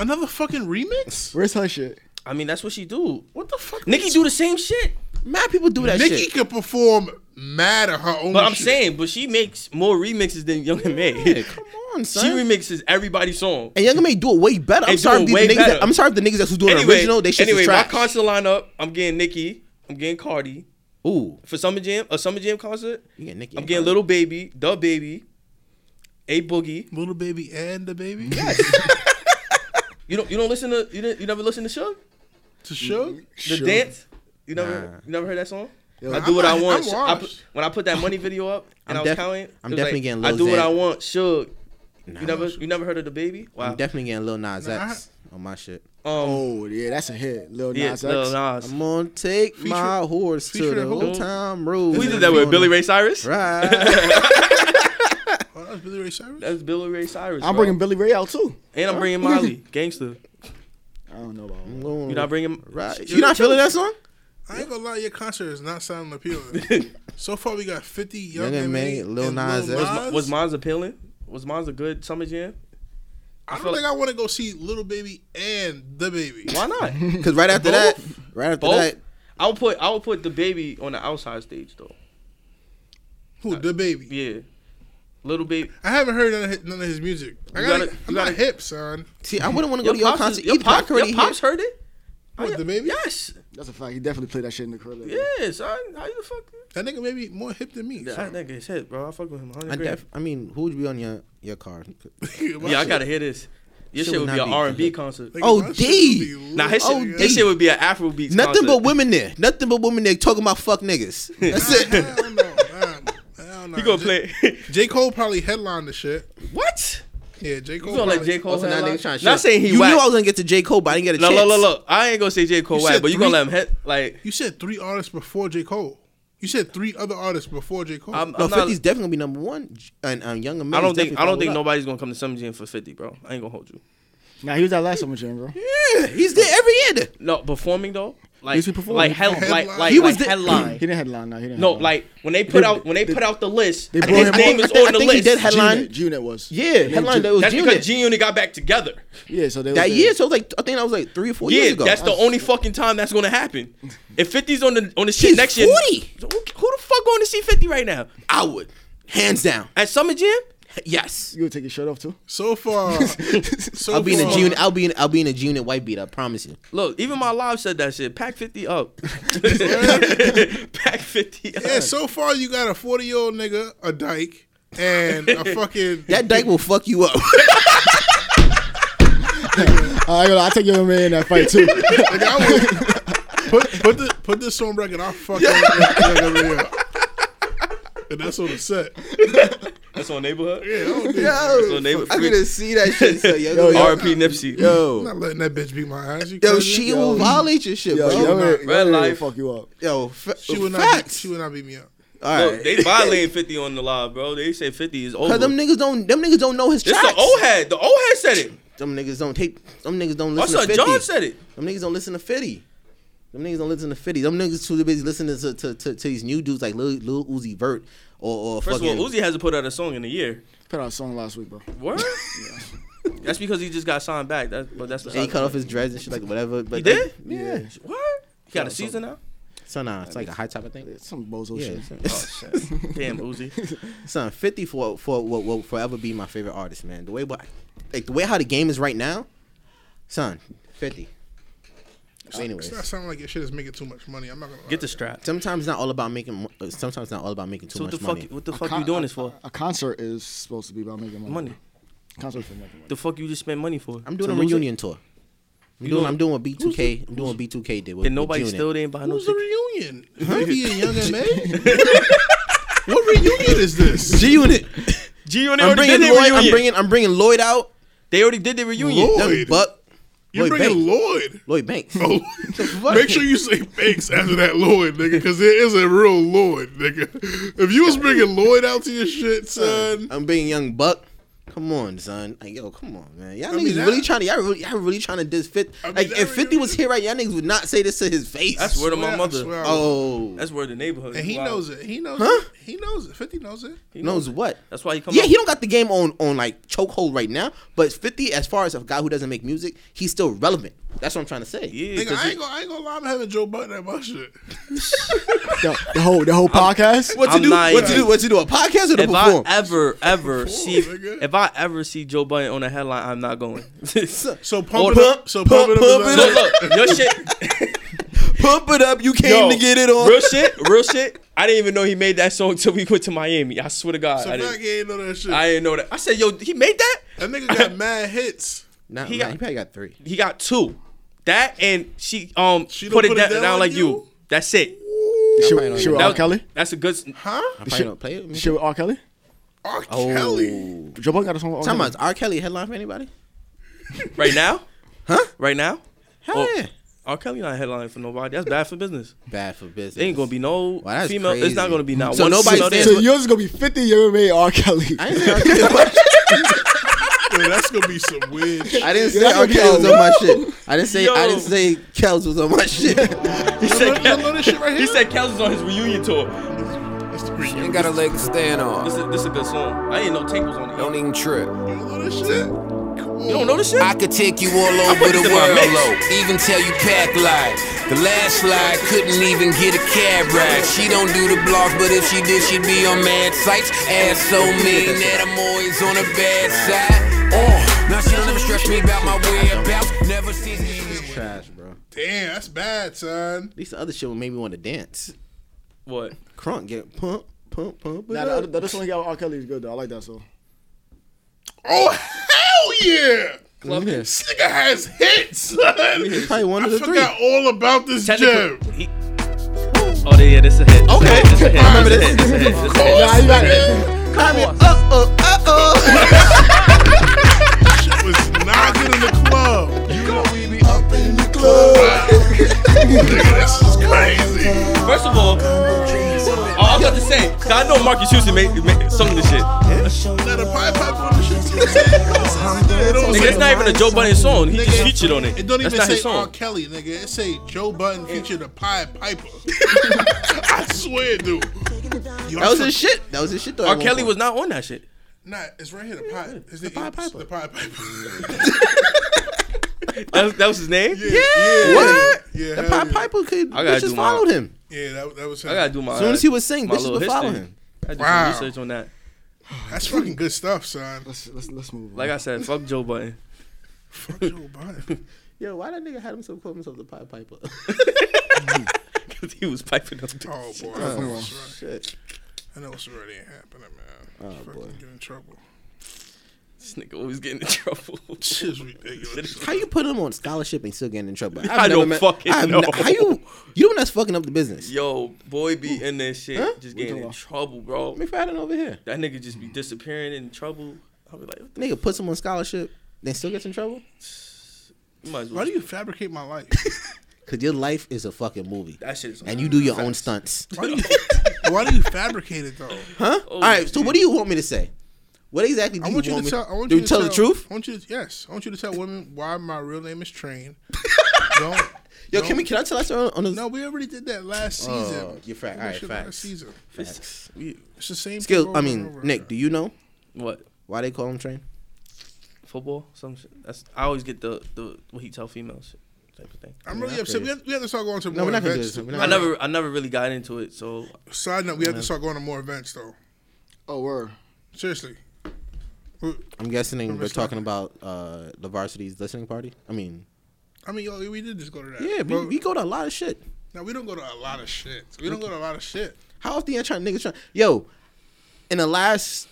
Speaker 2: Another fucking remix?
Speaker 1: Where's her shit?
Speaker 4: I mean, that's what she do.
Speaker 2: What the fuck?
Speaker 4: Nicki do the same shit.
Speaker 3: Mad people do that
Speaker 2: Nikki
Speaker 3: shit.
Speaker 2: could perform mad at her own.
Speaker 4: But I'm
Speaker 2: shit.
Speaker 4: saying, but she makes more remixes than Young and May.
Speaker 3: Yeah, come on,
Speaker 4: she
Speaker 3: son.
Speaker 4: remixes everybody's song.
Speaker 3: and Young and May do it way better. I'm
Speaker 4: They do
Speaker 3: sorry,
Speaker 4: it
Speaker 3: if these
Speaker 4: way
Speaker 3: niggas
Speaker 4: better.
Speaker 3: that, I'm sorry if the niggas that's who doing
Speaker 4: Anyway,
Speaker 3: original. They should
Speaker 4: anyway, my
Speaker 3: trash.
Speaker 4: concert lineup. I'm getting Nicki. I'm getting Cardi
Speaker 3: Ooh,
Speaker 4: for summer jam. A summer jam concert.
Speaker 3: yeah, Nicki.
Speaker 4: I'm getting Little Baby, The Baby, A Boogie.
Speaker 2: Little baby and the baby.
Speaker 4: You don't you don't listen to you, didn't, you never listen to Suge?
Speaker 2: to show.
Speaker 4: The
Speaker 1: Sure.
Speaker 4: dance? You never
Speaker 3: Nah.
Speaker 4: you never heard that song?
Speaker 1: Yo,
Speaker 4: I do what
Speaker 2: not-
Speaker 4: I want.
Speaker 2: I'm
Speaker 4: Sh- I
Speaker 2: washed.
Speaker 4: put, when I put that money video up and
Speaker 3: I'm
Speaker 4: i was
Speaker 3: def-
Speaker 4: counting,
Speaker 3: I'm
Speaker 4: it was
Speaker 3: definitely getting
Speaker 4: I
Speaker 3: Lil
Speaker 4: do what
Speaker 3: Xan.
Speaker 4: I want. Suge.
Speaker 3: Nah,
Speaker 4: You never you never heard of the baby? Wow.
Speaker 2: Uh,
Speaker 3: I'm definitely getting Lil Nas
Speaker 2: Nah,
Speaker 3: X on my shit.
Speaker 4: um,
Speaker 1: Oh yeah, that's a hit. Lil
Speaker 4: yeah,
Speaker 1: Nas X.
Speaker 4: Lil Nas.
Speaker 3: I'm gonna take my
Speaker 2: Feature-
Speaker 3: horse to
Speaker 2: feature
Speaker 3: the
Speaker 2: who?
Speaker 3: old time road.
Speaker 4: We did that with Billy Ray Cyrus.
Speaker 3: Right.
Speaker 2: Oh, that was Billy Ray Cyrus.
Speaker 4: That's Billy Ray Cyrus.
Speaker 1: I'm
Speaker 4: bro.
Speaker 1: bringing Billy Ray out too.
Speaker 4: and I'm bringing Molly, gangster.
Speaker 1: I don't know about. Him.
Speaker 4: You're not bringing
Speaker 3: Right. You not feeling that song?
Speaker 2: I ain't gonna lie, your concert is not sounding appealing. so far, we got 50 Young,
Speaker 3: Young
Speaker 2: and
Speaker 3: M.A.,
Speaker 2: May,
Speaker 3: Lil
Speaker 2: and
Speaker 3: Nas
Speaker 2: Lil
Speaker 3: X.
Speaker 2: Nas.
Speaker 4: Was Mons appealing? Was Mons a good summer jam?
Speaker 2: I don't
Speaker 4: feel
Speaker 2: think I want to go see Little Baby and the Baby.
Speaker 4: Why not?
Speaker 3: Because right after that, right after
Speaker 4: Both?
Speaker 3: that,
Speaker 4: I would put I would put the baby on the outside stage though.
Speaker 2: Who the Baby?
Speaker 4: Yeah, little baby.
Speaker 2: I haven't heard none of his, none of his music. I
Speaker 4: You
Speaker 2: gotta,
Speaker 4: gotta-
Speaker 2: I'm
Speaker 4: you
Speaker 2: not
Speaker 4: gotta-
Speaker 2: hip, son.
Speaker 3: see, I wouldn't want to go to your
Speaker 4: pops is-
Speaker 3: concert.
Speaker 4: Your,
Speaker 3: Your
Speaker 4: pop,
Speaker 3: pop
Speaker 4: your
Speaker 3: already
Speaker 4: pops
Speaker 3: hit. Oh,
Speaker 4: heard it.
Speaker 2: What,
Speaker 4: yeah.
Speaker 2: the Baby?
Speaker 4: Yes.
Speaker 1: That's a fact. He definitely played that shit in the crib.
Speaker 4: Yeah, son. How you the fuck?
Speaker 2: That nigga may be more hip than me.
Speaker 4: That
Speaker 2: son.
Speaker 4: nigga is hit, bro. I fuck with him. 100
Speaker 3: I,
Speaker 4: grand.
Speaker 3: def- I mean, who would be on your your card?
Speaker 2: My
Speaker 4: yeah, I
Speaker 2: shit-
Speaker 4: gotta hear this. Your
Speaker 3: Shit
Speaker 4: shit,
Speaker 3: would not
Speaker 4: would be an
Speaker 3: be
Speaker 4: R and B concert.
Speaker 2: nigga,
Speaker 3: Oh,
Speaker 2: my shit
Speaker 3: D.
Speaker 2: would be
Speaker 4: Nah, his
Speaker 2: lit.
Speaker 4: shit,
Speaker 3: Oh,
Speaker 4: his
Speaker 3: D.
Speaker 4: shit would be an Afrobeat.
Speaker 3: Nothing
Speaker 4: concert.
Speaker 3: but women there. Nothing but women there talking about fuck niggas. That's it.
Speaker 2: I don't know. I don't know.
Speaker 4: You gonna
Speaker 2: J-
Speaker 4: play?
Speaker 2: J. Cole probably headlined the shit.
Speaker 4: what?
Speaker 2: Yeah, J. Cole.
Speaker 4: You gonna let
Speaker 2: probably-
Speaker 4: J Cole?
Speaker 3: Also, now
Speaker 4: headline?
Speaker 3: niggas trying to
Speaker 4: Not
Speaker 3: shit.
Speaker 4: saying he
Speaker 3: You
Speaker 4: whack.
Speaker 3: knew I was gonna get to J Cole, but I didn't get a
Speaker 4: No,
Speaker 3: chance.
Speaker 4: look, look, look. I ain't gonna say J Cole
Speaker 2: You
Speaker 4: whack,
Speaker 2: said
Speaker 4: but you gonna
Speaker 2: three-
Speaker 4: let him hit like.
Speaker 2: You said three artists before J. Cole. You said three other artists before J. Cole.
Speaker 4: I'm,
Speaker 3: No,
Speaker 4: I'm not,
Speaker 3: 50's definitely gonna be number one, J- and um, Young and
Speaker 4: I
Speaker 3: Man's
Speaker 4: don't think I don't
Speaker 3: definitely
Speaker 4: think
Speaker 3: followed
Speaker 4: nobody's gonna come to Summer Jam for fifty, bro. I ain't gonna hold you.
Speaker 1: Nah, he was that last summer jam, bro.
Speaker 3: up. Yeah, he's there every year. There.
Speaker 4: No, performing though, like
Speaker 1: Yes, he performed.
Speaker 4: like hell,
Speaker 1: Headline.
Speaker 4: like like
Speaker 3: He
Speaker 4: he
Speaker 3: was
Speaker 4: was
Speaker 3: the-
Speaker 1: He
Speaker 4: headline.
Speaker 1: didn't headline. Nah, he didn't.
Speaker 4: No,
Speaker 1: headline.
Speaker 4: like when they put out when they put out the list,
Speaker 1: They
Speaker 4: his
Speaker 1: brought him
Speaker 4: name
Speaker 1: on-
Speaker 4: is
Speaker 3: I think-
Speaker 4: on
Speaker 3: I
Speaker 4: the
Speaker 3: think he
Speaker 4: list.
Speaker 3: did headline.
Speaker 1: G-Unit, G-Unit was.
Speaker 3: Yeah,
Speaker 1: They
Speaker 3: headline
Speaker 1: ju-
Speaker 3: that was
Speaker 4: That's
Speaker 3: G
Speaker 4: because
Speaker 3: Unit.
Speaker 4: G Unit got back together.
Speaker 1: Yeah, so they was
Speaker 3: that
Speaker 1: there.
Speaker 3: year. So it was like I think that was like three or four years
Speaker 4: Yeah,
Speaker 3: ago.
Speaker 4: that's the only fucking time that's gonna happen. If 50's on the on the shit
Speaker 3: He's
Speaker 4: next
Speaker 3: 40.
Speaker 4: year, who, who the fuck going to see fifty right now
Speaker 3: I would, hands down.
Speaker 4: at Summer Jam?
Speaker 3: Yes,
Speaker 1: You would take your shirt off too.
Speaker 2: so far, so
Speaker 3: I'll be in a
Speaker 2: far-
Speaker 3: G Unit. I'll be in. I'll be in a G Unit white beat. I promise you.
Speaker 4: Look, even my live said that shit. Pack fifty up. Pack fifty up.
Speaker 2: Yeah, so far you got a forty-year-old nigga, a dyke, and a fucking
Speaker 3: That dyke will fuck you up.
Speaker 1: I I take your man in that fight too.
Speaker 2: Like, I would- put put the put this on record. I'll fuck that nigga over here. And that's on the set.
Speaker 4: That's on neighborhood.
Speaker 2: Yeah, I don't think-
Speaker 4: So they were
Speaker 3: I'm gonna
Speaker 4: freak-
Speaker 3: see that shit. So, yo,
Speaker 1: Yo,
Speaker 3: yo,
Speaker 1: yo.
Speaker 3: yo,
Speaker 4: R.P. Nipsey.
Speaker 2: I'm not letting that bitch beat my ass. You crazy?
Speaker 3: she will violate your shit,
Speaker 1: Yo,
Speaker 3: bro.
Speaker 1: yo, yo,
Speaker 4: Red
Speaker 1: yo,
Speaker 4: life.
Speaker 1: fuck you up.
Speaker 3: Yo, fa-
Speaker 2: she would not. Beat,
Speaker 3: facts.
Speaker 2: she would not beat me up.
Speaker 3: All
Speaker 4: Look,
Speaker 3: right.
Speaker 4: they violating fifty on the live, bro. They say fifty is over.
Speaker 3: Cause them niggas don't, them niggas don't know his
Speaker 4: This
Speaker 3: tracks.
Speaker 4: the old head. The old head said it.
Speaker 3: Them niggas don't take. Them niggas don't
Speaker 4: I
Speaker 3: listen.
Speaker 4: saw
Speaker 3: to 50.
Speaker 4: John said it.
Speaker 3: Them niggas don't listen to Fifty. Them niggas don't listen to Fifty. Them niggas too busy listening to to, to, to these new dudes like Lil, Lil Uzi Vert or, or
Speaker 4: First
Speaker 3: fucking.
Speaker 4: of all, Uzi hasn't put out a song in a year.
Speaker 1: Put out a song last week, bro.
Speaker 4: What? That's because he just got signed back. That's but that's
Speaker 3: and he cut off his dreads and shit like whatever. But
Speaker 4: He did?
Speaker 3: Yeah.
Speaker 4: What? He got a season now.
Speaker 3: So nah, it's like a high top, I think.
Speaker 1: Some bozo shit.
Speaker 4: Oh, shit. Damn, Uzi.
Speaker 3: Son, Fifty for for will, will forever be my favorite artist, man. The way why- like the way how the game is right now, son, Fifty. So anyways,
Speaker 2: It's not sounding like your shit is making too much money. I'm not gonna.
Speaker 3: Get the strap. Sometimes not all about making. mo- uh, Sometimes not all about making too
Speaker 4: So what
Speaker 3: much
Speaker 4: the fuck
Speaker 3: money.
Speaker 4: you- what the
Speaker 1: A
Speaker 4: fuck
Speaker 1: con-
Speaker 4: you doing
Speaker 1: a-
Speaker 4: this for?
Speaker 1: A concert is supposed to be about making money.
Speaker 4: Money.
Speaker 1: Concert for making money.
Speaker 4: The fuck you just spend money for?
Speaker 3: I'm doing a reunion tour. I'm
Speaker 4: You
Speaker 3: doing,
Speaker 4: doing-
Speaker 3: I'm doing what B2K. I'm doing what B2K did. With,
Speaker 4: And nobody
Speaker 3: with Junin.
Speaker 4: still didn't buy no
Speaker 2: Who's the reunion?
Speaker 3: Herbie and Young M.A.?
Speaker 2: what reunion is this?
Speaker 3: G Unit.
Speaker 4: G
Speaker 2: Unit
Speaker 3: I'm
Speaker 2: already did
Speaker 3: bringing
Speaker 2: their
Speaker 3: Lloyd. I'm
Speaker 2: reunion.
Speaker 3: bringing. I'm bringing Lloyd out.
Speaker 4: They already did the reunion.
Speaker 2: Lloyd?
Speaker 3: Buck.
Speaker 2: You're bringing Lloyd.
Speaker 3: Lloyd Banks.
Speaker 4: Oh.
Speaker 2: Oh. Make sure you say Banks after that Lloyd, nigga, because there is a real Lloyd, nigga. If you was bringing Lloyd out to your shit, son.
Speaker 3: I'm bringing Young Buck. Come on, son. Like, yo, come on, man. Y'all
Speaker 2: I mean,
Speaker 3: niggas
Speaker 2: that-
Speaker 3: really trying to. Y'all really, y'all really trying to diss Fit. like, if Fifty was here right, y'all niggas would not say this to his face.
Speaker 4: That's word of my mother.
Speaker 3: Oh,
Speaker 4: That's word of the neighborhood.
Speaker 2: And he
Speaker 4: Wow.
Speaker 2: knows it. He knows
Speaker 3: Huh?
Speaker 2: it. He knows it. 50 knows it.
Speaker 4: He
Speaker 3: knows what?
Speaker 4: That's why he come.
Speaker 3: yeah,
Speaker 4: out-
Speaker 3: he don't got the game on on like chokehold right now. But Fifty, as far as a guy who doesn't make music, he's still relevant. That's what I'm trying to say.
Speaker 4: Yeah,
Speaker 2: Nigga, I ain't, gonna, I ain't gonna lie, I'm having Joe Button at my shit.
Speaker 1: Yo, the whole the whole podcast.
Speaker 3: What to do? What to do? What to do? A podcast or to
Speaker 4: if
Speaker 3: perform?
Speaker 4: I ever, ever see, if I ever see Joe Budden on a headline, I'm not going. so
Speaker 2: pump it up- so pump it up is like-
Speaker 4: look, your shit.
Speaker 3: pump it up. You came to get it on.
Speaker 4: Real shit. Real shit. I didn't even know he made that song till we went to Miami. I swear to God,
Speaker 2: So
Speaker 4: I
Speaker 2: Fat
Speaker 4: didn't.
Speaker 2: Kid ain't know that shit.
Speaker 4: I didn't know that. I said, yo, he made that.
Speaker 2: That nigga got mad hits.
Speaker 3: Nah,
Speaker 4: He
Speaker 3: nah,
Speaker 4: got-
Speaker 3: he probably got three.
Speaker 4: He got two. That and she um
Speaker 3: don't
Speaker 4: put, it, down, down like you. That's it.
Speaker 1: She, she with
Speaker 4: That-
Speaker 1: R. Kelly.
Speaker 4: That's a good. Huh?
Speaker 1: She, she with R. Kelly.
Speaker 2: R.
Speaker 4: Oh.
Speaker 3: Kelly.
Speaker 1: Joe Budden got a song. with R.
Speaker 3: Talking
Speaker 1: Kelly.
Speaker 3: about R. Kelly headline for anybody?
Speaker 4: Right now?
Speaker 3: Huh?
Speaker 4: Right now?
Speaker 3: Hell yeah.
Speaker 4: R. Kelly not headlining for nobody. That's bad for business.
Speaker 3: Bad for business.
Speaker 4: There ain't gonna be no
Speaker 3: Wow, that's
Speaker 4: female. It's not
Speaker 3: crazy.
Speaker 4: gonna be not
Speaker 3: So
Speaker 4: one.
Speaker 3: nobody
Speaker 4: female
Speaker 3: stands
Speaker 1: So
Speaker 4: dancer.
Speaker 1: yours is gonna be fifty. Your made R. Kelly. I
Speaker 3: ain't say R.
Speaker 2: Yo, that's gonna be some weird shit.
Speaker 3: I didn't say R. Kelly was on my shit. I didn't say I didn't say Kells was on my shit.
Speaker 4: He said, Kel- he
Speaker 2: here?
Speaker 4: said Kels is on his reunion tour.
Speaker 2: She
Speaker 4: ain't
Speaker 8: got a leg to stand on.
Speaker 4: This is this is a good song. I ain't no tape was on it.
Speaker 3: e-
Speaker 8: Don't even trip.
Speaker 4: You don't know this shit?
Speaker 8: I could take you all
Speaker 4: I
Speaker 8: over
Speaker 4: put
Speaker 8: the
Speaker 4: this in my
Speaker 8: world,
Speaker 4: mix.
Speaker 8: low. Even tell you pack light. The last slide couldn't even get a cab ride. She don't do the block, but if she did, she'd be on mad sites. Ass so mean that I'm always on the bad side. Oh, now she don't ever stress me about my whereabouts. Never sees me.
Speaker 3: Trash, bro.
Speaker 2: Damn, that's bad, son.
Speaker 3: At least the other shit would make me want to dance.
Speaker 4: What?
Speaker 3: Crunk get pump pump pump. it
Speaker 1: Nah, the
Speaker 3: up.
Speaker 1: other, the other song he got with R. Kelly is good though. I like that song.
Speaker 2: Oh hell yeah!
Speaker 3: Club yeah.
Speaker 2: This nigga has hits, son.
Speaker 3: It's probably one
Speaker 2: I
Speaker 3: of the three.
Speaker 2: forgot all about this
Speaker 4: Technically,
Speaker 2: gem.
Speaker 4: Oh yeah, this a hit. Okay, this a hit.
Speaker 2: I remember
Speaker 4: this. a hit. This a hit. This a hit.
Speaker 3: uh,
Speaker 2: Shit was knocking in the club. You know we be up in the
Speaker 1: club.
Speaker 2: nigga, this is crazy.
Speaker 4: First of all, oh, I was about to say, 'cause I know Marcus Houston made, made some of this shit.
Speaker 2: Let a pie pipe on the shit. It don't
Speaker 4: Nigga,
Speaker 2: say-
Speaker 4: that's not even a Joe Budden song. He just
Speaker 2: Nigga,
Speaker 4: featured on it.
Speaker 2: It don't
Speaker 4: that's
Speaker 2: even
Speaker 4: not his
Speaker 2: say R.
Speaker 4: song.
Speaker 2: Kelly, nigga. It say Joe Button featured a Pied Piper. I swear, dude.
Speaker 3: That was his shit. That was his shit. Though,
Speaker 4: R. Kelly was not on that shit.
Speaker 2: Nah, it's right here. The Pied. It's the, Pied Piper. The Pied Piper.
Speaker 4: That, that was his name.
Speaker 2: Yeah. yeah.
Speaker 3: What?
Speaker 2: Yeah.
Speaker 3: The
Speaker 2: hell
Speaker 3: Pied
Speaker 2: yeah.
Speaker 3: Piper could
Speaker 4: I gotta
Speaker 3: bitches
Speaker 4: do my-
Speaker 3: followed him.
Speaker 2: Yeah, that, that was him.
Speaker 4: I gotta do my.
Speaker 3: As soon as he was singing,
Speaker 4: my
Speaker 3: bitches
Speaker 4: little
Speaker 3: would follow
Speaker 4: history.
Speaker 3: him.
Speaker 4: I did
Speaker 2: Wow.
Speaker 4: some research on that.
Speaker 2: That's fucking good stuff, son.
Speaker 1: Let's let's let's move.
Speaker 4: Like I said, fuck Joe Button.
Speaker 2: Fuck Joe Biden.
Speaker 3: Yo, why that nigga had himself call himself the Pied Piper?
Speaker 4: Cause he was piping up.
Speaker 2: Oh boy, I know
Speaker 3: Oh,
Speaker 2: it's right.
Speaker 3: shit.
Speaker 2: I know it's already ain't happening, man.
Speaker 3: Oh,
Speaker 2: fucking
Speaker 3: boy.
Speaker 2: get in trouble.
Speaker 4: This nigga always getting in trouble.
Speaker 2: This is ridiculous.
Speaker 3: How you put him on scholarship and still getting in trouble? I've
Speaker 4: I don't fucking
Speaker 3: I've
Speaker 4: know.
Speaker 3: how you? You the one that's fucking up the business.
Speaker 4: Yo, boy, be in that shit,
Speaker 3: Huh?
Speaker 4: just
Speaker 3: We
Speaker 4: getting
Speaker 3: talking
Speaker 4: in
Speaker 3: about-
Speaker 4: trouble, bro.
Speaker 3: Me fighting over here.
Speaker 4: That nigga just be disappearing in trouble. I'll be like, what the
Speaker 3: Nigga puts him on scholarship, then still gets in trouble.
Speaker 4: you might as well.
Speaker 2: Why do you fabricate my life?
Speaker 3: Cause your life is a fucking movie,
Speaker 4: That shit is.
Speaker 3: and you do your own stunts.
Speaker 2: Why do you, Why do you fabricate it though?
Speaker 3: Huh? All right. So what do you want me to say? What exactly do
Speaker 2: I
Speaker 3: you
Speaker 2: want
Speaker 3: want
Speaker 2: you to
Speaker 3: me?
Speaker 2: tell. I want
Speaker 3: do
Speaker 2: you
Speaker 3: you
Speaker 2: to
Speaker 3: tell, the truth?
Speaker 2: I want you to yes. I want you to tell women why my real name is Train. don't.
Speaker 3: Yo, can we? Can I tell us on, on the?
Speaker 2: No, we already did that last
Speaker 3: Oh,
Speaker 2: season.
Speaker 3: you're fact-
Speaker 2: We did
Speaker 3: all right,
Speaker 2: shit last
Speaker 3: facts.
Speaker 2: season.
Speaker 3: Facts.
Speaker 2: It's, it's the same.
Speaker 3: Skill.
Speaker 2: people
Speaker 3: I
Speaker 2: over
Speaker 3: mean,
Speaker 2: and over.
Speaker 3: Nick, do you know
Speaker 4: what
Speaker 3: why they call him Train?
Speaker 4: football? Some shit. That's I always get the the what he tell females type of thing.
Speaker 2: I'm really upset. We have, we have to start going to more events. too.
Speaker 4: I never I never really got into it. So
Speaker 2: Side note: We have
Speaker 4: Yeah.
Speaker 2: to start going to more events though.
Speaker 1: Oh, word.
Speaker 2: Seriously.
Speaker 3: I'm guessing we're
Speaker 2: Remember
Speaker 3: talking about uh, the varsity's listening party. I mean,
Speaker 2: I mean, yo, we did just go to that.
Speaker 3: yeah, we,
Speaker 2: But-
Speaker 3: we go to a lot of shit.
Speaker 2: No, we don't go to a lot of shit. We don't go to a lot of shit.
Speaker 3: How often y'all trying niggas trying? Yo, in the last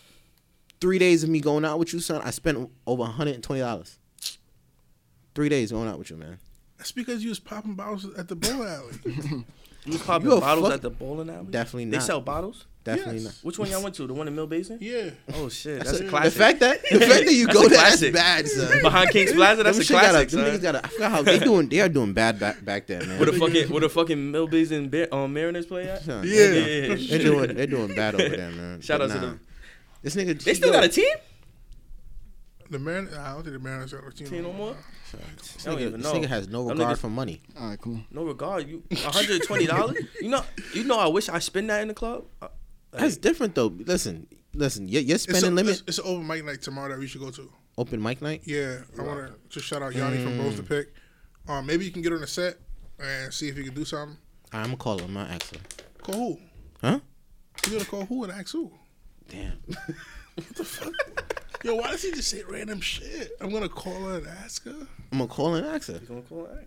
Speaker 3: three days of me going out with you, son, I spent over 120 dollars. Three days going out with you, man.
Speaker 2: That's because you was popping bottles at the bowl alley.
Speaker 4: you was popping
Speaker 3: You a
Speaker 4: bottles
Speaker 3: fuck-
Speaker 4: at the bowling alley.
Speaker 3: Definitely
Speaker 4: They
Speaker 3: not.
Speaker 4: sell bottles.
Speaker 3: Definitely Yes. not.
Speaker 4: Which one y'all went to? The one in Mill Basin?
Speaker 2: Yeah.
Speaker 4: Oh shit,
Speaker 3: That's
Speaker 4: that's,
Speaker 3: a-
Speaker 4: a,
Speaker 3: the
Speaker 4: classic.
Speaker 3: fact that- the fact that you go
Speaker 4: a
Speaker 3: there, that's
Speaker 4: classic.
Speaker 3: bad, son.
Speaker 4: Behind Kings Plaza, that's
Speaker 3: Them
Speaker 4: a
Speaker 3: shit gotta-
Speaker 4: classic.
Speaker 3: them niggas gotta- I forgot how they doing- they are doing bad back- back there, man.
Speaker 4: What a fucking what a fucking Mill Basin Bear, um, Mariners play at?
Speaker 3: Son, they're, doing- they're doing they're doing bad over there, man.
Speaker 4: Shout
Speaker 3: But
Speaker 4: out to
Speaker 3: nah.
Speaker 4: them.
Speaker 3: This nigga,
Speaker 4: They still
Speaker 3: yo,
Speaker 4: got a team.
Speaker 2: The man, I don't think the Mariners got a team.
Speaker 4: Team no more.
Speaker 3: This
Speaker 4: I don't
Speaker 3: nigga,
Speaker 4: even
Speaker 3: this
Speaker 4: know.
Speaker 3: nigga has no
Speaker 4: Them
Speaker 3: regard
Speaker 4: niggas-
Speaker 3: for money.
Speaker 1: All right, cool.
Speaker 4: No regard. You one hundred twenty dollars. you know. You know. I wish I spend that in the club. Uh, like,
Speaker 3: That's different though. Listen, listen, your, your
Speaker 2: It's,
Speaker 3: spending
Speaker 2: a,
Speaker 3: limit
Speaker 2: it's, it's an open mic night tomorrow that we should go to.
Speaker 3: open mic night.
Speaker 2: Yeah, I want to just shout out Yanni from
Speaker 3: Mm.
Speaker 2: Bros to Pick. Um, maybe you can get on the set and see if you can do something.
Speaker 3: I'm gonna call him. My accent.
Speaker 2: Call who?
Speaker 3: Huh?
Speaker 2: You gonna call who and ask who?
Speaker 3: Damn.
Speaker 2: Yo, why does he just say random shit? I'm gonna call her and ask her.
Speaker 3: I'm gonna call an accent.
Speaker 4: you gonna call it?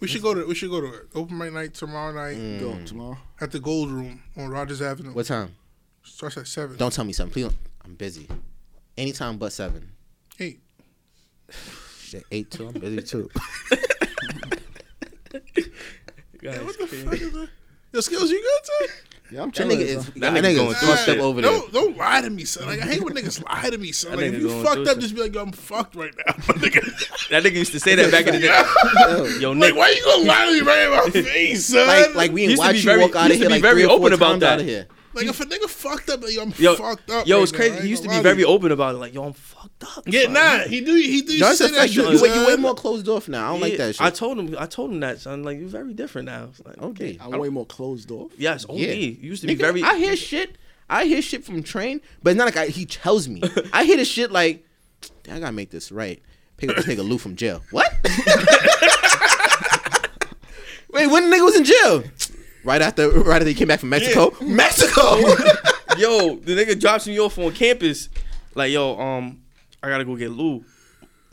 Speaker 2: We should go to we should go to it. Open mic night tomorrow night.
Speaker 3: Mm. Go
Speaker 1: tomorrow
Speaker 2: at the Gold Room on Rogers Avenue.
Speaker 3: What time?
Speaker 2: Starts at seven.
Speaker 3: Don't tell me something, please. don't- I'm busy. Anytime but seven.
Speaker 2: Eight.
Speaker 3: Shit, eight too. I'm busy too.
Speaker 2: Yeah, what the fuck is that? Yo, skills, you good too?
Speaker 1: Yeah, I'm
Speaker 3: That
Speaker 1: chilling.
Speaker 3: nigga is
Speaker 1: son.
Speaker 3: that nigga going fucked up over there.
Speaker 2: Don't, don't lie to me, son. Like I hate when niggas lie to me, son.
Speaker 4: That
Speaker 2: Like if
Speaker 4: nigga
Speaker 2: you
Speaker 4: going
Speaker 2: fucked
Speaker 4: through
Speaker 2: up,
Speaker 4: some-
Speaker 2: just be like, yo, I'm fucked right now.
Speaker 4: That nigga used to say that back in the day. Yo, Nick,
Speaker 2: Like, why you gonna lie to me right in my face, son?
Speaker 3: Like, like we
Speaker 4: Used to
Speaker 3: watch
Speaker 4: be
Speaker 3: you
Speaker 4: very-
Speaker 3: walk out of
Speaker 4: used to
Speaker 3: here
Speaker 4: be
Speaker 3: like
Speaker 4: very
Speaker 3: three or four
Speaker 4: open about
Speaker 3: times
Speaker 4: that.
Speaker 3: out of here.
Speaker 2: Like if a nigga fucked up, like, yo, I'm
Speaker 4: Yo,
Speaker 2: fucked up.
Speaker 4: yo,
Speaker 2: right
Speaker 4: it's
Speaker 2: now. I
Speaker 4: crazy.
Speaker 2: ain't
Speaker 4: He used to
Speaker 2: gonna
Speaker 4: be
Speaker 2: lie
Speaker 4: very
Speaker 2: you.
Speaker 4: open about it. Like, yo, I'm fucked up.
Speaker 2: Yeah,
Speaker 4: son.
Speaker 2: nah. He do. He do.
Speaker 3: That's
Speaker 2: say
Speaker 3: a
Speaker 2: that
Speaker 3: fact.
Speaker 2: shit,
Speaker 3: You, you, you
Speaker 2: son.
Speaker 3: way more closed off now. I don't like that shit.
Speaker 4: I told him. I told him that, son. Like, you're very different now. It's Like, okay.
Speaker 1: I'm way more closed off.
Speaker 4: Yes, OD.
Speaker 3: Yeah.
Speaker 4: You used to be
Speaker 3: Nigga,
Speaker 4: very.
Speaker 3: I hear shit. I hear shit from Train, but it's not like I, he tells me. I hear the shit like, "Damn, I gotta make this right. Pick up this nigga Lou from jail. What? Wait, when the nigga was in jail? Right after, right after he came back from Mexico. Mexico.
Speaker 4: yo, the nigga drops me off on campus. Like, yo, um, I gotta go get Lou.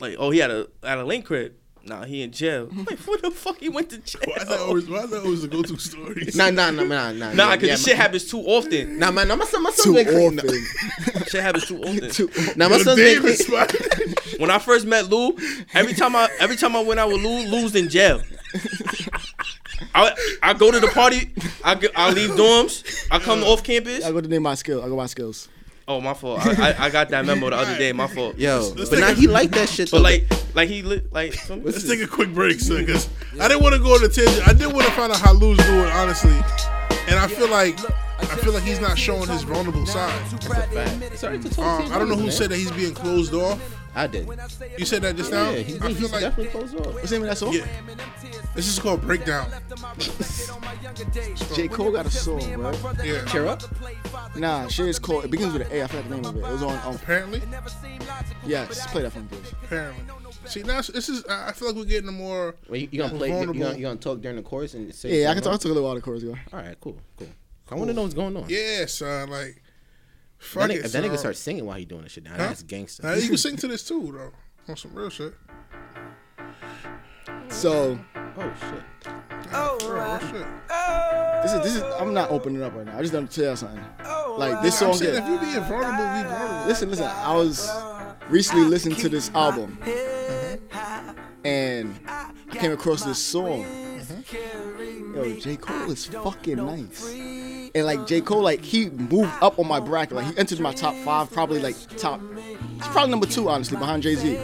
Speaker 4: Like, oh, he had a had a link crib. Nah, he in jail. I'm Like, what the fuck? He went to jail.
Speaker 2: Why is that always? oh, Why is that always the go-to story?
Speaker 3: nah, nah, nah, nah, nah.
Speaker 4: Nah,
Speaker 3: yeah, yeah,
Speaker 4: cause this
Speaker 3: my-
Speaker 4: shit happens too often.
Speaker 3: Nah, man, nah, my son, my son's been clean. Nah,
Speaker 4: shit happens too often.
Speaker 3: Nah, my
Speaker 4: Yo,
Speaker 3: son's been
Speaker 4: Davis,
Speaker 3: clean.
Speaker 4: When I first met Lou, every time I every time I went out with Lou, Lou's in jail. I I go to the party. I go, I leave dorms. I come off campus.
Speaker 1: I go to name my skill. I go my skills.
Speaker 4: Oh my fault. I, I, I got that memo the other day. My fault.
Speaker 3: Yo, but now he like that shit.
Speaker 4: But
Speaker 3: though.
Speaker 4: like like he li- like some-
Speaker 2: Let's take a quick break, son, because I didn't want to go on a tangent. I did want to find out how Lou's doing, honestly. And I feel like I feel like he's not showing his vulnerable side. Um, I don't know who said that he's being closed off.
Speaker 3: I did.
Speaker 2: You said that just now.
Speaker 3: Yeah, he's-
Speaker 2: I feel like
Speaker 3: definitely closed off.
Speaker 1: What's the name of that song?
Speaker 2: Yeah. this is called breakdown.
Speaker 1: J. Cole got a song, bro.
Speaker 2: Yeah.
Speaker 1: Cheer up. Nah, shit is called. It begins with an A. I forgot the name of it. It was on. Um,
Speaker 2: Apparently.
Speaker 1: yes, play that for me, please.
Speaker 2: Apparently. See now this is I I feel like we're getting a more
Speaker 3: Wait, you, you gonna play? You
Speaker 2: vulnerable.
Speaker 3: gonna, you gonna talk during the chorus and say?
Speaker 1: Yeah, I can
Speaker 3: something
Speaker 1: talk to a little while the chorus go.
Speaker 3: else? All right, cool, cool. I want to know what's going on.
Speaker 2: Yeah, son. Like,
Speaker 3: That
Speaker 2: fuck
Speaker 3: nigga,
Speaker 2: it.
Speaker 3: if that nigga
Speaker 2: son.
Speaker 3: starts singing while he doing this shit, now
Speaker 2: Huh?
Speaker 3: that's gangster.
Speaker 2: Nah, you can sing to this too, though. On some real shit.
Speaker 1: So
Speaker 3: oh shit.
Speaker 2: Oh, real shit.
Speaker 1: this is this is. I'm not opening up right now. I just done tell y'all something. Like this
Speaker 2: I'm
Speaker 1: song.
Speaker 2: saying
Speaker 1: Here.
Speaker 2: if you being vulnerable, be vulnerable.
Speaker 1: Listen, listen. I was recently listening to this album, and I came across this song. Yo, J. Cole is fucking nice. And like J. Cole, like he moved up on my bracket. Like he entered my top five, probably like top. He's probably number two, honestly, behind Jay Z.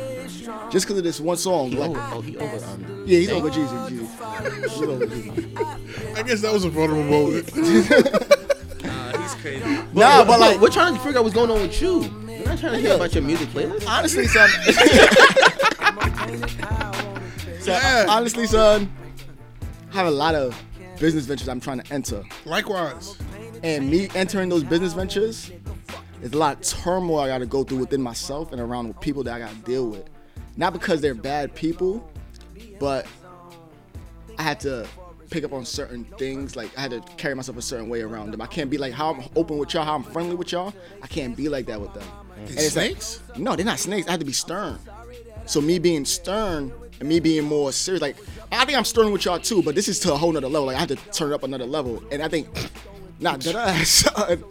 Speaker 1: Just because of this one song. Like,
Speaker 3: Oh, he over. Um,
Speaker 1: yeah, he's
Speaker 3: Dang.
Speaker 1: over Jeezy. Jeezy. He's over Jeezy.
Speaker 2: I guess that was a vulnerable moment.
Speaker 1: Nah, Nah, but like-
Speaker 3: we're trying to figure out what's going on with you. We're not trying to hear about your music playlist.
Speaker 1: Honestly, son. So, Honestly, son, I have a lot of business ventures I'm trying to enter.
Speaker 2: Likewise.
Speaker 1: And me entering those business ventures is a lot of turmoil I got to go through within myself and around with people that I got to deal with. Not because they're bad people, but I had to pick up on certain things. Like I had to carry myself a certain way around them. I can't be like how I'm open with y'all, how I'm friendly with y'all. I can't be like that with them. And it's like- no, they're not snakes. I had to be stern. So me being stern and me being more serious, like I think I'm stern with y'all too, but this is to a whole nother level. Like I had to turn it up another level, and I think not dead ass. son.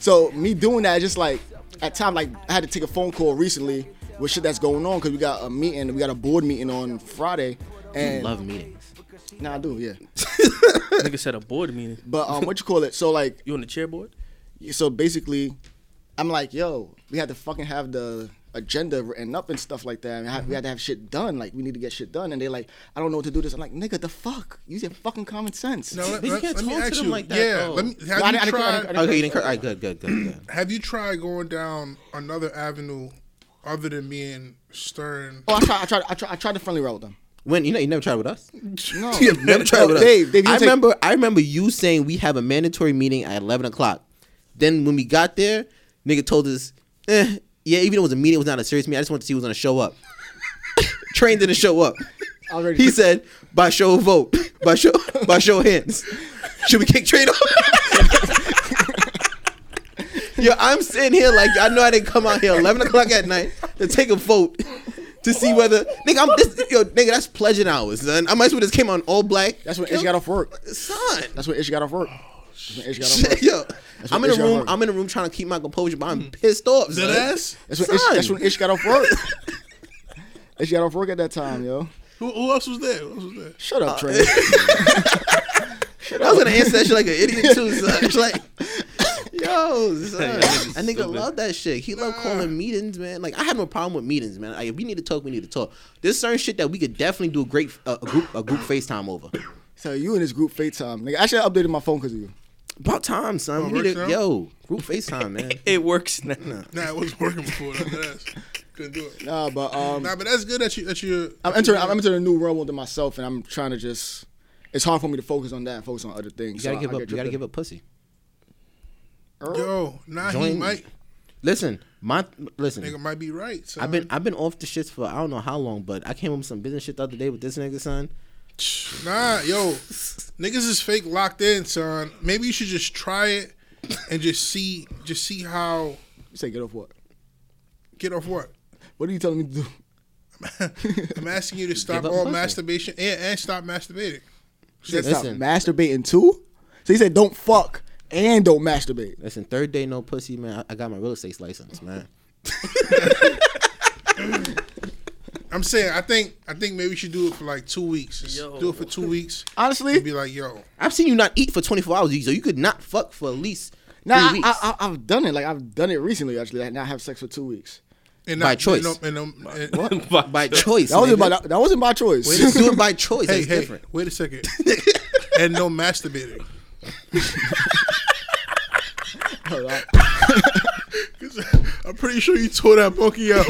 Speaker 1: so me doing that, just like at time, like I had to take a phone call recently with shit that's going on because we got a meeting, we got a board meeting on Friday, and
Speaker 3: love meetings.
Speaker 1: Nah, I do, yeah.
Speaker 4: Nigga said a board meeting.
Speaker 1: But um, what you call it? So like
Speaker 4: you on the chair board?
Speaker 1: So basically, I'm like, yo, we had to fucking have the agenda written up and stuff like that. And ha- we had to have shit done. Like we need to get shit done. And they like, I don't know what to do. This. I'm like, nigga, the fuck? Use your fucking common sense.
Speaker 2: Now, let- But you let- can't let me talk to ask them you- like that, yeah, though. let me- have you tried-
Speaker 3: Okay, you didn't. cur- All right, good, good, good. good.
Speaker 2: Have you tried going down another avenue other than being stern?
Speaker 1: Oh, I tried. I tried. I tried. I tried the friendly route with them.
Speaker 3: When you know you never tried with us.
Speaker 1: No,
Speaker 3: you have never tried
Speaker 1: No,
Speaker 3: with
Speaker 1: Dave,
Speaker 3: us.
Speaker 1: Dave, you
Speaker 3: I
Speaker 1: take-
Speaker 3: remember. I remember you saying we have a mandatory meeting at eleven o'clock. Then when we got there, nigga told us, eh, yeah, even though it was a meeting, it was not a serious meeting. I just wanted to see who was gonna show up. Train didn't show up.
Speaker 1: Already.
Speaker 3: He said, by show of vote, by show, by show of hands, should we kick Train off? Yo, I'm sitting here like I know I didn't come out here 11 o'clock at night to take a vote to see whether nigga I'm this yo nigga that's pledging hours. Son. I might as well just came on all black.
Speaker 1: That's when Ish got off work.
Speaker 3: Son,
Speaker 1: that's when Ish got off work. That's when Ish got off
Speaker 3: Shit,
Speaker 1: work.
Speaker 3: yo,
Speaker 1: That's
Speaker 3: I'm
Speaker 1: when
Speaker 3: in a
Speaker 1: Ish got off
Speaker 3: room.
Speaker 1: work.
Speaker 3: I'm in a room trying to keep my composure, but I'm pissed off. Son.
Speaker 2: Deadass?
Speaker 1: That's when, Ish, that's when Ish got off work. Ish got off work at that time, yo.
Speaker 2: Who, who else was there? Who else was there?
Speaker 1: Shut
Speaker 3: Uh,
Speaker 1: up, Trey.
Speaker 3: I was gonna answer that shit like an idiot too. Son. It's like, yo, son,
Speaker 4: nigga's
Speaker 3: I nigga
Speaker 4: stupid.
Speaker 3: love that shit. He love calling meetings, man. Like I have no problem with meetings, man. Like, if we need to talk, we need to talk. There's certain shit that we could definitely do a great uh, a group a group FaceTime over.
Speaker 1: So you in this group FaceTime, nigga. Actually, I updated my phone because of you.
Speaker 3: About time, son.
Speaker 1: Oh,
Speaker 3: we
Speaker 1: works
Speaker 3: need
Speaker 1: now?
Speaker 3: to, yo, group FaceTime, man.
Speaker 4: it works now.
Speaker 2: Nah, it was working before. That. That's, couldn't do it.
Speaker 1: Nah, but um,
Speaker 2: nah, but that's good that you that you.
Speaker 1: I'm entering. I'm entering a new realm within myself, and I'm trying to just. It's hard for me to focus on that and focus on other
Speaker 3: You
Speaker 1: things.
Speaker 3: gotta
Speaker 1: So I-
Speaker 3: give
Speaker 1: I
Speaker 3: up.
Speaker 1: get
Speaker 3: You gotta
Speaker 1: tripping.
Speaker 3: give up pussy.
Speaker 2: Yo, nah, he
Speaker 3: Join-
Speaker 2: might.
Speaker 3: Listen, my listen.
Speaker 2: Nigga might be right.
Speaker 3: I've been I've been off the shits for I don't know how long, but I came home with some business shit the other day with this nigga son.
Speaker 2: Nah, yo, niggas is fake locked in, son. Maybe you should just try it and just see, just see how.
Speaker 1: You say get off what?
Speaker 2: Get off what?
Speaker 1: What are you telling me to do?
Speaker 2: I'm asking you to stop
Speaker 1: up
Speaker 2: all
Speaker 1: pussy.
Speaker 2: masturbation and, and stop masturbating.
Speaker 1: Should I stop masturbating too? So he said, "Don't fuck and don't masturbate."
Speaker 3: Listen, third day no pussy, man. I, I got my real estate license, man.
Speaker 2: I'm saying, I think, I think maybe you should do it for like two weeks. Just do it for two weeks.
Speaker 1: Honestly,
Speaker 2: be like, yo,
Speaker 3: I've seen you not eat for 24 hours, so you could not fuck for at least
Speaker 1: Nah, I,
Speaker 3: three weeks.
Speaker 1: I, I, have done it. Like I've done it recently. Actually, like, now I have sex for two weeks.
Speaker 2: and
Speaker 3: By
Speaker 2: not-
Speaker 3: choice.
Speaker 2: And, um, and,
Speaker 3: What? by choice.
Speaker 1: That wasn't by
Speaker 3: nigga.
Speaker 1: that, that wasn't by choice.
Speaker 3: Wait, let's do it by choice.
Speaker 2: hey,
Speaker 3: That's
Speaker 2: hey,
Speaker 3: different.
Speaker 2: wait a second. and no masturbating. I'm pretty sure you tore that monkey out.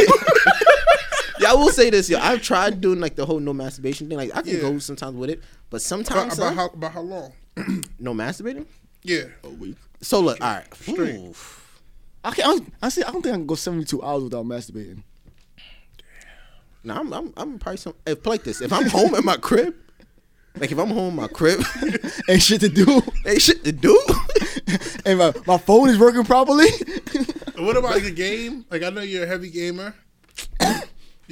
Speaker 3: Yeah, I will say this, yo. I've tried doing like the whole no masturbation thing. Like I can
Speaker 2: Yeah.
Speaker 3: go sometimes with it, but
Speaker 2: about,
Speaker 3: sometimes
Speaker 2: about
Speaker 3: son,
Speaker 2: how about how long?
Speaker 3: no masturbating.
Speaker 2: Yeah.
Speaker 3: So look, all right.
Speaker 2: Straight.
Speaker 3: Oof.
Speaker 1: I can't. I don't- Honestly, I don't think I can go 72 hours without masturbating.
Speaker 3: No, I'm, I'm, I'm probably some. If like this, if I'm home at my crib, like if I'm home at my crib,
Speaker 1: Ain't shit to do.
Speaker 3: Ain't shit to do.
Speaker 1: and my, my phone is working properly.
Speaker 2: What about the game? Like I know you're a heavy gamer.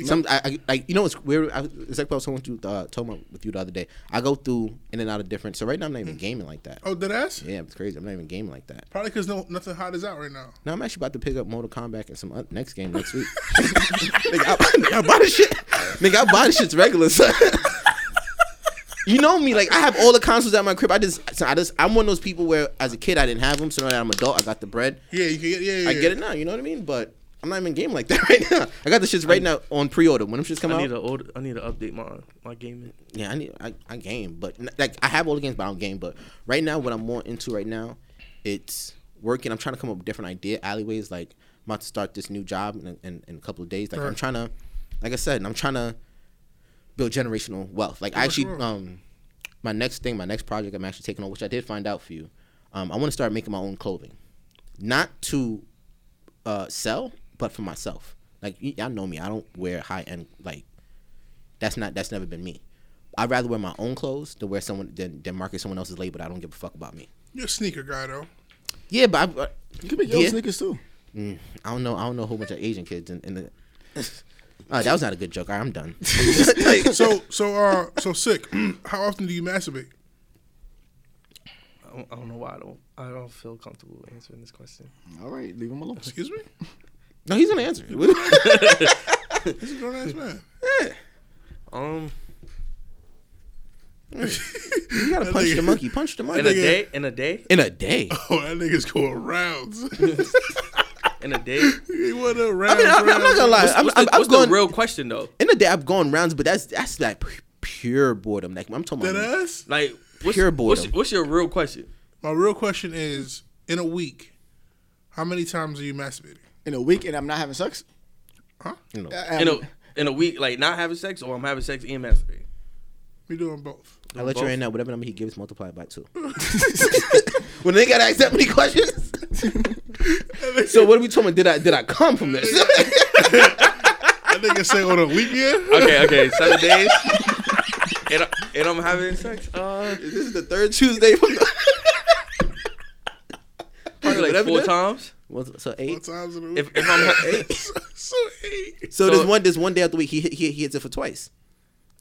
Speaker 3: some I, I like you know it's weird. I, it's like what I was talking to uh, talking about with you the other day. I go through in and out of different. So right now I'm not even gaming like that.
Speaker 2: Oh, did ass?
Speaker 3: Yeah, it's crazy. I'm not even gaming like that.
Speaker 2: Probably because no nothing hot is out right now.
Speaker 3: Now I'm actually about to pick up Mortal Kombat and some uh, next game next week. nigga, I, nigga, I buy this shit. Nigga, I buy this shit's regular. Son. you know me, like I have all the consoles at my crib. I just, so I just, I'm one of those people where as a kid I didn't have them. So now that I'm an adult, I got the bread.
Speaker 2: Yeah, you can get yeah, yeah.
Speaker 3: I get it now. You know what I mean? But I'm not even game like that right now. I got the shits right now on pre-order. When them shits come
Speaker 4: I
Speaker 3: out,
Speaker 4: need to order, I need to update my my gaming.
Speaker 3: yeah, I need I, I game, but n- like I have all the games, but I don't game. But right now, what I'm more into right now, it's working. I'm trying to come up with different idea alleyways. Like I'm about to start this new job in, in, in a couple of days. Like I'm
Speaker 14: Right.
Speaker 3: trying to, like I said, I'm trying to build generational wealth. Like I
Speaker 14: Yeah,
Speaker 3: actually,
Speaker 14: sure.
Speaker 3: um, my next thing, my next project, I'm actually taking on, which I did find out for you. Um, I want to start making my own clothing, not to uh, sell, but for myself. Like y- y'all know me, I don't wear high end like that's not that's never been me. I'd rather wear my own clothes than wear someone than, than market someone else's label. that I don't give a fuck about me.
Speaker 2: You're a sneaker guy though.
Speaker 3: Yeah, but I, uh,
Speaker 1: you can make your own sneakers too.
Speaker 3: Mm, I don't know. I don't know a whole bunch of Asian kids in, in the. Uh, that was not a good joke. All right, I'm done.
Speaker 2: so so uh so sick. How often do you masturbate?
Speaker 4: I don't, I don't know why I don't. I don't feel comfortable answering this question.
Speaker 1: All right, leave him alone.
Speaker 2: Excuse me.
Speaker 3: No, he's gonna answer.
Speaker 2: He's a grown ass man.
Speaker 4: Um.
Speaker 3: You gotta
Speaker 2: That
Speaker 3: punch
Speaker 2: nigga-
Speaker 3: the monkey. Punch the monkey.
Speaker 4: In a day? In a day?
Speaker 3: In a day.
Speaker 2: Oh, that nigga's going rounds.
Speaker 4: In a day.
Speaker 2: he went a
Speaker 3: I
Speaker 2: round.
Speaker 3: mean, I'm, I'm not gonna lie.
Speaker 4: What's-
Speaker 3: I'm,
Speaker 4: what's
Speaker 3: I'm,
Speaker 4: the-
Speaker 3: I'm
Speaker 4: what's the
Speaker 3: going
Speaker 4: real question though.
Speaker 3: In the day, I've gone rounds, but that's that's like pu- pure boredom. Like I'm talking about
Speaker 2: ass?
Speaker 4: Like what's,
Speaker 3: Pure
Speaker 4: what's,
Speaker 3: boredom.
Speaker 4: what's your real question?
Speaker 2: My real question is: In a week, how many times are you masturbating?
Speaker 1: In a week, and I'm not having sex. Um,
Speaker 2: Huh?
Speaker 3: No.
Speaker 4: In a in a week, like not having sex, or I'm having sex and masturbating.
Speaker 2: We doing both.
Speaker 3: I let you
Speaker 4: Both.
Speaker 3: right now. Whatever number he gives, multiply it by two. when they gotta ask that many questions. so what are we talking? about? Did I did I come from this?
Speaker 2: I think I say on a week year.
Speaker 4: Okay, okay, seven days. And, I, and I'm having sex. Uh,
Speaker 3: this is the third Tuesday. From the-
Speaker 4: probably like
Speaker 3: Whatever
Speaker 4: four
Speaker 3: that-
Speaker 4: times.
Speaker 3: What's- So eight.
Speaker 2: times in a
Speaker 4: If, if I'm
Speaker 2: so eight.
Speaker 3: So, this one this one day out the week he hit- he, he hits it for twice.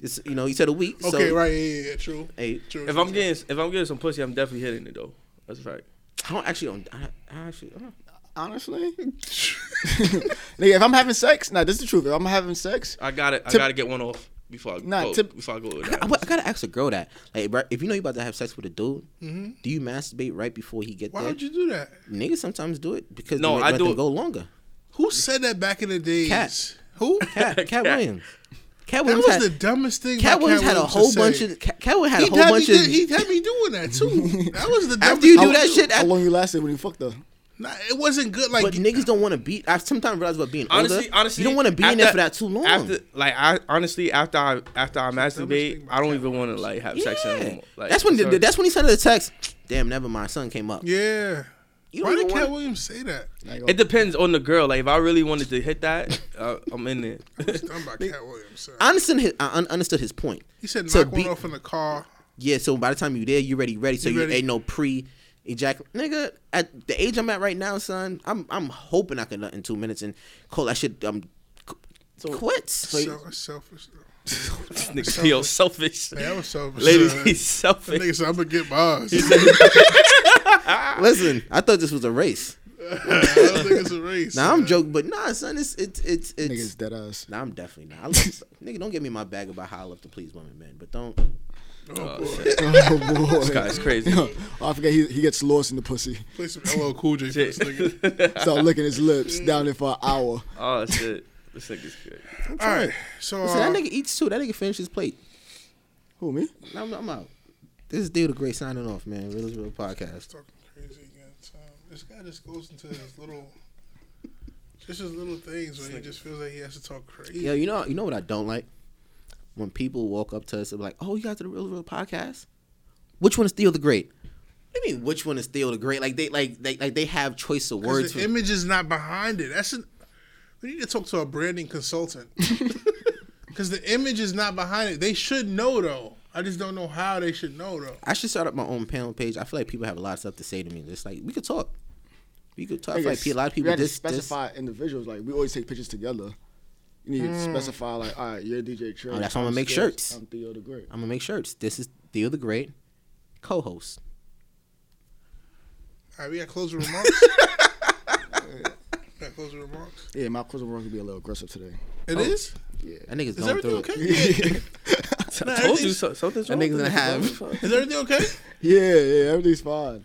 Speaker 3: It's you know he said a week. so-
Speaker 2: Okay, right? Yeah, yeah, yeah, true.
Speaker 3: Eight.
Speaker 2: True.
Speaker 4: If I'm getting if I'm getting some pussy, I'm definitely hitting it though. That's a fact.
Speaker 3: I don't actually don't. I, I actually. I don't.
Speaker 1: Honestly, nigga, if I'm having sex, nah, this is the truth. If I'm having sex,
Speaker 4: I got it. I
Speaker 1: Tip-
Speaker 4: gotta get one off before I
Speaker 1: Nah,
Speaker 4: go,
Speaker 1: tip-
Speaker 4: before I go with
Speaker 3: I,
Speaker 4: that.
Speaker 3: I gotta ask a girl that like bruh, if you know you about to have sex with a dude,
Speaker 2: Mhm.
Speaker 3: do you masturbate right before he get
Speaker 2: Why
Speaker 3: there?
Speaker 2: would you do that?
Speaker 3: Niggas sometimes do it because
Speaker 4: No,
Speaker 3: no, they
Speaker 4: I
Speaker 3: I
Speaker 4: do
Speaker 3: do
Speaker 4: it-
Speaker 3: go longer.
Speaker 2: Who said that back in the days?
Speaker 3: Cat.
Speaker 2: Who?
Speaker 3: Cat, Cat, Williams. Cat
Speaker 2: That
Speaker 3: Williams
Speaker 2: was
Speaker 3: had,
Speaker 2: the dumbest thing.
Speaker 3: Cat
Speaker 2: by
Speaker 3: Williams had a
Speaker 2: to
Speaker 3: whole bunch
Speaker 2: say.
Speaker 3: of- Cat- Cat Williams had a
Speaker 2: He
Speaker 3: whole
Speaker 2: had me
Speaker 3: bunch of-
Speaker 2: did- He had me doing that too. That was the dumbest.
Speaker 3: After you do
Speaker 2: thing.
Speaker 3: that shit,
Speaker 1: how long you lasted when you fucked though?
Speaker 2: Nah, it wasn't good. Like
Speaker 3: but niggas don't want to be. I sometimes realize about being
Speaker 4: honestly,
Speaker 3: older.
Speaker 4: honestly,
Speaker 3: you don't want to be in there for
Speaker 4: after-
Speaker 3: that too long.
Speaker 4: After, like, I honestly, after I after I masturbate, I don't even want to like have sex
Speaker 3: Yeah.
Speaker 4: anymore. Like,
Speaker 3: that's when
Speaker 4: sorry.
Speaker 3: that's when he sent her the text. Damn, never mind. Son came up.
Speaker 2: Yeah.
Speaker 3: You
Speaker 2: Why
Speaker 3: don't
Speaker 2: did
Speaker 3: even
Speaker 2: Cat
Speaker 3: wanna-
Speaker 2: Williams say that?
Speaker 4: it depends on the girl. Like, if I really wanted to hit that, uh, I'm in there.
Speaker 2: I'm about Cat Williams. son.
Speaker 3: I understood his, I un- understood his point.
Speaker 2: He said
Speaker 3: So
Speaker 2: knock
Speaker 3: be-
Speaker 2: one off in the car.
Speaker 3: Yeah, so by the time you there, you ready, ready. So
Speaker 2: You
Speaker 3: you,
Speaker 2: ready.
Speaker 3: ain't no pre ejaculate, nigga. At the age I'm at right now, son, I'm I'm hoping I can nut in two minutes and call that shit um qu- quits.
Speaker 2: So selfish.
Speaker 4: This nigga feel selfish.
Speaker 2: Man, that was selfish.
Speaker 4: Ladies,
Speaker 2: son.
Speaker 4: he's selfish.
Speaker 2: That nigga said, I'm gonna get mine. ah.
Speaker 3: Listen, I thought this was a race.
Speaker 2: I don't think it's a race.
Speaker 3: Now I'm joking, but nah, son, it's it's it's it's.
Speaker 1: Niggas dead ass.
Speaker 3: Nah, I'm definitely not. I love, nigga, don't give me my bag about how I love to please women, man. But don't.
Speaker 2: Oh,
Speaker 1: Oh boy,
Speaker 4: This guy's crazy.
Speaker 1: oh, I forget he, he gets lost in the pussy.
Speaker 2: Play some LL Cool J for this nigga.
Speaker 1: Start licking his lips down there for an hour.
Speaker 4: Oh shit, this nigga's good.
Speaker 2: All right. So
Speaker 3: Listen,
Speaker 2: uh,
Speaker 3: that nigga eats too. That nigga finished his plate.
Speaker 1: Who me?
Speaker 3: I'm, I'm out. This is Deal the Great signing off, man. Real is real podcast.
Speaker 2: talking crazy again. So, this guy just goes into his little, just his little things when he just feels like he has to talk crazy.
Speaker 3: Yo, you know, you know what I don't like when people walk up to us and be like, "Oh, you guys are the Real is Real podcast." Which one is Deal the Great? What do you mean? Which one is Deal the Great? Like they like they like they have choice of
Speaker 2: 'Cause
Speaker 3: words.
Speaker 2: the
Speaker 3: for-
Speaker 2: image is not behind it. That's an, we need to talk to a branding consultant because the image is not behind it. They should know though. I just don't know how they should know though.
Speaker 3: I should start up my own panel page. I feel like people have a lot of stuff to say to me. It's like we could talk. We could talk. I feel like a lot of
Speaker 1: you
Speaker 3: people
Speaker 1: had to
Speaker 3: just
Speaker 1: specify individuals. Like we always take pictures together. You need to
Speaker 3: Mm.
Speaker 1: specify like, all right, you're DJ Trey.
Speaker 3: Oh, that's why I'm gonna
Speaker 1: I'm
Speaker 3: make
Speaker 1: Sketch,
Speaker 3: shirts.
Speaker 1: I'm Theo the Great.
Speaker 3: I'm gonna make shirts. This is Theo the Great, co-host.
Speaker 2: All right, we got closing remarks. got closing remarks.
Speaker 1: Yeah, my closing remarks will be a little aggressive today.
Speaker 2: It
Speaker 1: It
Speaker 2: Oh.
Speaker 1: is.
Speaker 2: is?
Speaker 1: Yeah.
Speaker 3: That nigga's
Speaker 2: Is
Speaker 3: going through
Speaker 2: everything
Speaker 3: it.
Speaker 1: okay?
Speaker 4: I told you so- something's
Speaker 3: That
Speaker 4: wrong
Speaker 3: nigga's
Speaker 4: with
Speaker 3: gonna
Speaker 4: this,
Speaker 3: have.
Speaker 2: Is everything okay?
Speaker 1: Yeah, yeah, everything's fine.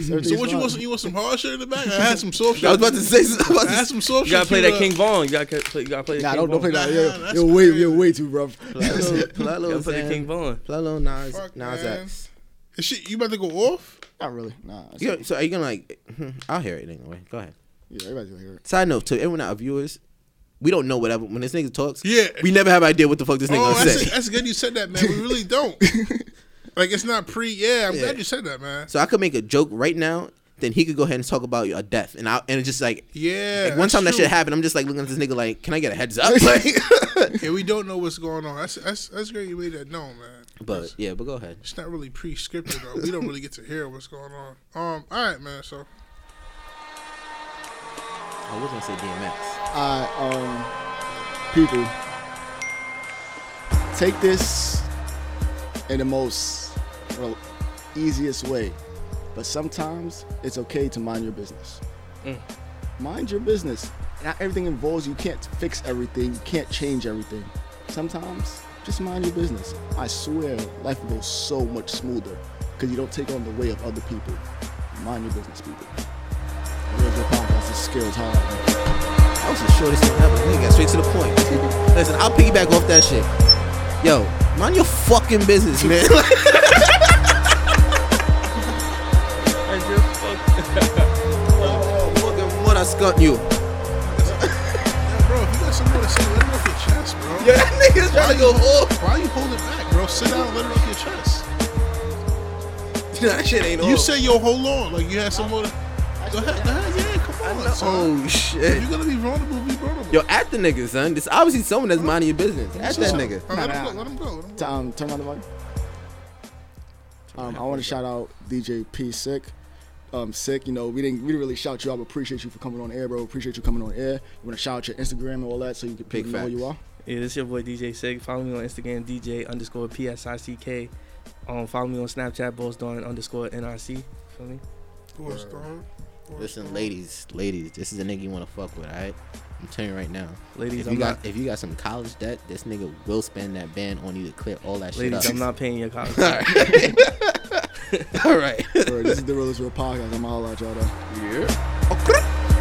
Speaker 2: So what you want? Some, you want some hard shit in the back? I had some soft shit.
Speaker 3: I was about to say. I was about to
Speaker 2: I had some soft
Speaker 4: You gotta
Speaker 2: shit. uh,
Speaker 4: play
Speaker 2: queued
Speaker 4: that
Speaker 2: up.
Speaker 4: King Vaughn. You gotta play. You gotta play.
Speaker 1: Nah,
Speaker 4: King
Speaker 1: don't, don't play
Speaker 4: Vaughn.
Speaker 1: that.
Speaker 2: Nah,
Speaker 1: You're,
Speaker 2: that's
Speaker 1: you're way, you're way too rough.
Speaker 3: Play a little, play a little
Speaker 4: Gotta play the
Speaker 3: Zan.
Speaker 4: King Vaughn.
Speaker 3: Play a little Nas,
Speaker 2: Fuck,
Speaker 3: Nas
Speaker 2: man.
Speaker 3: X.
Speaker 2: Is she, you about to go off?
Speaker 1: Not really. Nah.
Speaker 3: You know, so are you gonna like? I'll hear it anyway. Go ahead.
Speaker 1: Yeah, everybody's gonna hear it.
Speaker 3: Side note to everyone our viewers, we don't know whatever when this nigga talks. Yeah, we never have idea what the fuck this nigga
Speaker 2: oh,
Speaker 3: gonna
Speaker 2: that's,
Speaker 3: say.
Speaker 2: that's good you said that, man. We really don't. like, it's not pre. Yeah, I'm glad you said that, man.
Speaker 3: So I could make a joke right now, then he could go ahead and talk about your death, and I and it's just like
Speaker 2: Yeah.
Speaker 3: like, one
Speaker 2: that's
Speaker 3: time that
Speaker 2: true.
Speaker 3: shit happened, I'm just like looking at this nigga like, can I get a heads up? Like,
Speaker 2: yeah, we don't know what's going on. That's that's, that's great you made that known, man.
Speaker 3: but yeah, but go ahead.
Speaker 2: It's not really pre-scripted though. We don't really get to hear what's going on. Um, all right, man. So
Speaker 3: I was gonna say DMX.
Speaker 1: I um people take this in the most well, easiest way, but sometimes it's okay to mind your business. Mind your business. Not everything involves you can't fix everything, you can't change everything. Sometimes just mind your business. I swear life will go so much smoother because you don't take on the way of other people. Mind your business, people. Real good podcast is skills hard.
Speaker 3: That was the shortest thing ever. Nigga got straight to the point. Listen, I'll piggyback off that shit. Yo, mind your fucking business, man. what I scut you.
Speaker 2: bro, if you got something to say, let it off your chest, bro.
Speaker 3: Yeah, that nigga's trying to go off.
Speaker 2: Why you holding back, bro? Sit down, let it off your chest.
Speaker 3: that shit ain't
Speaker 2: You
Speaker 3: off.
Speaker 2: say yo, hold on, like you had some more. to- Go ahead, go ahead, yeah, come on. son.
Speaker 3: Oh shit.
Speaker 2: If you're gonna be vulnerable, be vulnerable.
Speaker 3: Yo, at the nigga, son. There's obviously someone that's minding your business. At that nigga.
Speaker 2: Nah, let him go, let him go.
Speaker 1: T- Um, turn on the mic. Um, I want to shout out DJ P Sick. Um, sick, you know, we didn't we didn't really shout you out. but Appreciate you for coming on air, bro. Appreciate you coming on air. You want to shout out your Instagram and all that so you can people know who you are.
Speaker 4: Yeah, this your boy DJ Sig. Follow me on Instagram, DJ underscore PSICK. Um, follow me on Snapchat, Boston underscore NRC. Feel me?
Speaker 2: What's wrong?
Speaker 3: Listen, ladies, ladies, this is a nigga you want to fuck with, all right? I'm telling you right now,
Speaker 4: Ladies,
Speaker 3: If you
Speaker 4: I'm
Speaker 3: got if you got some college debt, this nigga will spend that band on you to clear all that shit
Speaker 4: Ladies,
Speaker 3: up.
Speaker 4: I'm not paying your college.
Speaker 3: All right.
Speaker 1: Word, this is the realest real podcast. I'm gonna holler at y'all though.
Speaker 3: Yeah.